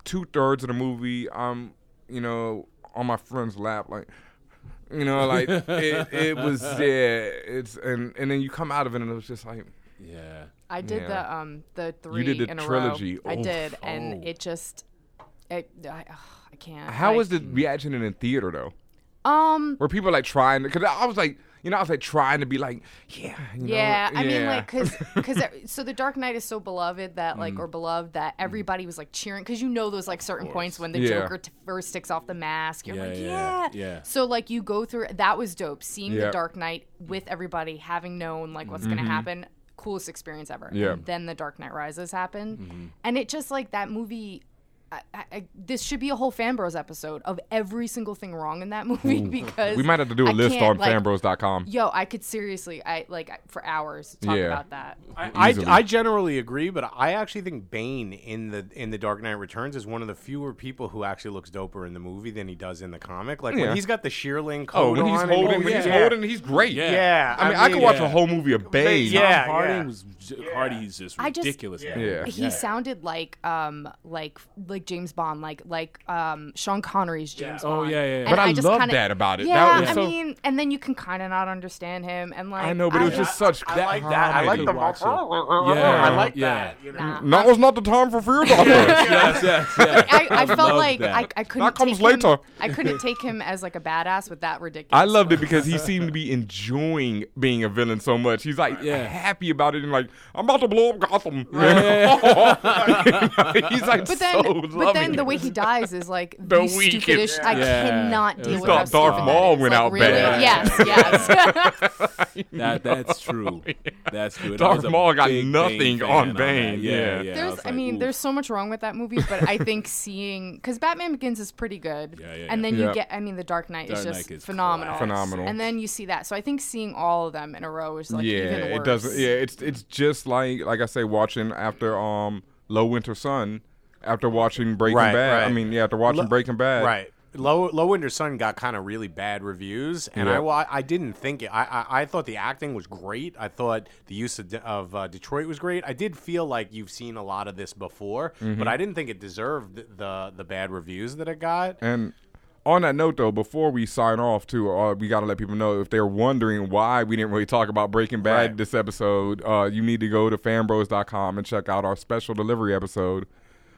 S1: two thirds of the movie, I'm, you know, on my friend's lap, like, you know, like it, it was, yeah, it's, and and then you come out of it, and it was just like.
S4: Yeah.
S3: I did
S1: Yeah.
S3: the um the three
S1: did the
S3: in
S1: trilogy.
S3: a row. I
S1: Oh,
S3: did, and
S4: oh.
S3: it just it I, ugh, I can't.
S1: How
S3: like,
S1: was the reaction in the theater though?
S3: um
S1: Were people like trying? Because I was like, you know, I was like trying to be like, yeah, you
S3: yeah,
S1: know,
S3: I mean, like, cause, 'cause it- so the Dark Knight is so beloved that,
S1: Mm.
S3: like, or beloved that everybody was like cheering, cause you know those like certain points when the
S1: Yeah.
S3: Joker t- first takes off the mask, you're
S4: Yeah,
S3: like, yeah,
S4: yeah, yeah.
S3: So like you go through that was dope. Seeing
S1: Yeah. Mm-hmm.
S3: the Dark Knight with everybody, having known like what's gonna happen, coolest experience ever.
S1: Yeah. Mm-hmm.
S3: And then the Dark Knight Rises happened, and it just like that movie. I, I, I- this should be a whole Fan Bros episode of every single thing wrong in that movie because
S1: we might have to do a
S3: a
S1: list on
S3: like,
S1: fanbros.com.
S3: Yo, I could seriously, I like I- for hours talk
S1: Yeah.
S3: about that.
S2: I,
S1: Easily.
S2: I, I generally agree, but I actually think Bane in the in the Dark Knight Returns is one of the fewer people who actually looks doper in the movie than he does in the comic. Like
S1: Yeah.
S2: when he's got the shearling
S1: Oh,
S2: coat
S1: when
S2: on,
S1: he's
S2: and-
S1: holding,
S4: oh,
S1: when he's
S4: yeah.
S1: holding, he's great.
S4: Yeah.
S2: yeah,
S1: I mean, I, could watch a
S2: yeah.
S1: whole movie of Bane.
S2: yeah.
S4: Tom Harding was Hardy's just
S3: I just-
S4: ridiculous. man.
S1: Yeah.
S3: He sounded like um like like James Bond, like like um Sean Connery's James
S4: Oh,
S3: Bond.
S4: yeah, yeah, yeah.
S1: But I,
S3: just
S1: love
S3: kinda-
S1: that about it.
S3: Yeah,
S1: that was
S3: I
S1: so.
S3: mean, and then you can kind of not understand him, and like
S1: I know, but it was just such.
S2: I like that. I like the
S4: Yeah.
S2: I like
S4: Yeah.
S2: that. You know?
S3: Nah.
S1: No, it's not the time for fear doctor.
S4: Yes, yes, yes.
S3: I, I felt
S4: love
S3: like
S4: that.
S3: I, I couldn't.
S1: That comes
S3: take him-
S1: later.
S3: I couldn't take him as like a badass with that ridiculous.
S1: I loved it because he seemed to be enjoying being a villain so much. He's like
S4: Yeah.
S1: happy about it and like I'm about to blow up Gotham. He's like
S3: But then,
S1: so
S3: but then
S1: loving
S3: the
S1: it.
S3: way he dies is like
S1: The
S3: the
S1: weakest.
S3: stupidest. I
S4: Yeah.
S3: cannot
S4: You
S3: deal with
S1: thought
S3: how stupid
S1: Darth
S3: that
S1: Maul
S3: is.
S1: went
S3: Like,
S1: out
S3: really?
S1: bad.
S3: Yes, yes.
S4: That, that's true. That's true. And I
S1: Darth
S4: was a
S1: Maul got
S4: big Bane
S1: nothing
S4: fan
S1: on
S4: that.
S1: Bane, yeah.
S4: Yeah, yeah.
S3: there's,
S4: was
S3: I
S4: like,
S3: mean,
S4: ooh.
S3: there's so much wrong with that movie, but I think seeing because Batman Begins is pretty good,
S4: Yeah, yeah,
S3: and
S4: yeah.
S3: then
S1: Yeah.
S3: you get, I mean, The Dark Knight
S4: Dark
S3: is
S4: Knight
S3: just
S4: is
S3: phenomenal,
S4: classic.
S1: Phenomenal.
S3: and then you see that. So I think seeing all of them in a row is like
S1: yeah,
S3: even worse.
S1: it doesn't. Yeah, it's it's just like like I say, watching after um Low Winter Sun, after watching Breaking
S2: Right,
S1: Bad. I
S2: right.
S1: mean, yeah, after watching
S2: Lo-
S1: Breaking Bad.
S2: Right. Low Low Winter Sun got kind of really bad reviews, and
S1: Yeah.
S2: I wa- I didn't think it. I, I I thought the acting was great. I thought the use of, De- of uh, Detroit was great. I did feel like you've seen a lot of this before,
S1: Mm-hmm.
S2: but I didn't think it deserved the, the the bad reviews that it got.
S1: And on that note, though, before we sign off, too, uh, we got to let people know if they're wondering why we didn't really talk about Breaking Bad
S2: Right.
S1: this episode, uh, you need to go to fanbros.com and check out our special delivery episode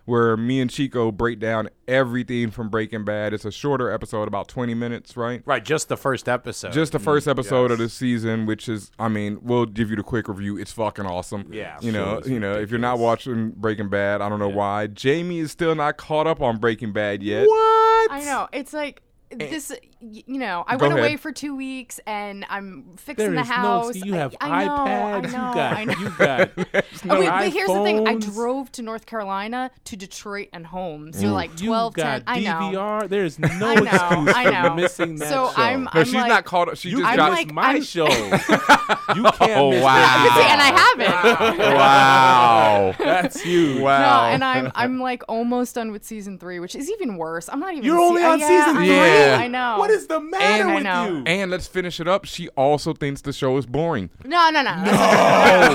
S1: where me and Chico break down everything from Breaking Bad. It's a shorter episode, about 20 minutes, right?
S2: Right, just the first episode.
S1: Just the first episode of the season, which is, I mean, we'll give you the quick review. It's fucking awesome.
S2: Yeah,
S1: you know,
S4: it's
S1: you know, if you're not watching Breaking Bad, I don't know why. Jamie is still not caught up on Breaking Bad yet.
S2: what?
S3: I know. It's like
S4: Eh.
S3: this. y- You know, I
S1: Go
S3: went away
S1: ahead.
S3: for two weeks, and I'm fixing
S4: There
S3: the
S4: is
S3: house.
S4: No, see, you
S3: I-
S4: have
S3: I, know, I
S4: iPads.
S3: know, I know.
S4: you got. You got.
S3: Oh, wait, but here's the thing: I
S4: iPhones.
S3: drove to North Carolina to Detroit and home. So like
S4: You
S3: 12,
S4: got
S3: 10. I know.
S4: DVR. There's no
S3: I know,
S4: excuse
S3: I
S4: for
S3: know.
S4: missing that
S3: So
S4: show.
S3: I'm-
S1: No, she's
S3: like-
S1: not caught up. She
S4: you
S1: just
S4: can
S1: got
S4: miss
S3: like,
S4: my
S3: I'm-
S4: show. you can't
S1: Oh,
S4: miss
S1: wow.
S4: that.
S3: See, and I haven't.
S1: Wow.
S4: That's you.
S1: wow.
S3: No, and I'm I'm like almost done with season three, which is even worse. I'm not even.
S4: You're
S3: see-
S4: only
S3: uh,
S4: on
S3: yeah,
S4: season
S3: I
S1: three?
S3: know,
S1: Yeah.
S3: I know.
S4: What is the matter
S3: I
S4: with
S3: know.
S4: you?
S1: And let's finish it up. She also thinks the show is boring.
S3: No, no, no, no.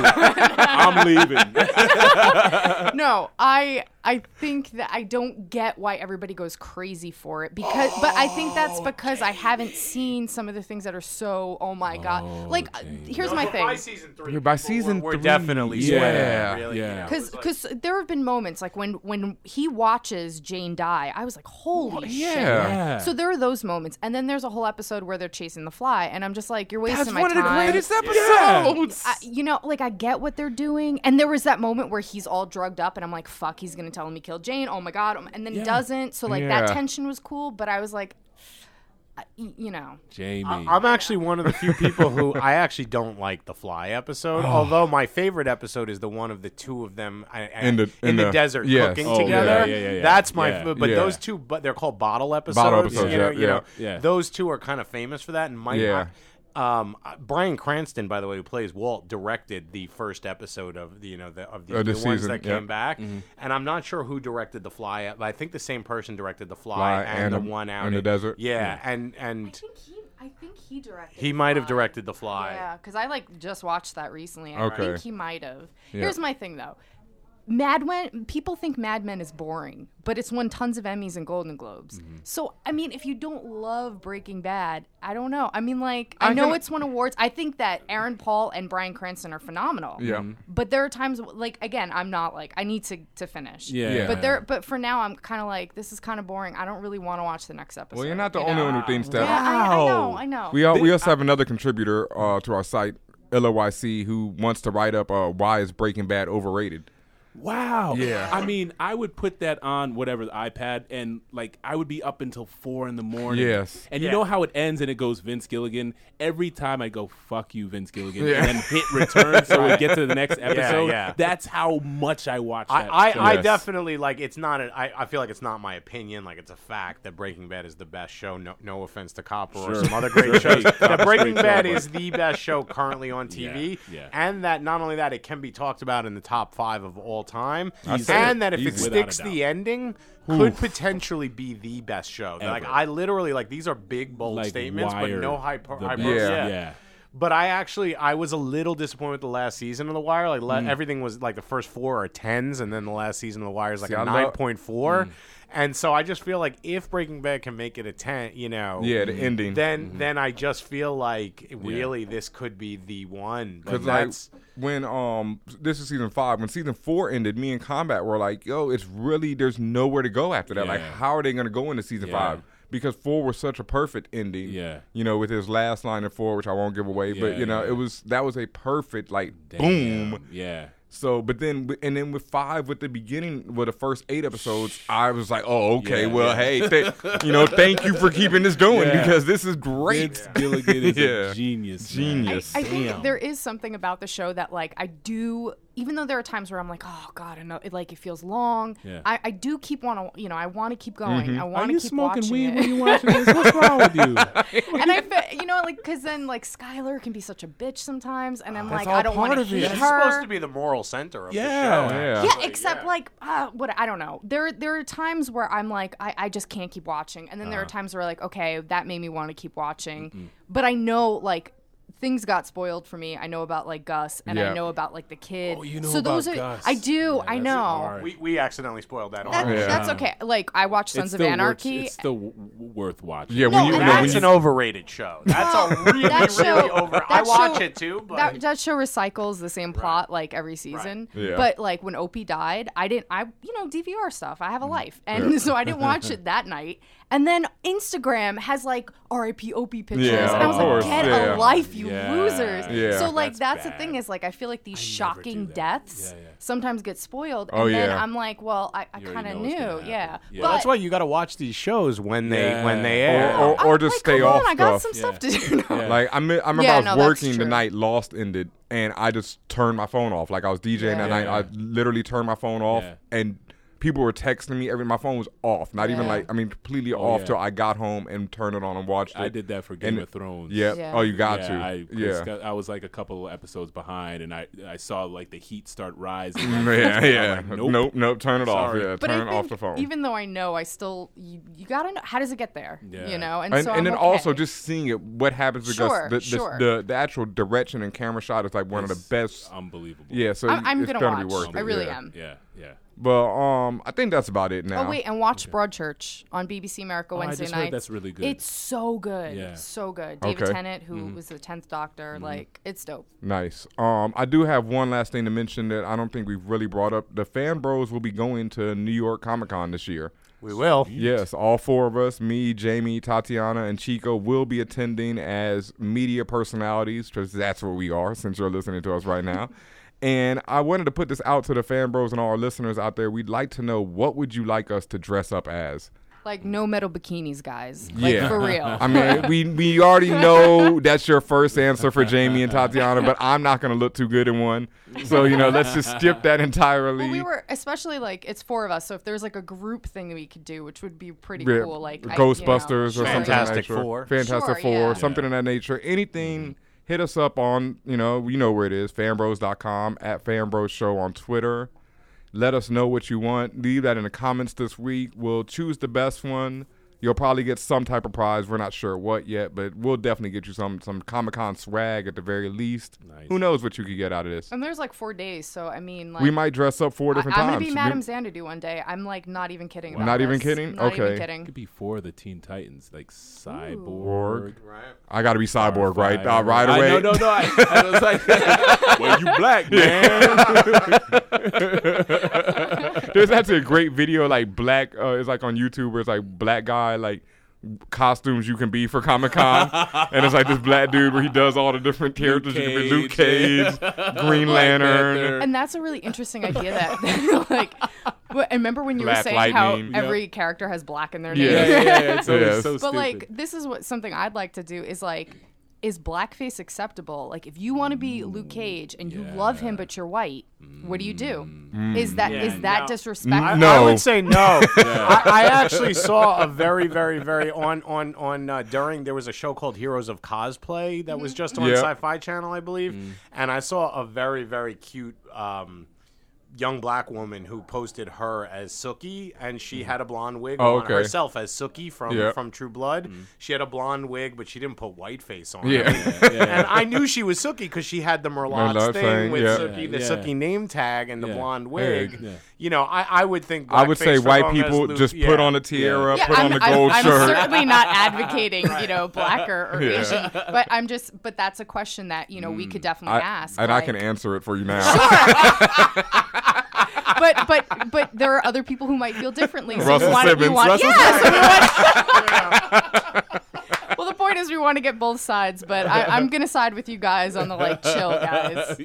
S4: I'm leaving.
S3: No, I I think that I don't get why everybody goes crazy for it because but I think that's because I haven't seen some of the things that are so oh my oh god. Like uh, here's my thing.
S2: season three,
S1: By season
S2: we're,
S1: three,
S2: definitely
S4: yeah,
S2: sweating.
S4: yeah,
S2: really,
S4: yeah.
S2: you know.
S3: Because because there have been moments like when when he watches Jane die, I was like, holy shit.
S1: Yeah.
S3: So there are those moments, and then there's a whole episode where they're chasing the fly, and I'm just like, you're wasting
S1: That's
S3: my
S1: one of
S3: time.
S1: the greatest episodes.
S3: I, you know, like I get what they're doing, and there was that moment where he's all drugged up, and I'm like, "Fuck, he's gonna tell him he killed Jane." Oh my god, um, and then he doesn't. So like that
S1: Yeah.
S3: tension was cool, but I was like, I- y- you know,
S4: Jamie.
S2: I'm actually one of the few people who I actually don't like the Fly
S1: Oh.
S2: episode. Although my favorite episode is the one of the two of them I- I-
S1: In the- in the-
S2: desert
S1: yes.
S2: cooking
S1: Oh, yeah,
S2: together.
S4: yeah, yeah, yeah.
S2: That's my.
S4: Yeah.
S2: f- But
S1: Yeah.
S2: those two, but they're called bottle episodes.
S1: episodes,
S2: you know,
S1: yeah,
S2: you know,
S4: yeah. Yeah.
S2: those two are kind of famous for that. And Mike,
S1: Yeah.
S2: um, uh, Brian Cranston, by the way, who plays Walt, directed the first episode of the you know the, of the,
S1: Of
S2: new
S1: this
S2: ones
S1: season,
S2: that
S1: yeah. Mm-hmm.
S2: came back. And I'm not sure who directed the Fly, but I think the same person directed the Fly,
S1: Fly
S2: and,
S1: and
S2: the
S1: the-
S2: one out
S1: and the desert.
S2: Yeah, and and.
S3: I think he, I think he directed.
S2: He might have directed The Fly.
S3: Yeah, because I like just watched that recently. I
S1: Okay.
S3: think he might have. Here's my thing though. Mad Men. People think Mad Men is boring, but it's won tons of Emmys and Golden Globes.
S1: Mm-hmm.
S3: So I mean, if you don't love Breaking Bad, I don't know. I mean, like I,
S1: I
S3: know
S1: think-
S3: it's won awards. I think that Aaron Paul and Brian Cranston are phenomenal.
S1: Yeah.
S3: But there are times like again, I'm not like I need to to finish.
S4: Yeah.
S3: But there, but for now, I'm kind of like this is kind of boring. I don't really want to watch the next episode.
S1: Well, you're not the
S3: you
S1: only
S3: know?
S1: one who thinks that.
S3: Yeah, I, I know. I know.
S1: We, all, we also have another contributor uh, to our site, LOYC, who wants to write up uh, why is Breaking Bad overrated.
S4: Wow.
S1: Yeah.
S4: I mean, I would put that on whatever the iPad, and like I would be up until four in the morning.
S1: Yes.
S4: And you know how it ends, and it goes Vince Gilligan. Every time I go, "Fuck you, Vince Gilligan,"
S1: Yeah.
S4: and then hit return so we get to the next episode.
S2: yeah.
S4: That's how much I watch. That
S2: I,
S4: show.
S2: I, I
S1: Yes.
S2: definitely like it's not an, I, I feel like it's not my opinion like it's a fact that Breaking Bad is the best show no, no offense to Copper or some other great shows that Breaking Bad is the best show currently on TV
S4: Yeah, yeah.
S2: and that not only that it can be talked about in the top five of all time
S4: Easy.
S2: and that if it
S4: Easy.
S2: sticks
S4: Without a
S2: the ending could potentially be the best show like
S4: Ever.
S2: I literally like these are big bold
S4: like
S2: statements but
S4: Wire,
S2: no hyper,
S4: the
S2: hyper
S4: best.
S1: Yeah.
S4: yeah.
S2: But I actually I was a little disappointed with the last season of The Wire. Like
S1: Hmm.
S2: le- everything was like the first four are tens, and then the last season of The Wire is like
S1: See, I Hmm.
S2: a
S1: love-
S2: nine point four. And so I just feel like if Breaking Bad can make it a ten, you know,
S1: Yeah,
S3: Hmm.
S1: the ending. Hmm.
S2: then then I just feel like really this could be the one. But
S1: Because like
S2: that's
S1: when um this is season five, when season four ended, me and Combat were like, "Yo, it's really there's nowhere to go after that. Like,
S4: Yeah.
S1: how are they gonna go into season
S4: Yeah.
S1: five? Because four was such a perfect ending.
S4: Yeah.
S1: you know, with his last line in four, which I won't give away, but
S4: Yeah,
S1: you know,
S4: yeah.
S1: it was that was a perfect like boom.
S4: Damn. Yeah.
S1: So, but then and then with five, with the beginning, with the first eight episodes, I was like, "Oh, okay,
S4: Yeah,
S1: well,
S4: yeah.
S1: hey, th- you know, thank you for keeping this doing
S4: Yeah.
S1: because this is great.
S4: Vince Gilligan is
S1: Yeah.
S4: a genius. man.
S1: Genius.
S3: I, I think there is something about the show that like I do even though there are times where I'm like, oh god, I know it like it feels long.
S4: Yeah.
S3: I, I do keep want to you know I want to keep going. I want
S4: Mm-hmm. Are
S3: to
S4: you
S3: keep
S4: smoking
S3: watching
S4: weed
S3: it.
S4: when you watching this? What's wrong with you?
S3: and I fe- you know like because then like Skylar can be such a bitch sometimes, and I'm like
S1: all
S3: I don't want
S1: part
S3: to
S1: of it.
S3: hate
S2: it's
S3: her.
S2: supposed to be the moral center of
S4: Yeah.
S2: the show.
S1: Yeah.
S3: yeah, except like uh, what I don't know. There there are times where I'm like I, I just can't keep watching, and then there are times where like okay that made me want to keep watching, but I know like things got spoiled for me. I know about like Gus, and
S1: Yeah.
S3: I know about like the kid.
S4: Oh, you know
S3: so those
S4: about
S3: are
S4: Gus.
S3: I do. I
S4: that's
S3: know.
S4: hard.
S2: We, we accidentally spoiled that.
S3: That,
S2: already.
S1: Yeah.
S3: That's okay. Like I watch
S4: It's
S3: Sons of
S4: still worth-
S3: Anarchy.
S4: It's still w- w- worth watching.
S1: yeah, when
S3: No,
S1: you no,
S3: and
S1: when
S2: That's
S1: you
S2: an overrated show. That's a really,
S3: that
S2: really
S3: show-
S2: over. I
S3: that
S2: watch
S3: show-
S2: it too, but
S3: that, that show recycles the same plot like every season.
S1: Yeah.
S3: But like when Opie died, I didn't. I you know DVR stuff. I have
S4: Mm.
S3: a life, and so I didn't watch it that night. And then Instagram has like R.I.P. Opie pictures,
S1: Yeah,
S3: and I
S1: of
S3: was like,
S1: course,
S3: get
S1: yeah.
S3: a life, you
S4: Yeah.
S3: losers.
S1: Yeah.
S3: So like
S4: That's
S3: that's, the thing
S4: bad.
S3: is like I feel like these shocking
S4: that.
S3: deaths
S4: Yeah, yeah.
S3: sometimes get spoiled,
S1: Oh,
S3: and then
S1: yeah.
S3: I'm like, well, I, I
S4: You already
S3: kind of
S4: know what's gonna
S3: knew,
S4: happen.
S3: yeah.
S4: Yeah.
S3: But
S4: Well,
S2: that's why you got to watch these shows when they when they
S4: Yeah.
S2: air.
S1: or, or, or just
S3: like,
S1: stay
S3: come
S1: off
S3: on, I got
S1: stuff.
S3: some stuff to do.
S4: Yeah.
S1: Like I, me- I remember
S3: Yeah,
S1: I was
S3: no, that's
S1: working the
S3: true.
S1: night Lost ended, and I just turned my phone off. Like I was DJing that
S4: Yeah.
S1: night, I literally turned my phone off,
S4: Yeah.
S1: and people were texting me. Every my phone was off, not even
S3: Yeah.
S1: like I mean completely off
S4: Oh, yeah.
S1: till I got home and turned it on and watched it.
S4: I did that for Game
S1: And-
S4: of Thrones.
S1: Yep.
S3: Yeah.
S1: Oh, you got
S4: yeah,
S1: to.
S4: I,
S1: yeah.
S4: I was like a couple episodes behind, and I I saw like the heat start rising.
S1: yeah, yeah.
S4: I'm like,
S1: nope.
S4: nope.
S1: nope, Turn it
S4: Sorry.
S1: off. Yeah,
S3: But
S1: turn
S3: I think
S1: off the phone.
S3: even though I know, I still you, you gotta know how does it get there,
S4: Yeah.
S3: you know, and,
S1: and,
S3: so
S1: and
S3: I'm
S1: then
S3: okay.
S1: also just seeing it, what happens because
S3: Sure,
S1: the, the,
S3: sure.
S1: the the actual direction and camera shot is like one of the best.
S4: Unbelievable.
S1: Yeah, so
S3: I'm, I'm
S1: it's
S3: gonna
S1: gonna be
S3: watch.
S1: worth
S3: I
S1: it,
S3: really
S1: yeah.
S3: am.
S4: Yeah. Yeah.
S1: But um, I think that's about it now.
S3: Oh wait, and watch Broadchurch on BBC America
S4: Oh, I
S3: Wednesday
S4: just
S3: night.
S4: heard that's really good.
S3: It's so good,
S4: Yeah.
S3: so good.
S1: Okay.
S3: David
S1: Mm-hmm.
S3: Tennant, who was the tenth Doctor, like it's dope.
S1: Nice. Um, I do have one last thing to mention that I don't think we've really brought up. The Fan Bros will be going to New York Comic Con this year.
S2: We will.
S1: Yes, all four of us, me, Jamie, Tatiana, and Chico, will be attending as media personalities because that's what we are since you're listening to us right now. and I wanted to put this out to the fan bros and all our listeners out there. We'd like to know what would you like us to dress up as?
S3: Like no metal bikinis, guys. Like
S1: Yeah.
S3: for real.
S1: I mean, we, we already know that's your first answer for Jamie and Tatiana, but I'm not going to look too good in one. So, you know, let's just skip that entirely.
S3: Well, we were especially like it's four of us, so if there's like a group thing that we could do, which would be pretty
S1: Yeah,
S3: cool, like I- you know,
S1: Ghostbusters or something
S3: sure.
S2: Fantastic
S1: of that nature.
S2: Four.
S1: Fantastic
S3: Sure,
S1: Four,
S3: yeah.
S1: something of that nature. Anything,
S4: Mm-hmm.
S1: hit us up on, you know, you know where it is, fanbros.com, at fanbros show on Twitter. Let us know what you want. Leave that in the comments this week. We'll choose the best one. You'll probably get some type of prize. We're not sure what yet, but we'll definitely get you some some Comic Con swag at the very least.
S4: Nice.
S1: Who knows what you could get out of this?
S3: And there's like four days, so I mean, like
S1: we might dress up four
S3: I,
S1: different
S3: am
S1: times.
S3: gonna be
S1: We-
S3: Madame Xanadu one day. I'm like not even kidding. About
S1: Not even
S3: this.
S1: kidding?
S3: Not
S1: Okay.
S3: even
S4: It could
S3: kidding.
S4: be for the Teen Titans, like Cyborg.
S1: Borg.
S2: Right.
S1: I got to be cyborg, right?
S4: Five.
S1: Uh, right
S4: I-
S1: away.
S4: no, no, no. I, I was like, well, you black man.
S1: There's actually a great video like black uh, it's like on YouTube where it's like black guy like costumes you can be for Comic Con, and it's like this black dude where he does all the different characters. You can be Luke Cage,
S4: Cage.
S1: Green Lantern.
S4: Panther.
S3: And that's a really interesting idea. That like, but- and remember when you were
S1: Black
S3: saying
S1: Lightning.
S3: how every character has black in their
S1: Yeah.
S3: name?
S4: yeah, yeah, yeah. It's always
S1: Yes.
S4: so
S1: But,
S3: but
S4: stupid.
S3: like this is what something I'd like to do is like is blackface acceptable? Like if you want to be Luke Cage and you love him but you're white, what do you do? Is that is
S2: Mm. Yeah,
S3: that
S2: no.
S3: disrespectful?
S1: No.
S2: I would say no. I, I actually saw a very, very, very on on on uh, during there was a show called Heroes of Cosplay that was just on
S1: Yep.
S2: Sci-Fi Channel, I believe,
S4: Mm.
S2: and I saw a very, very cute. Um, Young black woman who posted her as Sookie, and she
S4: Mm.
S2: had a blonde wig
S1: Oh,
S2: on
S1: okay.
S2: herself as Sookie from
S1: Yep.
S2: from True Blood.
S4: Mm.
S2: She had a blonde wig, but she didn't put white face on.
S1: Yeah.
S2: it. and I knew she was Sookie because she had the Merlot
S1: Merlot
S2: thing,
S1: thing,
S2: with
S1: yeah.
S2: Sookie, the
S4: Yeah.
S2: Sookie name tag, and the
S4: Yeah.
S2: blonde wig.
S4: Yeah.
S2: You know, I, I would think
S1: I would
S2: blackface
S1: say
S2: for
S1: white
S2: long as
S1: people
S2: Luke-
S1: just
S2: yeah.
S1: put on a tiara,
S3: Yeah,
S1: put
S3: I'm,
S1: on the
S3: I'm-
S1: gold
S3: I'm
S1: shirt.
S3: certainly not advocating, you know, black or, or
S1: Yeah. Mm.
S3: Asian. But I'm just, but that's a question that you know we could definitely
S1: I-
S3: ask.
S1: and I
S3: like-
S1: can answer it for you now.
S3: but but but there are other people who might feel differently. So
S1: Russell
S3: we want,
S1: Simmons,
S3: We want,
S1: Russell
S3: yeah, so we want- well, the point is we want to get both sides, but I, I'm gonna side with you guys on the like chill guys.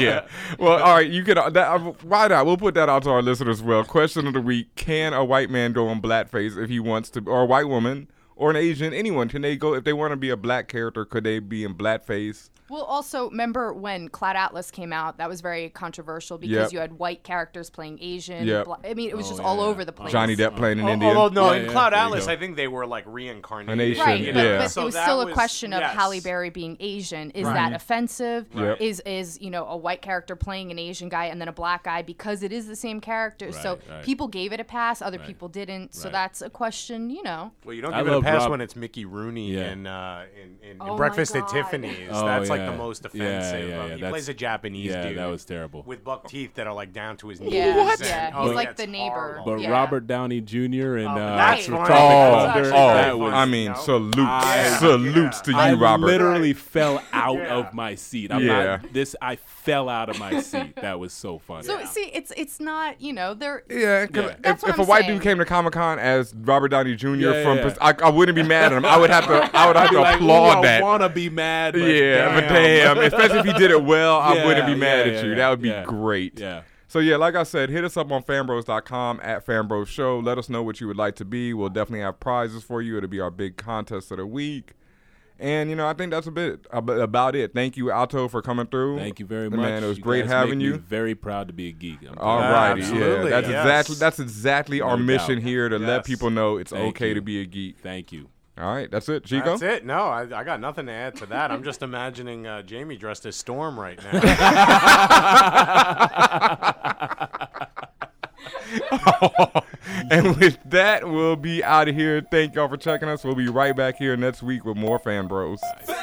S1: yeah. Well, all right. You can. uh, That, uh, why not? We'll put that out to our listeners as well. Question of the week: Can a white man go on blackface if he wants to, or a white woman, or an Asian? Anyone? Can they go if they want to be a black character? Could they be in blackface?
S3: Well, also remember when Cloud Atlas came out? That was very controversial because
S1: Yep.
S3: you had white characters playing Asian.
S1: Yep.
S3: bla- I mean, it was just
S4: yeah,
S3: all
S4: yeah.
S3: over the place.
S1: Johnny Depp
S4: Oh,
S1: playing in
S2: Al-
S1: India.
S2: Oh, Although no,
S4: Yeah,
S2: in
S4: yeah,
S2: Cloud
S4: there you
S2: Atlas,
S4: go.
S2: I think they were like reincarnated.
S1: Nation,
S3: Right,
S1: Yeah.
S3: but,
S1: Yeah.
S3: but
S2: So
S3: it was
S2: that
S3: still a
S2: was-
S3: question of
S2: yes.
S3: Halle Berry being Asian. Is
S2: Right.
S3: that offensive?
S1: Right.
S3: Is is you know a white character playing an Asian guy and then a black guy because it is the same character? so
S4: Right, right.
S3: people gave it a pass, other people didn't. So
S4: Right.
S3: that's a question, you know.
S2: Well, you don't
S4: I
S2: give it a
S4: love
S2: pass
S4: Rob-
S2: when it's Mickey Rooney
S4: Yeah.
S2: in, uh, in, in, in
S3: Oh my
S2: Breakfast at
S3: God.
S2: Tiffany's.
S4: Oh,
S2: That's like the
S4: yeah.
S2: most
S4: Yeah, yeah,
S2: offensive.
S4: yeah,
S2: Um,
S4: yeah,
S2: he
S4: that's-
S2: plays a Japanese
S4: yeah,
S2: dude
S4: that was terrible.
S2: with buck teeth that are like down to his knees.
S3: Yeah, What? yeah,
S2: And-
S3: he's
S2: oh,
S3: like
S2: that's
S3: the neighbor.
S2: horrible.
S4: but
S3: Yeah.
S4: Robert Downey Jr. and uh,
S2: that's
S4: Tropic
S2: fine.
S1: Oh,
S2: That's
S4: Thunder,
S2: actually
S1: oh,
S2: very
S4: that was
S2: funny.
S1: I mean,
S2: No.
S1: salutes,
S2: I-
S1: salutes to you,
S4: I
S1: Robert.
S4: literally fell out of my seat. I'm
S1: Yeah.
S4: not this. I fell out of my seat. That was so funny.
S3: So see, it's it's not you know there.
S1: yeah, 'cause if,
S3: That's what
S1: if
S3: I'm
S1: a white
S3: saying.
S1: dude came to Comic Con as Robert Downey Jr.
S4: Yeah,
S1: from,
S4: yeah,
S1: Pas- I, I wouldn't be mad at him. I would have to, I would have
S4: I'd be
S1: to
S4: like,
S1: applaud
S4: "Ooh, I
S1: that.
S4: want to be mad. But
S1: yeah,
S4: damn.
S1: but damn, especially if he did it well, I
S4: Yeah,
S1: wouldn't be
S4: yeah,
S1: mad
S4: yeah,
S1: at you.
S4: yeah,
S1: that would be
S4: yeah.
S1: great.
S4: Yeah.
S1: So yeah, like I said, hit us up on fanbros.com at fanbros show. Let us know what you would like to be. We'll definitely have prizes for you. It'll be our big contest of the week. And you know, I think that's a bit ab- about it. Thank you, Alto, for coming through.
S4: Thank you very
S1: Man,
S4: much.
S1: it was
S4: You
S1: great
S4: guys
S1: having
S4: make me
S1: you.
S4: very proud to be a geek. I'm
S1: All
S4: proud.
S1: right, yeah,
S2: Absolutely,
S1: that's
S2: yes.
S1: exactly that's exactly our
S4: No
S1: mission
S4: doubt.
S1: here to let
S2: Yes.
S1: people know it's
S4: Thank
S1: okay
S4: you.
S1: to be a geek.
S4: Thank you.
S1: All right, that's it, Chico.
S2: That's it. No, I, I got nothing to add to that. I'm just imagining uh, Jamie dressed as Storm right now.
S1: and with that, we'll be out of here. Thank y'all for checking us. We'll be right back here next week with more Fan Bros.
S6: Fan